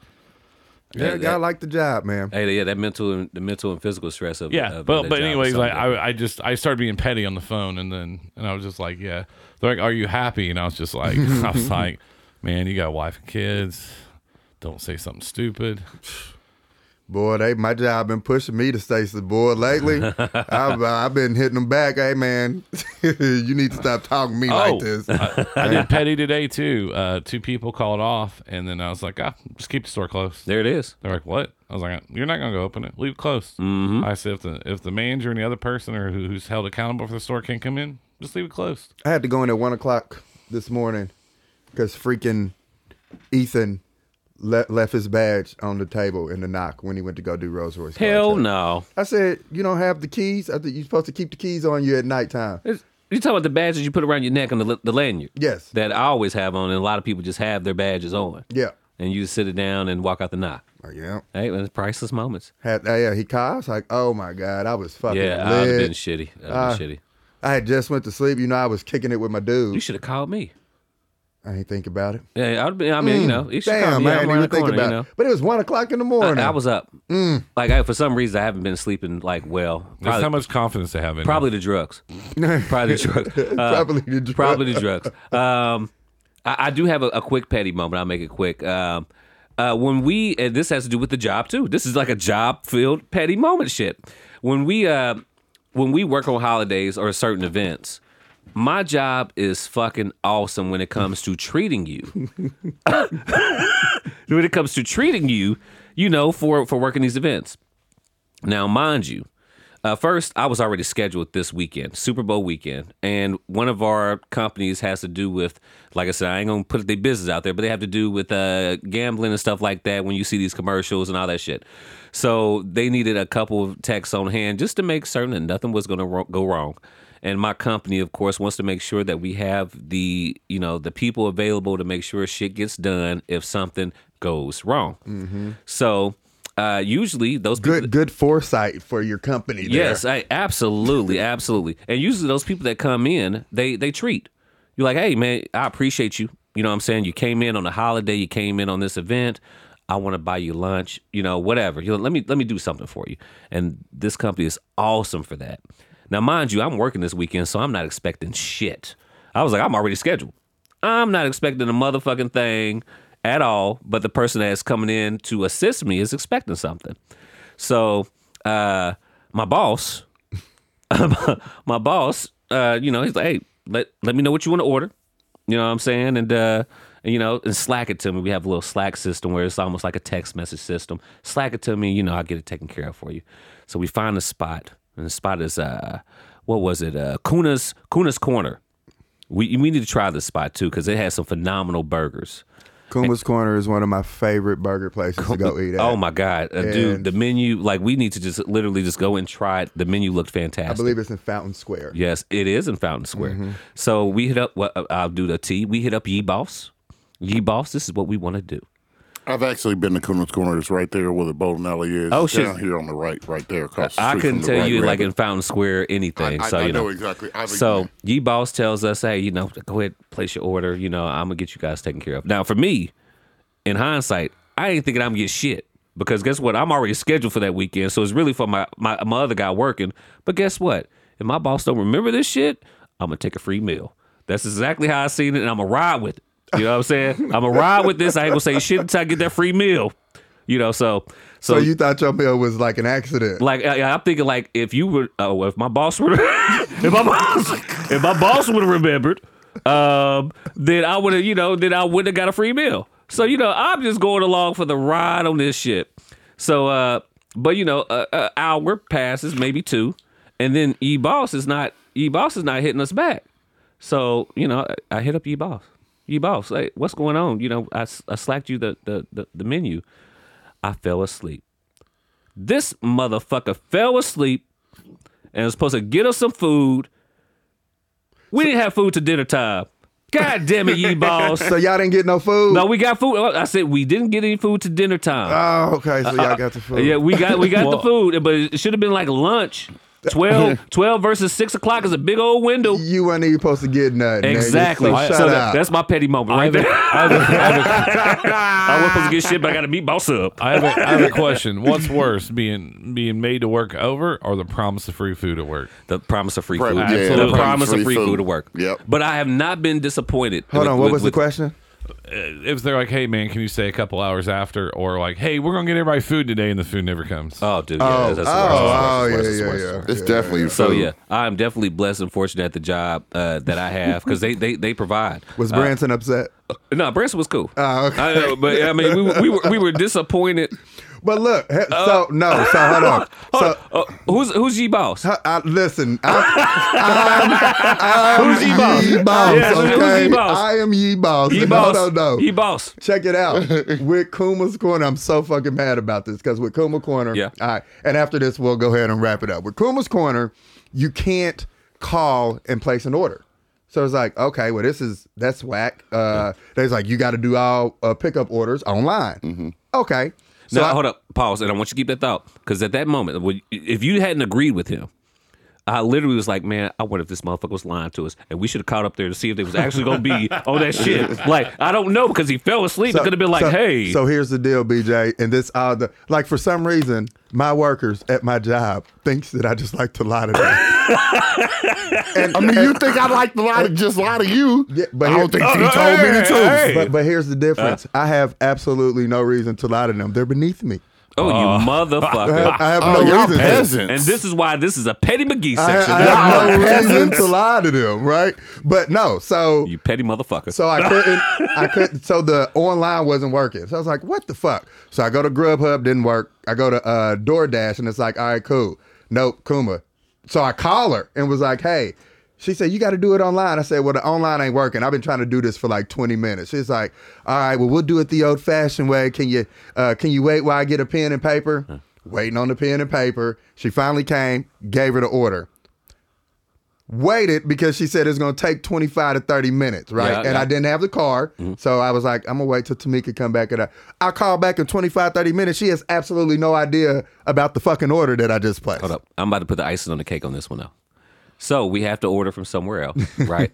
[SPEAKER 2] Yeah,
[SPEAKER 3] that-
[SPEAKER 2] gotta like the job, man.
[SPEAKER 3] Hey, yeah, that mental, and, the mental and physical stress of
[SPEAKER 4] Yeah,
[SPEAKER 3] of
[SPEAKER 4] but
[SPEAKER 3] that
[SPEAKER 4] but
[SPEAKER 3] job is
[SPEAKER 4] anyways, like
[SPEAKER 3] something different.
[SPEAKER 4] I, I just I started being petty on the phone, and then and I was just like, yeah, they're like, are you happy? And I was just like, *laughs*
[SPEAKER 3] *laughs*
[SPEAKER 4] I was like, man, you got a wife and kids. Don't say something stupid.
[SPEAKER 2] Boy, they my job been pushing me to stay some boy
[SPEAKER 3] *laughs*
[SPEAKER 2] lately. I've, uh, I've been hitting them back. Hey, man, *laughs* you need to stop talking to me
[SPEAKER 3] Oh.
[SPEAKER 2] like this.
[SPEAKER 4] I, I
[SPEAKER 3] *laughs*
[SPEAKER 4] did petty today too. Uh, two people called off, and then I was like, ah, just keep the store closed.
[SPEAKER 3] there it is.
[SPEAKER 4] They're like, what? I was like, you're not gonna go open it. Leave it closed.
[SPEAKER 3] Mm-hmm.
[SPEAKER 4] I said, if the if the manager and the other person or who, who's held accountable for the store can't come in, just leave it closed.
[SPEAKER 2] I had to go in at one o'clock this morning because freaking Ethan le- left his badge on the table in the knock when he went to go do Rolls Royce. car
[SPEAKER 3] Hell
[SPEAKER 2] check.
[SPEAKER 3] *laughs* no.
[SPEAKER 2] I said, you don't have the keys. I think you're supposed to keep the keys on you at
[SPEAKER 3] *laughs*
[SPEAKER 2] nighttime.
[SPEAKER 3] It's- You talking about the badges you put around your neck on the, li- the lanyard?
[SPEAKER 2] Yes.
[SPEAKER 3] That I always have on, and a lot of people just have their badges on.
[SPEAKER 2] Yeah.
[SPEAKER 3] And you just sit it down and walk out the knock.
[SPEAKER 2] Oh, yeah.
[SPEAKER 3] Hey, man, it's priceless moments.
[SPEAKER 2] Had, uh, yeah, he called. I was like, oh my God, I was fucking
[SPEAKER 3] Yeah, I'd have
[SPEAKER 2] lit.
[SPEAKER 3] been shitty. I'd
[SPEAKER 2] Ah.
[SPEAKER 3] have been shitty.
[SPEAKER 2] I had just went to sleep. You know, I was kicking it with my
[SPEAKER 3] You
[SPEAKER 2] dude.
[SPEAKER 3] should have called me.
[SPEAKER 2] I ain't think about it.
[SPEAKER 3] Yeah, I'd been. I mean, you know, you should
[SPEAKER 2] Mm.
[SPEAKER 3] have
[SPEAKER 2] Damn,
[SPEAKER 3] called me.
[SPEAKER 2] man, I
[SPEAKER 3] I'm
[SPEAKER 2] didn't
[SPEAKER 3] around
[SPEAKER 2] even
[SPEAKER 3] the
[SPEAKER 2] think
[SPEAKER 3] corner,
[SPEAKER 2] about
[SPEAKER 3] you know.
[SPEAKER 2] it. Mm. But it was one o'clock in the morning. *laughs*
[SPEAKER 3] I, I was up. Like I, for some reason, I haven't been sleeping like well.
[SPEAKER 4] That's
[SPEAKER 3] Probably,
[SPEAKER 4] how much confidence they have in.
[SPEAKER 3] probably
[SPEAKER 2] *laughs*
[SPEAKER 3] the drugs. probably the drugs. Uh,
[SPEAKER 2] probably the drug.
[SPEAKER 3] *laughs* probably the drugs. Um, I, I do have a, a quick petty moment. I'll make it quick. Um, uh, when we, and this has to do with the job too. This is like a job filled petty moment shit. When we, uh, when we work on holidays or certain events, my job is fucking awesome when it comes to treating *laughs* you. when it comes to treating you, you know, for for working these events. Now, mind you, uh, first, I was already scheduled this weekend, Super Bowl weekend, and one of our companies has to do with, like I said, I ain't gonna put their business out there, but they have to do with uh, gambling and stuff like that. When you see these commercials and all that shit, so they needed a couple of texts on hand just to make certain that nothing was gonna ro- go wrong. And my company, of course, wants to make sure that we have the you know the people available to make sure shit gets done if something goes wrong. So. Uh, usually those people-
[SPEAKER 2] Good, good foresight for your company. There.
[SPEAKER 3] Yes, I absolutely, absolutely. And usually those people that come in, they they treat. You're like, hey man, I appreciate you. You know what I'm saying? You came in on a holiday, you came in on this event. I want to buy you lunch, you know, whatever. You know, let me let me do something for you. And this company is awesome for that. Now, mind you, I'm working this weekend, so I'm not expecting shit. I was like, I'm already scheduled. I'm not expecting a motherfucking thing at all, but the person that's coming in to assist me is expecting something. So uh, my boss, *laughs* my boss, uh, you know, he's like, hey, let let me know what you want to order. You know what I'm saying? And uh, and, you know, and Slack it to me. We have a little Slack system where it's almost like a text message system. Slack it to me, you know, I'll get it taken care of for you. So we find a spot, and the spot is uh, what was it? Uh, Kuna's Kuna's Corner. We we need to try this spot too because it has some phenomenal burgers.
[SPEAKER 2] Kuma's Corner is one of my favorite burger places to go eat at.
[SPEAKER 3] Oh my god, uh, dude!
[SPEAKER 2] And-
[SPEAKER 3] The menu, like, we need to just literally just go and try it. The menu looked fantastic.
[SPEAKER 2] I believe Mm-hmm. it's in Fountain Square.
[SPEAKER 3] Yes, it is in Fountain Square. So we hit up. Well, uh, I'll do the T. We hit up Ye Boss. Ye Boss, this is what we want to do.
[SPEAKER 5] I've actually been to Cooners Corner. It's right there where the bowling alley is.
[SPEAKER 3] Oh,
[SPEAKER 5] It's
[SPEAKER 3] shit.
[SPEAKER 5] Down here on the right, right there. Across the
[SPEAKER 3] I
[SPEAKER 5] street
[SPEAKER 3] couldn't
[SPEAKER 5] from the
[SPEAKER 3] tell
[SPEAKER 5] Right
[SPEAKER 3] you like
[SPEAKER 5] Rabbit.
[SPEAKER 3] in Fountain Square anything.
[SPEAKER 5] I,
[SPEAKER 3] so
[SPEAKER 5] I,
[SPEAKER 3] you
[SPEAKER 5] know,
[SPEAKER 3] know.
[SPEAKER 5] exactly. I've
[SPEAKER 3] So Ye Boss tells us, hey, you know, go ahead, place your order. You know, I'm gonna get you guys taken care of. Now, for me, in hindsight, I ain't thinking I'm gonna get shit because guess what? I'm already scheduled for that weekend, so it's really for my my, my other guy working. But guess what? If my boss don't remember this shit, I'm gonna take a free meal. That's exactly how I seen it, and I'm gonna ride with it. You know what I'm saying? I'm gonna ride with this. I ain't gonna say shit until I get that free meal. You know, so so,
[SPEAKER 2] So you thought your meal was like an accident?
[SPEAKER 3] like I, I'm thinking like if you were oh if my boss would *laughs* if my boss if my boss would have remembered um then I would have you know then I would have got a free meal so you know I'm just going along for the ride on this shit so uh but you know a, a hour passes maybe two and then E boss is not E boss is not hitting us back so you know I, I hit up E boss E boss like what's going on you know I, s- I slacked you the the the, the menu I fell asleep this motherfucker fell asleep and was supposed to get us some food. We didn't have food to dinner time. God damn it, ye balls.
[SPEAKER 2] so y'all didn't get no food?
[SPEAKER 3] No, we got food. Oh, I said we didn't get any food to dinner time.
[SPEAKER 6] Ah.
[SPEAKER 2] Oh, okay. So y'all
[SPEAKER 3] *laughs*
[SPEAKER 2] got the food.
[SPEAKER 3] yeah, we got we got the food, but it should have been like lunch. 12, 12 versus six o'clock is a big old window.
[SPEAKER 2] You weren't even supposed to get nothing. nigga.
[SPEAKER 3] Exactly.
[SPEAKER 2] So
[SPEAKER 3] So,
[SPEAKER 2] shut
[SPEAKER 3] that-
[SPEAKER 2] up.
[SPEAKER 3] that's my petty moment
[SPEAKER 4] I
[SPEAKER 3] right
[SPEAKER 4] have, a,
[SPEAKER 3] there.
[SPEAKER 4] I, have a, I, have a,
[SPEAKER 3] *laughs* I wasn't supposed to get shit, but I got to meet boss up.
[SPEAKER 4] I, have a, I have a question. What's worse, being being made to work over or the promise of free food at work?
[SPEAKER 3] The promise of free
[SPEAKER 5] Right,
[SPEAKER 3] food.
[SPEAKER 5] yeah,
[SPEAKER 4] the
[SPEAKER 3] the promise of free food. to
[SPEAKER 5] food.
[SPEAKER 3] work.
[SPEAKER 5] Yep.
[SPEAKER 3] But I have not been disappointed.
[SPEAKER 2] Hold
[SPEAKER 3] with-
[SPEAKER 2] on. What
[SPEAKER 3] with-
[SPEAKER 2] was
[SPEAKER 3] with-
[SPEAKER 2] the question?
[SPEAKER 4] Uh, If they're like, hey, man, can you stay a couple hours after? Or like, hey, we're going to get everybody food today and the food never comes.
[SPEAKER 3] Oh, dude. Yeah, that's, that's the worst.
[SPEAKER 2] Oh,
[SPEAKER 3] That's the
[SPEAKER 2] oh,
[SPEAKER 3] worst. That's the
[SPEAKER 2] yeah,
[SPEAKER 3] worst.
[SPEAKER 2] yeah, yeah.
[SPEAKER 5] It's definitely
[SPEAKER 3] So yeah, I'm definitely blessed and fortunate at the job uh, that I have because they, they they provide.
[SPEAKER 2] Was Branson upset?
[SPEAKER 3] No, Branson was cool.
[SPEAKER 2] Oh, okay.
[SPEAKER 3] I know, but I mean, we, were- we were we were disappointed.
[SPEAKER 2] But look, he- Eh, so no, so hold on. So
[SPEAKER 3] Uh, who's who's G boss?
[SPEAKER 2] I, I- listen, I, I'm, I'm
[SPEAKER 3] Who's ye boss?
[SPEAKER 2] ye boss.
[SPEAKER 3] Yeah, who's- who's
[SPEAKER 2] okay?
[SPEAKER 3] ye boss?
[SPEAKER 2] I am ye boss.
[SPEAKER 3] Ye
[SPEAKER 2] No,
[SPEAKER 3] boss. E
[SPEAKER 2] No, no,
[SPEAKER 3] Ye boss.
[SPEAKER 2] Check it out. With Kuma's Corner, I'm so fucking mad about this because with Kuma Corner,
[SPEAKER 3] Yeah.
[SPEAKER 2] all right, and after this, we'll go ahead and wrap it up. With Kuma's Corner, you can't call and place an order. So it's like, okay, well, this is, that's whack. Uh, There's like, you got to do all uh, pickup orders online.
[SPEAKER 3] Mm-hmm.
[SPEAKER 2] Okay. So
[SPEAKER 3] No,
[SPEAKER 2] I-
[SPEAKER 3] hold up, pause, and I want you to keep that thought because at that moment, when- if you hadn't agreed with him. I literally was like, man, I wonder if this motherfucker was lying to us, and we should have caught up there to see if they was actually gonna
[SPEAKER 6] *laughs*
[SPEAKER 3] be on that shit. Like, I don't know because he fell asleep. it could have been like,
[SPEAKER 2] so-
[SPEAKER 3] hey,
[SPEAKER 2] So here's the deal, BJ, and this uh the like for some reason my workers at my job thinks that I just like to lie to them.
[SPEAKER 5] I mean, you think I'd like to lie to just lie to you?
[SPEAKER 2] Yeah,
[SPEAKER 5] *laughs* I
[SPEAKER 2] but here-
[SPEAKER 5] don't think she
[SPEAKER 3] Oh,
[SPEAKER 5] told me the
[SPEAKER 3] hey,
[SPEAKER 5] truth.
[SPEAKER 3] hey.
[SPEAKER 2] but but here's the difference. I have absolutely no reason to lie to them. They're beneath me.
[SPEAKER 3] Oh,
[SPEAKER 6] *laughs*
[SPEAKER 3] you motherfucker.
[SPEAKER 6] I have
[SPEAKER 5] Oh,
[SPEAKER 6] no
[SPEAKER 5] y'all
[SPEAKER 6] reason. to.
[SPEAKER 5] peasants.
[SPEAKER 3] and this is why this is a petty McGee
[SPEAKER 6] I,
[SPEAKER 3] section.
[SPEAKER 6] I have no reason to lie to them, right? But no, so
[SPEAKER 3] you petty motherfucker.
[SPEAKER 6] So I couldn't. I couldn't. So the online wasn't working. So I was like, "What the fuck?" So I go to Grubhub, didn't work. I go to uh, DoorDash, and it's like, "All right, cool. Nope, Kuma." So I call her and was like, "Hey." She said, "You got to do it online." I said, "Well, the online ain't working. I've been trying to do this for like 20 minutes." She's like, "All right, well, we'll do it the old-fashioned way. Can you uh, can you wait while I get a pen and paper?" Waiting on the pen and paper. She finally came, gave her the order waited because she said it's going to take 25 to 30 minutes, right?
[SPEAKER 3] Yeah,
[SPEAKER 6] and
[SPEAKER 3] yeah.
[SPEAKER 6] I didn't have the car.
[SPEAKER 3] Mm-hmm.
[SPEAKER 6] So I was like, I'm going to wait till Tamika come back. And I, I call back in 25, 30 minutes. She has absolutely no idea about the fucking order that I just placed.
[SPEAKER 3] Hold up. I'm about to put the icing on the cake on this one, though. So we have to order from somewhere else,
[SPEAKER 6] *laughs*
[SPEAKER 3] right?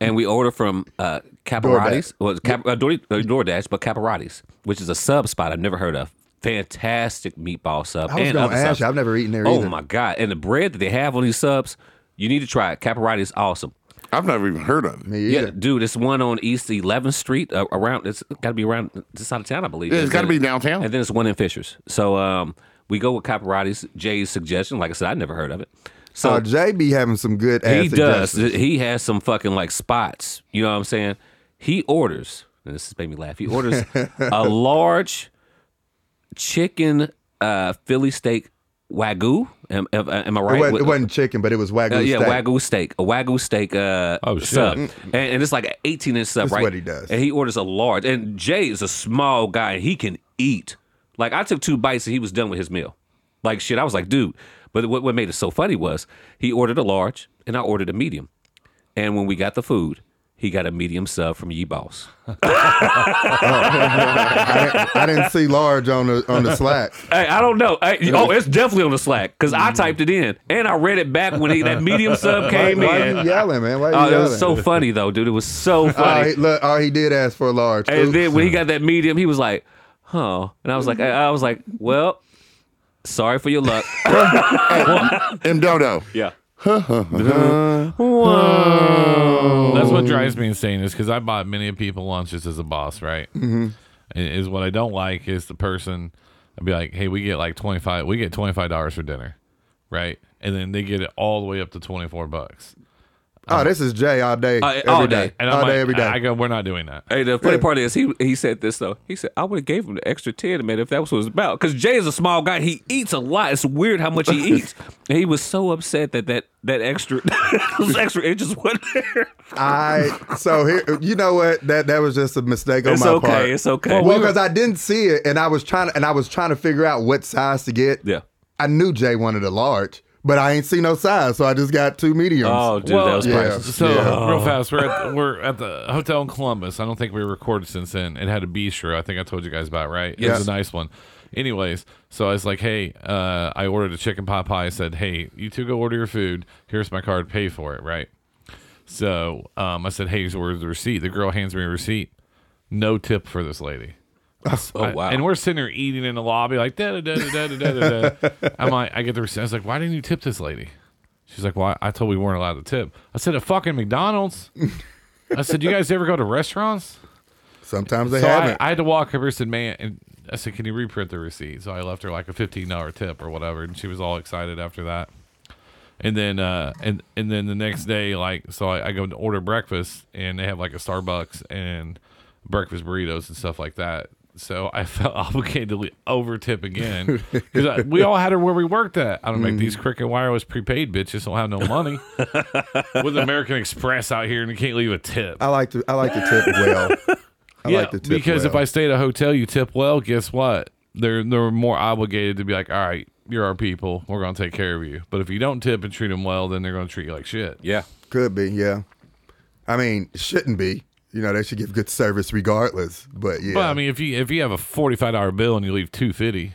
[SPEAKER 3] and we order from uh, Caparotti's, well, Cap, uh, Door, uh, DoorDash, but Caparotti's, which is a sub spot I've never heard of. Fantastic meatball sub.
[SPEAKER 6] I was
[SPEAKER 3] and
[SPEAKER 6] gonna
[SPEAKER 3] other
[SPEAKER 6] ask
[SPEAKER 3] subs.
[SPEAKER 6] you, I've never eaten there
[SPEAKER 3] Oh
[SPEAKER 6] either.
[SPEAKER 3] my god! And the bread that they have on these subs, you need to try it. Caparotti's awesome.
[SPEAKER 5] I've never even heard of it.
[SPEAKER 6] Me
[SPEAKER 3] Yeah,
[SPEAKER 6] either.
[SPEAKER 3] dude, it's one on East 11th Street uh, around. It's got to be around this side of town, I believe.
[SPEAKER 5] Yeah, it's
[SPEAKER 3] And
[SPEAKER 5] gotta
[SPEAKER 3] then-
[SPEAKER 5] be downtown.
[SPEAKER 3] And then it's one in Fishers. So um, we go with Caparotti's Jay's suggestion. Like I said, I never heard of it. So
[SPEAKER 5] Oh,
[SPEAKER 6] Uh, Jay be having some good ass
[SPEAKER 3] he does.
[SPEAKER 6] suggestions.
[SPEAKER 3] He has some fucking like spots. You know what I'm saying? He orders, and this has made me laugh. He
[SPEAKER 5] *laughs*
[SPEAKER 3] orders a large chicken uh, Philly steak wagyu. Am, am, am I right?
[SPEAKER 6] It wasn't, it
[SPEAKER 3] With-
[SPEAKER 6] wasn't chicken, but it was Wagyu
[SPEAKER 3] uh, yeah,
[SPEAKER 6] steak.
[SPEAKER 3] wagyu steak, a wagyu steak uh,
[SPEAKER 4] Oh, shit.
[SPEAKER 3] sub, and, and it's like an eighteen inch sub,
[SPEAKER 6] That's
[SPEAKER 3] right?
[SPEAKER 6] what he does.
[SPEAKER 3] And he orders a large. And Jay is a small guy, and he can eat. Like I took two bites, and he was done with his meal. Like shit, I was like, dude. But what, what made it so funny was he ordered a large, and I ordered a medium. And when we got the food, he got a medium sub from Yee Boss.
[SPEAKER 6] I, didn't, I didn't see large on the on
[SPEAKER 3] *laughs*
[SPEAKER 6] the slack.
[SPEAKER 3] Hey, I don't know. Hey, oh, it's definitely on the Slack because I typed it in and I read it back when he, that medium sub
[SPEAKER 6] *laughs* Why,
[SPEAKER 3] came
[SPEAKER 6] why
[SPEAKER 3] in.
[SPEAKER 6] you yelling, man? Why you
[SPEAKER 3] Oh, it
[SPEAKER 6] yelling?
[SPEAKER 3] was so funny though, dude. It was so
[SPEAKER 6] All
[SPEAKER 3] funny.
[SPEAKER 6] right, look, all he did ask for a large.
[SPEAKER 3] And
[SPEAKER 6] Oops.
[SPEAKER 3] then when he got that medium, he was like, "Huh?" And I was like, "I, I was like, well, sorry for your luck."
[SPEAKER 5] M. Dodo.
[SPEAKER 3] *laughs* yeah.
[SPEAKER 4] That's what drives me insane is because I bought many people lunches as a boss, right? Mm-hmm. Is what I don't like is the person. I'd be like, hey, we get like twenty five. We get twenty five dollars for dinner, right? And then they get it all the way up to twenty four bucks.
[SPEAKER 6] oh, this is Jay all day,
[SPEAKER 3] Uh,
[SPEAKER 6] every day,
[SPEAKER 3] all day.
[SPEAKER 4] And I'm
[SPEAKER 6] all
[SPEAKER 4] like,
[SPEAKER 6] day, every day.
[SPEAKER 4] I I go, we're not doing that.
[SPEAKER 3] Hey, the funny part is he he said this though. He said, "I would have gave him the extra ten, man, if that was what it was about." Because Jay is a small guy. He eats a lot. It's weird how much *laughs* he eats. And he was so upset that that that extra *laughs* those extra inches went there.
[SPEAKER 6] I so here you know what that that was just a mistake on
[SPEAKER 3] It's
[SPEAKER 6] my
[SPEAKER 3] okay.
[SPEAKER 6] part.
[SPEAKER 3] It's okay.
[SPEAKER 6] Well, because I didn't see it and I was trying to and I was trying to figure out what size to get.
[SPEAKER 3] Yeah.
[SPEAKER 6] I knew Jay wanted a large, but I ain't see no size, so I just got two mediums.
[SPEAKER 3] oh, dude, that was
[SPEAKER 6] yeah.
[SPEAKER 3] priceless.
[SPEAKER 4] So real fast, we're at the, we're at the hotel in Columbus. I don't think we recorded since then. It had a bistro. I think I told you guys about it, right. It was
[SPEAKER 6] Yes.
[SPEAKER 4] a nice one. Anyways, so I was like, hey, uh, I ordered a chicken pot pie. I said, hey, you two go order your food. Here's my card. Pay for it, right? So um, I said, hey, so where's the receipt? The girl hands me a receipt. No tip for this lady.
[SPEAKER 3] Oh wow.
[SPEAKER 4] And we're sitting there eating in the lobby, like da da da da da da da.
[SPEAKER 3] *laughs*
[SPEAKER 4] da. I'm like, I get the receipt. I was like, why didn't you tip this lady? She's like, well, I I told we weren't allowed to tip. I said, at fucking McDonald's. I said, you guys ever go to restaurants?
[SPEAKER 6] Sometimes they
[SPEAKER 4] so I,
[SPEAKER 6] haven't.
[SPEAKER 4] I had to walk over and said, man, and I said, can you reprint the receipt? So I left her like a fifteen dollar tip or whatever, and she was all excited after that. And then, uh, and and then the next day, like, so I, I go to order breakfast, and they have like a Starbucks and breakfast burritos and stuff like that. So I *laughs* felt obligated to over tip again because we all had her where we worked at. I don't
[SPEAKER 6] Mm.
[SPEAKER 4] make these cricket wireless prepaid bitches don't have no
[SPEAKER 6] *laughs*
[SPEAKER 4] money with American Express out here, and you can't leave a tip.
[SPEAKER 6] I, like to I like to
[SPEAKER 3] *laughs*
[SPEAKER 6] tip well. I like to tip
[SPEAKER 4] because if
[SPEAKER 6] well.
[SPEAKER 4] I stay at a hotel, you tip well. Guess what? They're they're more obligated to be like, all right, you're our people. We're gonna take care of you. But if you don't tip and treat them well, then they're gonna treat you like shit.
[SPEAKER 3] yeah.
[SPEAKER 6] could be, yeah. I mean, shouldn't be. You know, they should give good service regardless. But yeah,
[SPEAKER 4] But I mean, if you if you have a forty five dollar bill and you leave two fifty,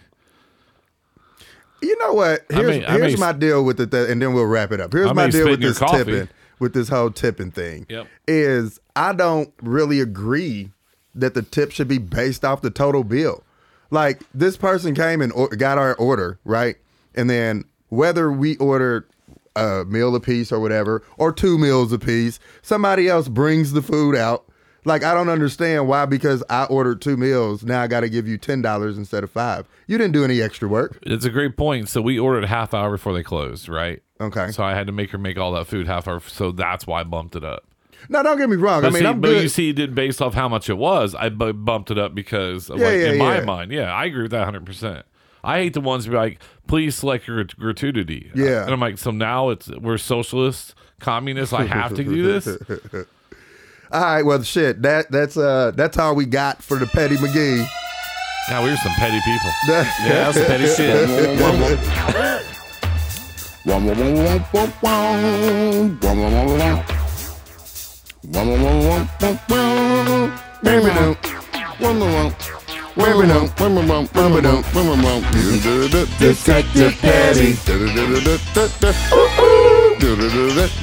[SPEAKER 6] You know what? Here's,
[SPEAKER 4] may- I may
[SPEAKER 6] here's
[SPEAKER 4] s-
[SPEAKER 6] my deal with it, and then we'll wrap it up. Here's
[SPEAKER 4] I
[SPEAKER 6] my
[SPEAKER 4] may
[SPEAKER 6] deal
[SPEAKER 4] spit
[SPEAKER 6] with
[SPEAKER 4] in your
[SPEAKER 6] this
[SPEAKER 4] coffee.
[SPEAKER 6] tipping, with this whole tipping thing.
[SPEAKER 4] Yep.
[SPEAKER 6] Is I don't really agree that the tip should be based off the total bill. Like this person came and or- got our order right, and then whether we ordered a meal apiece or whatever, or two meals apiece, somebody else brings the food out. Like I don't understand why because I ordered two meals now I got to give you ten dollars instead of five. You didn't do any extra work.
[SPEAKER 4] It's a great point. So we ordered a half hour before they closed, right?
[SPEAKER 6] Okay.
[SPEAKER 4] So I had to make her make all that food half hour. So that's why I bumped it up.
[SPEAKER 6] No, don't get me wrong.
[SPEAKER 4] But,
[SPEAKER 6] I mean,
[SPEAKER 4] see,
[SPEAKER 6] I'm
[SPEAKER 4] but
[SPEAKER 6] good.
[SPEAKER 4] you see, it did based off how much it was. I bu- bumped it up because, like,
[SPEAKER 6] yeah,
[SPEAKER 4] in my
[SPEAKER 6] yeah.
[SPEAKER 4] mind, yeah, I agree with that 100%. I hate the ones who are like, please select your grat- gratuity.
[SPEAKER 6] Yeah.
[SPEAKER 4] And I'm like, so now it's we're socialists, communists. I have to do
[SPEAKER 6] *laughs*
[SPEAKER 4] this.
[SPEAKER 6] All right, well, shit. That that's uh that's all we got for the Petty *laughs* McGee.
[SPEAKER 4] Now we're some petty people.
[SPEAKER 6] *laughs*
[SPEAKER 3] Yeah, that's some petty
[SPEAKER 4] *laughs*
[SPEAKER 3] shit.
[SPEAKER 5] Detective Patty.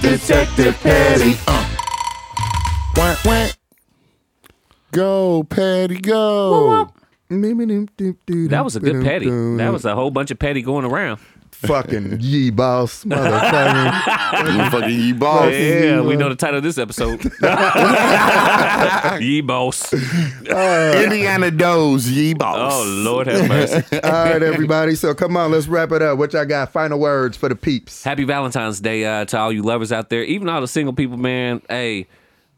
[SPEAKER 5] Detective Patty.
[SPEAKER 7] Go, Patty, go.
[SPEAKER 6] That
[SPEAKER 3] That was a good petty. That was a whole bunch of petty going around.
[SPEAKER 6] fucking
[SPEAKER 3] *laughs*
[SPEAKER 6] ye boss motherfucker.
[SPEAKER 5] Motherfucking ye boss.
[SPEAKER 3] Yeah, we know the title of this
[SPEAKER 6] *laughs*
[SPEAKER 3] episode. *laughs* Ye
[SPEAKER 5] *laughs*
[SPEAKER 3] boss.
[SPEAKER 5] Indiana Doe's ye boss.
[SPEAKER 3] Oh Lord have
[SPEAKER 6] *laughs*
[SPEAKER 3] mercy.
[SPEAKER 6] All right, everybody. So come on, let's wrap it up. What y'all got? Final words for the peeps.
[SPEAKER 3] Happy Valentine's Day uh, to all you lovers out there, even all the single people, man. Hey,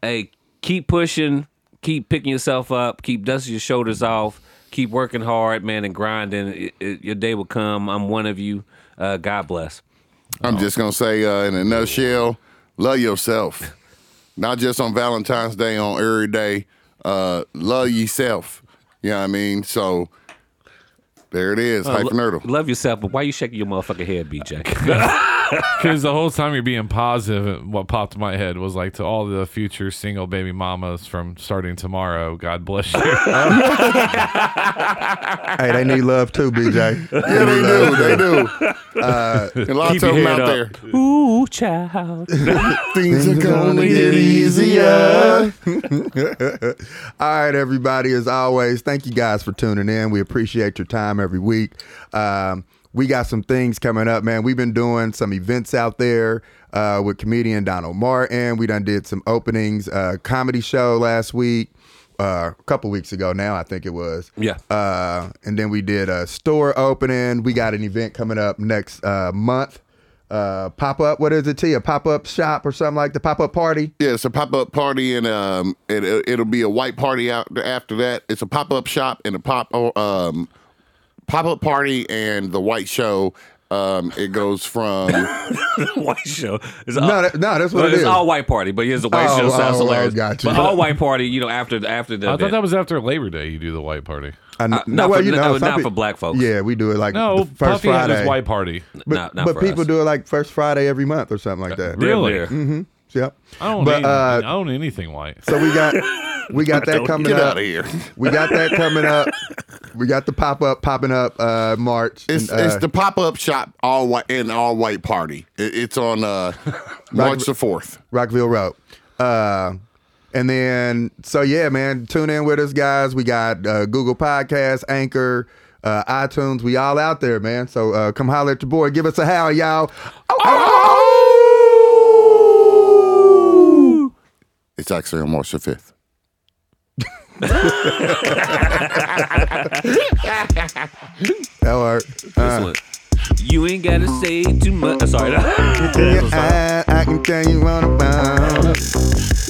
[SPEAKER 3] hey, keep pushing, keep picking yourself up, keep dusting your shoulders off, keep working hard, man, and grinding. It- it- your day will come. I'm one of you. Uh, God bless.
[SPEAKER 5] I'm just gonna say, uh, in a nutshell, love yourself. Not just on Valentine's Day, on every day. Uh, love yourself. You know what I mean? So there it is,
[SPEAKER 3] Lo-
[SPEAKER 5] hypernerdle.
[SPEAKER 3] love yourself, but why you shaking your motherfucking head,
[SPEAKER 6] *laughs*
[SPEAKER 3] BJ?
[SPEAKER 4] Because the whole time you're being positive, what popped in my head was like to all the future single baby mamas from starting tomorrow.
[SPEAKER 3] *laughs*
[SPEAKER 4] God bless you.
[SPEAKER 6] Hey, they need love too, BJ.
[SPEAKER 5] yeah, they do. They do.
[SPEAKER 3] *laughs*
[SPEAKER 5] Uh, a lot of
[SPEAKER 3] your
[SPEAKER 5] them
[SPEAKER 3] head
[SPEAKER 5] out
[SPEAKER 3] up.
[SPEAKER 5] there.
[SPEAKER 3] Ooh, child.
[SPEAKER 5] Things are gonna get
[SPEAKER 6] easier. All right, everybody. As always, thank you guys for tuning in. We appreciate your time every week. Um, we got some things coming up, man. We've been doing some events out there uh, with comedian Donald Martin. We done did some openings, uh, comedy show last week, uh, a couple weeks ago now, I think it was.
[SPEAKER 3] Yeah. *laughs*
[SPEAKER 6] Uh, and then we did a store opening. We got an event coming up next uh, month. Uh, pop up. What is it? T? A pop up shop or something like the pop up party.
[SPEAKER 5] Yeah, it's a pop up party, and um, it, it'll be a white party out after that. It's a pop up shop and a pop um, pop up party and the white show. Um, it goes from
[SPEAKER 3] white show. It's
[SPEAKER 6] No, that- no, that's what it
[SPEAKER 3] it's
[SPEAKER 6] is.
[SPEAKER 3] all white party, but here's the white
[SPEAKER 6] Oh,
[SPEAKER 3] show sounds
[SPEAKER 6] oh, oh,
[SPEAKER 3] hilarious.
[SPEAKER 6] got you.
[SPEAKER 3] But all white party, you know, after after the
[SPEAKER 4] I
[SPEAKER 3] event.
[SPEAKER 4] thought that was after Labor Day. You do the white party.
[SPEAKER 6] I kn-
[SPEAKER 3] Uh, not for- no,
[SPEAKER 6] some
[SPEAKER 3] not
[SPEAKER 6] peo-
[SPEAKER 3] for black folks.
[SPEAKER 6] Yeah, we do it like
[SPEAKER 4] No,
[SPEAKER 6] the first
[SPEAKER 4] Puffy had
[SPEAKER 6] Friday.
[SPEAKER 4] his white party.
[SPEAKER 6] but
[SPEAKER 3] Not- not
[SPEAKER 6] but
[SPEAKER 3] for
[SPEAKER 6] people
[SPEAKER 3] us. Uh,
[SPEAKER 6] do it like first Friday every month or something like that.
[SPEAKER 4] Really?
[SPEAKER 3] Red
[SPEAKER 6] Mm-hmm.
[SPEAKER 3] beer.
[SPEAKER 6] Yep.
[SPEAKER 4] I don't
[SPEAKER 6] But,
[SPEAKER 4] need-
[SPEAKER 6] uh,
[SPEAKER 4] I don't own anything white.
[SPEAKER 6] So we got we
[SPEAKER 3] *laughs*
[SPEAKER 6] got that coming
[SPEAKER 5] get
[SPEAKER 6] up.
[SPEAKER 5] out of here.
[SPEAKER 6] We got that coming up. We got the pop up popping up uh, March.
[SPEAKER 5] *laughs* It's
[SPEAKER 6] and, uh,
[SPEAKER 5] it's the pop up shop all white and all white party. It, it's on uh, March the fourth.
[SPEAKER 6] Rockville Road. Uh, and then, so yeah, man, tune in with us, guys. We got uh, Google Podcasts, Anchor, uh, iTunes. We all out there, man. So uh, come holler at your boy. Give us a howl, y'all. Oh,
[SPEAKER 3] Oh!
[SPEAKER 5] It's actually on March the fifth.
[SPEAKER 6] That worked.
[SPEAKER 3] Excellent. You ain't gotta say too much. Sorry. *laughs*
[SPEAKER 6] I, I can tell you on the phone.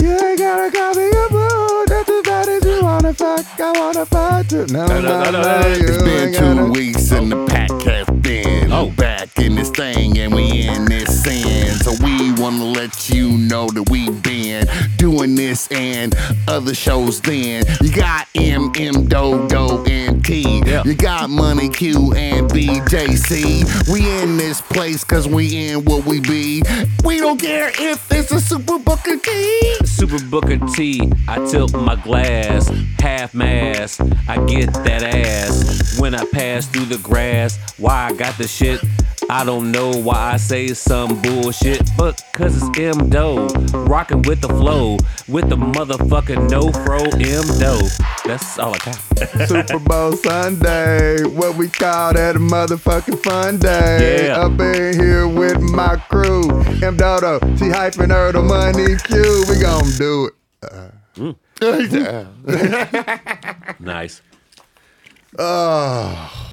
[SPEAKER 6] You ain't gotta call me a boo. That's about it. You wanna fuck? I wanna fuck too. No, no,
[SPEAKER 3] no, no, no.
[SPEAKER 6] you
[SPEAKER 5] It's been
[SPEAKER 6] ain't
[SPEAKER 5] two
[SPEAKER 6] gotta-
[SPEAKER 5] weeks and the pack has been oh. back in this thing and we in this sin. So we wanna let you know that we've been doing this and other shows then. You got MM Dodo and T. You got Money Q and BJC. We in this place cause we in what we be. We don't care if it's a Super Booker T.
[SPEAKER 3] Super Booker T, I tilt my glass, half mass. I get that ass when I pass through the grass. Why I got the shit? I don't know why I say some bullshit, but cause it's M Doe. Rocking with the flow, with the motherfucking no fro M Doe. That's all I got. *laughs*
[SPEAKER 6] Super Bowl Sunday, what we call that a motherfucking fun day.
[SPEAKER 3] Yeah.
[SPEAKER 6] Up in here with my crew, M Dodo, T hyphen Erdl, Money Q. We gon' do it.
[SPEAKER 5] yeah.
[SPEAKER 3] Nice.
[SPEAKER 2] Oh,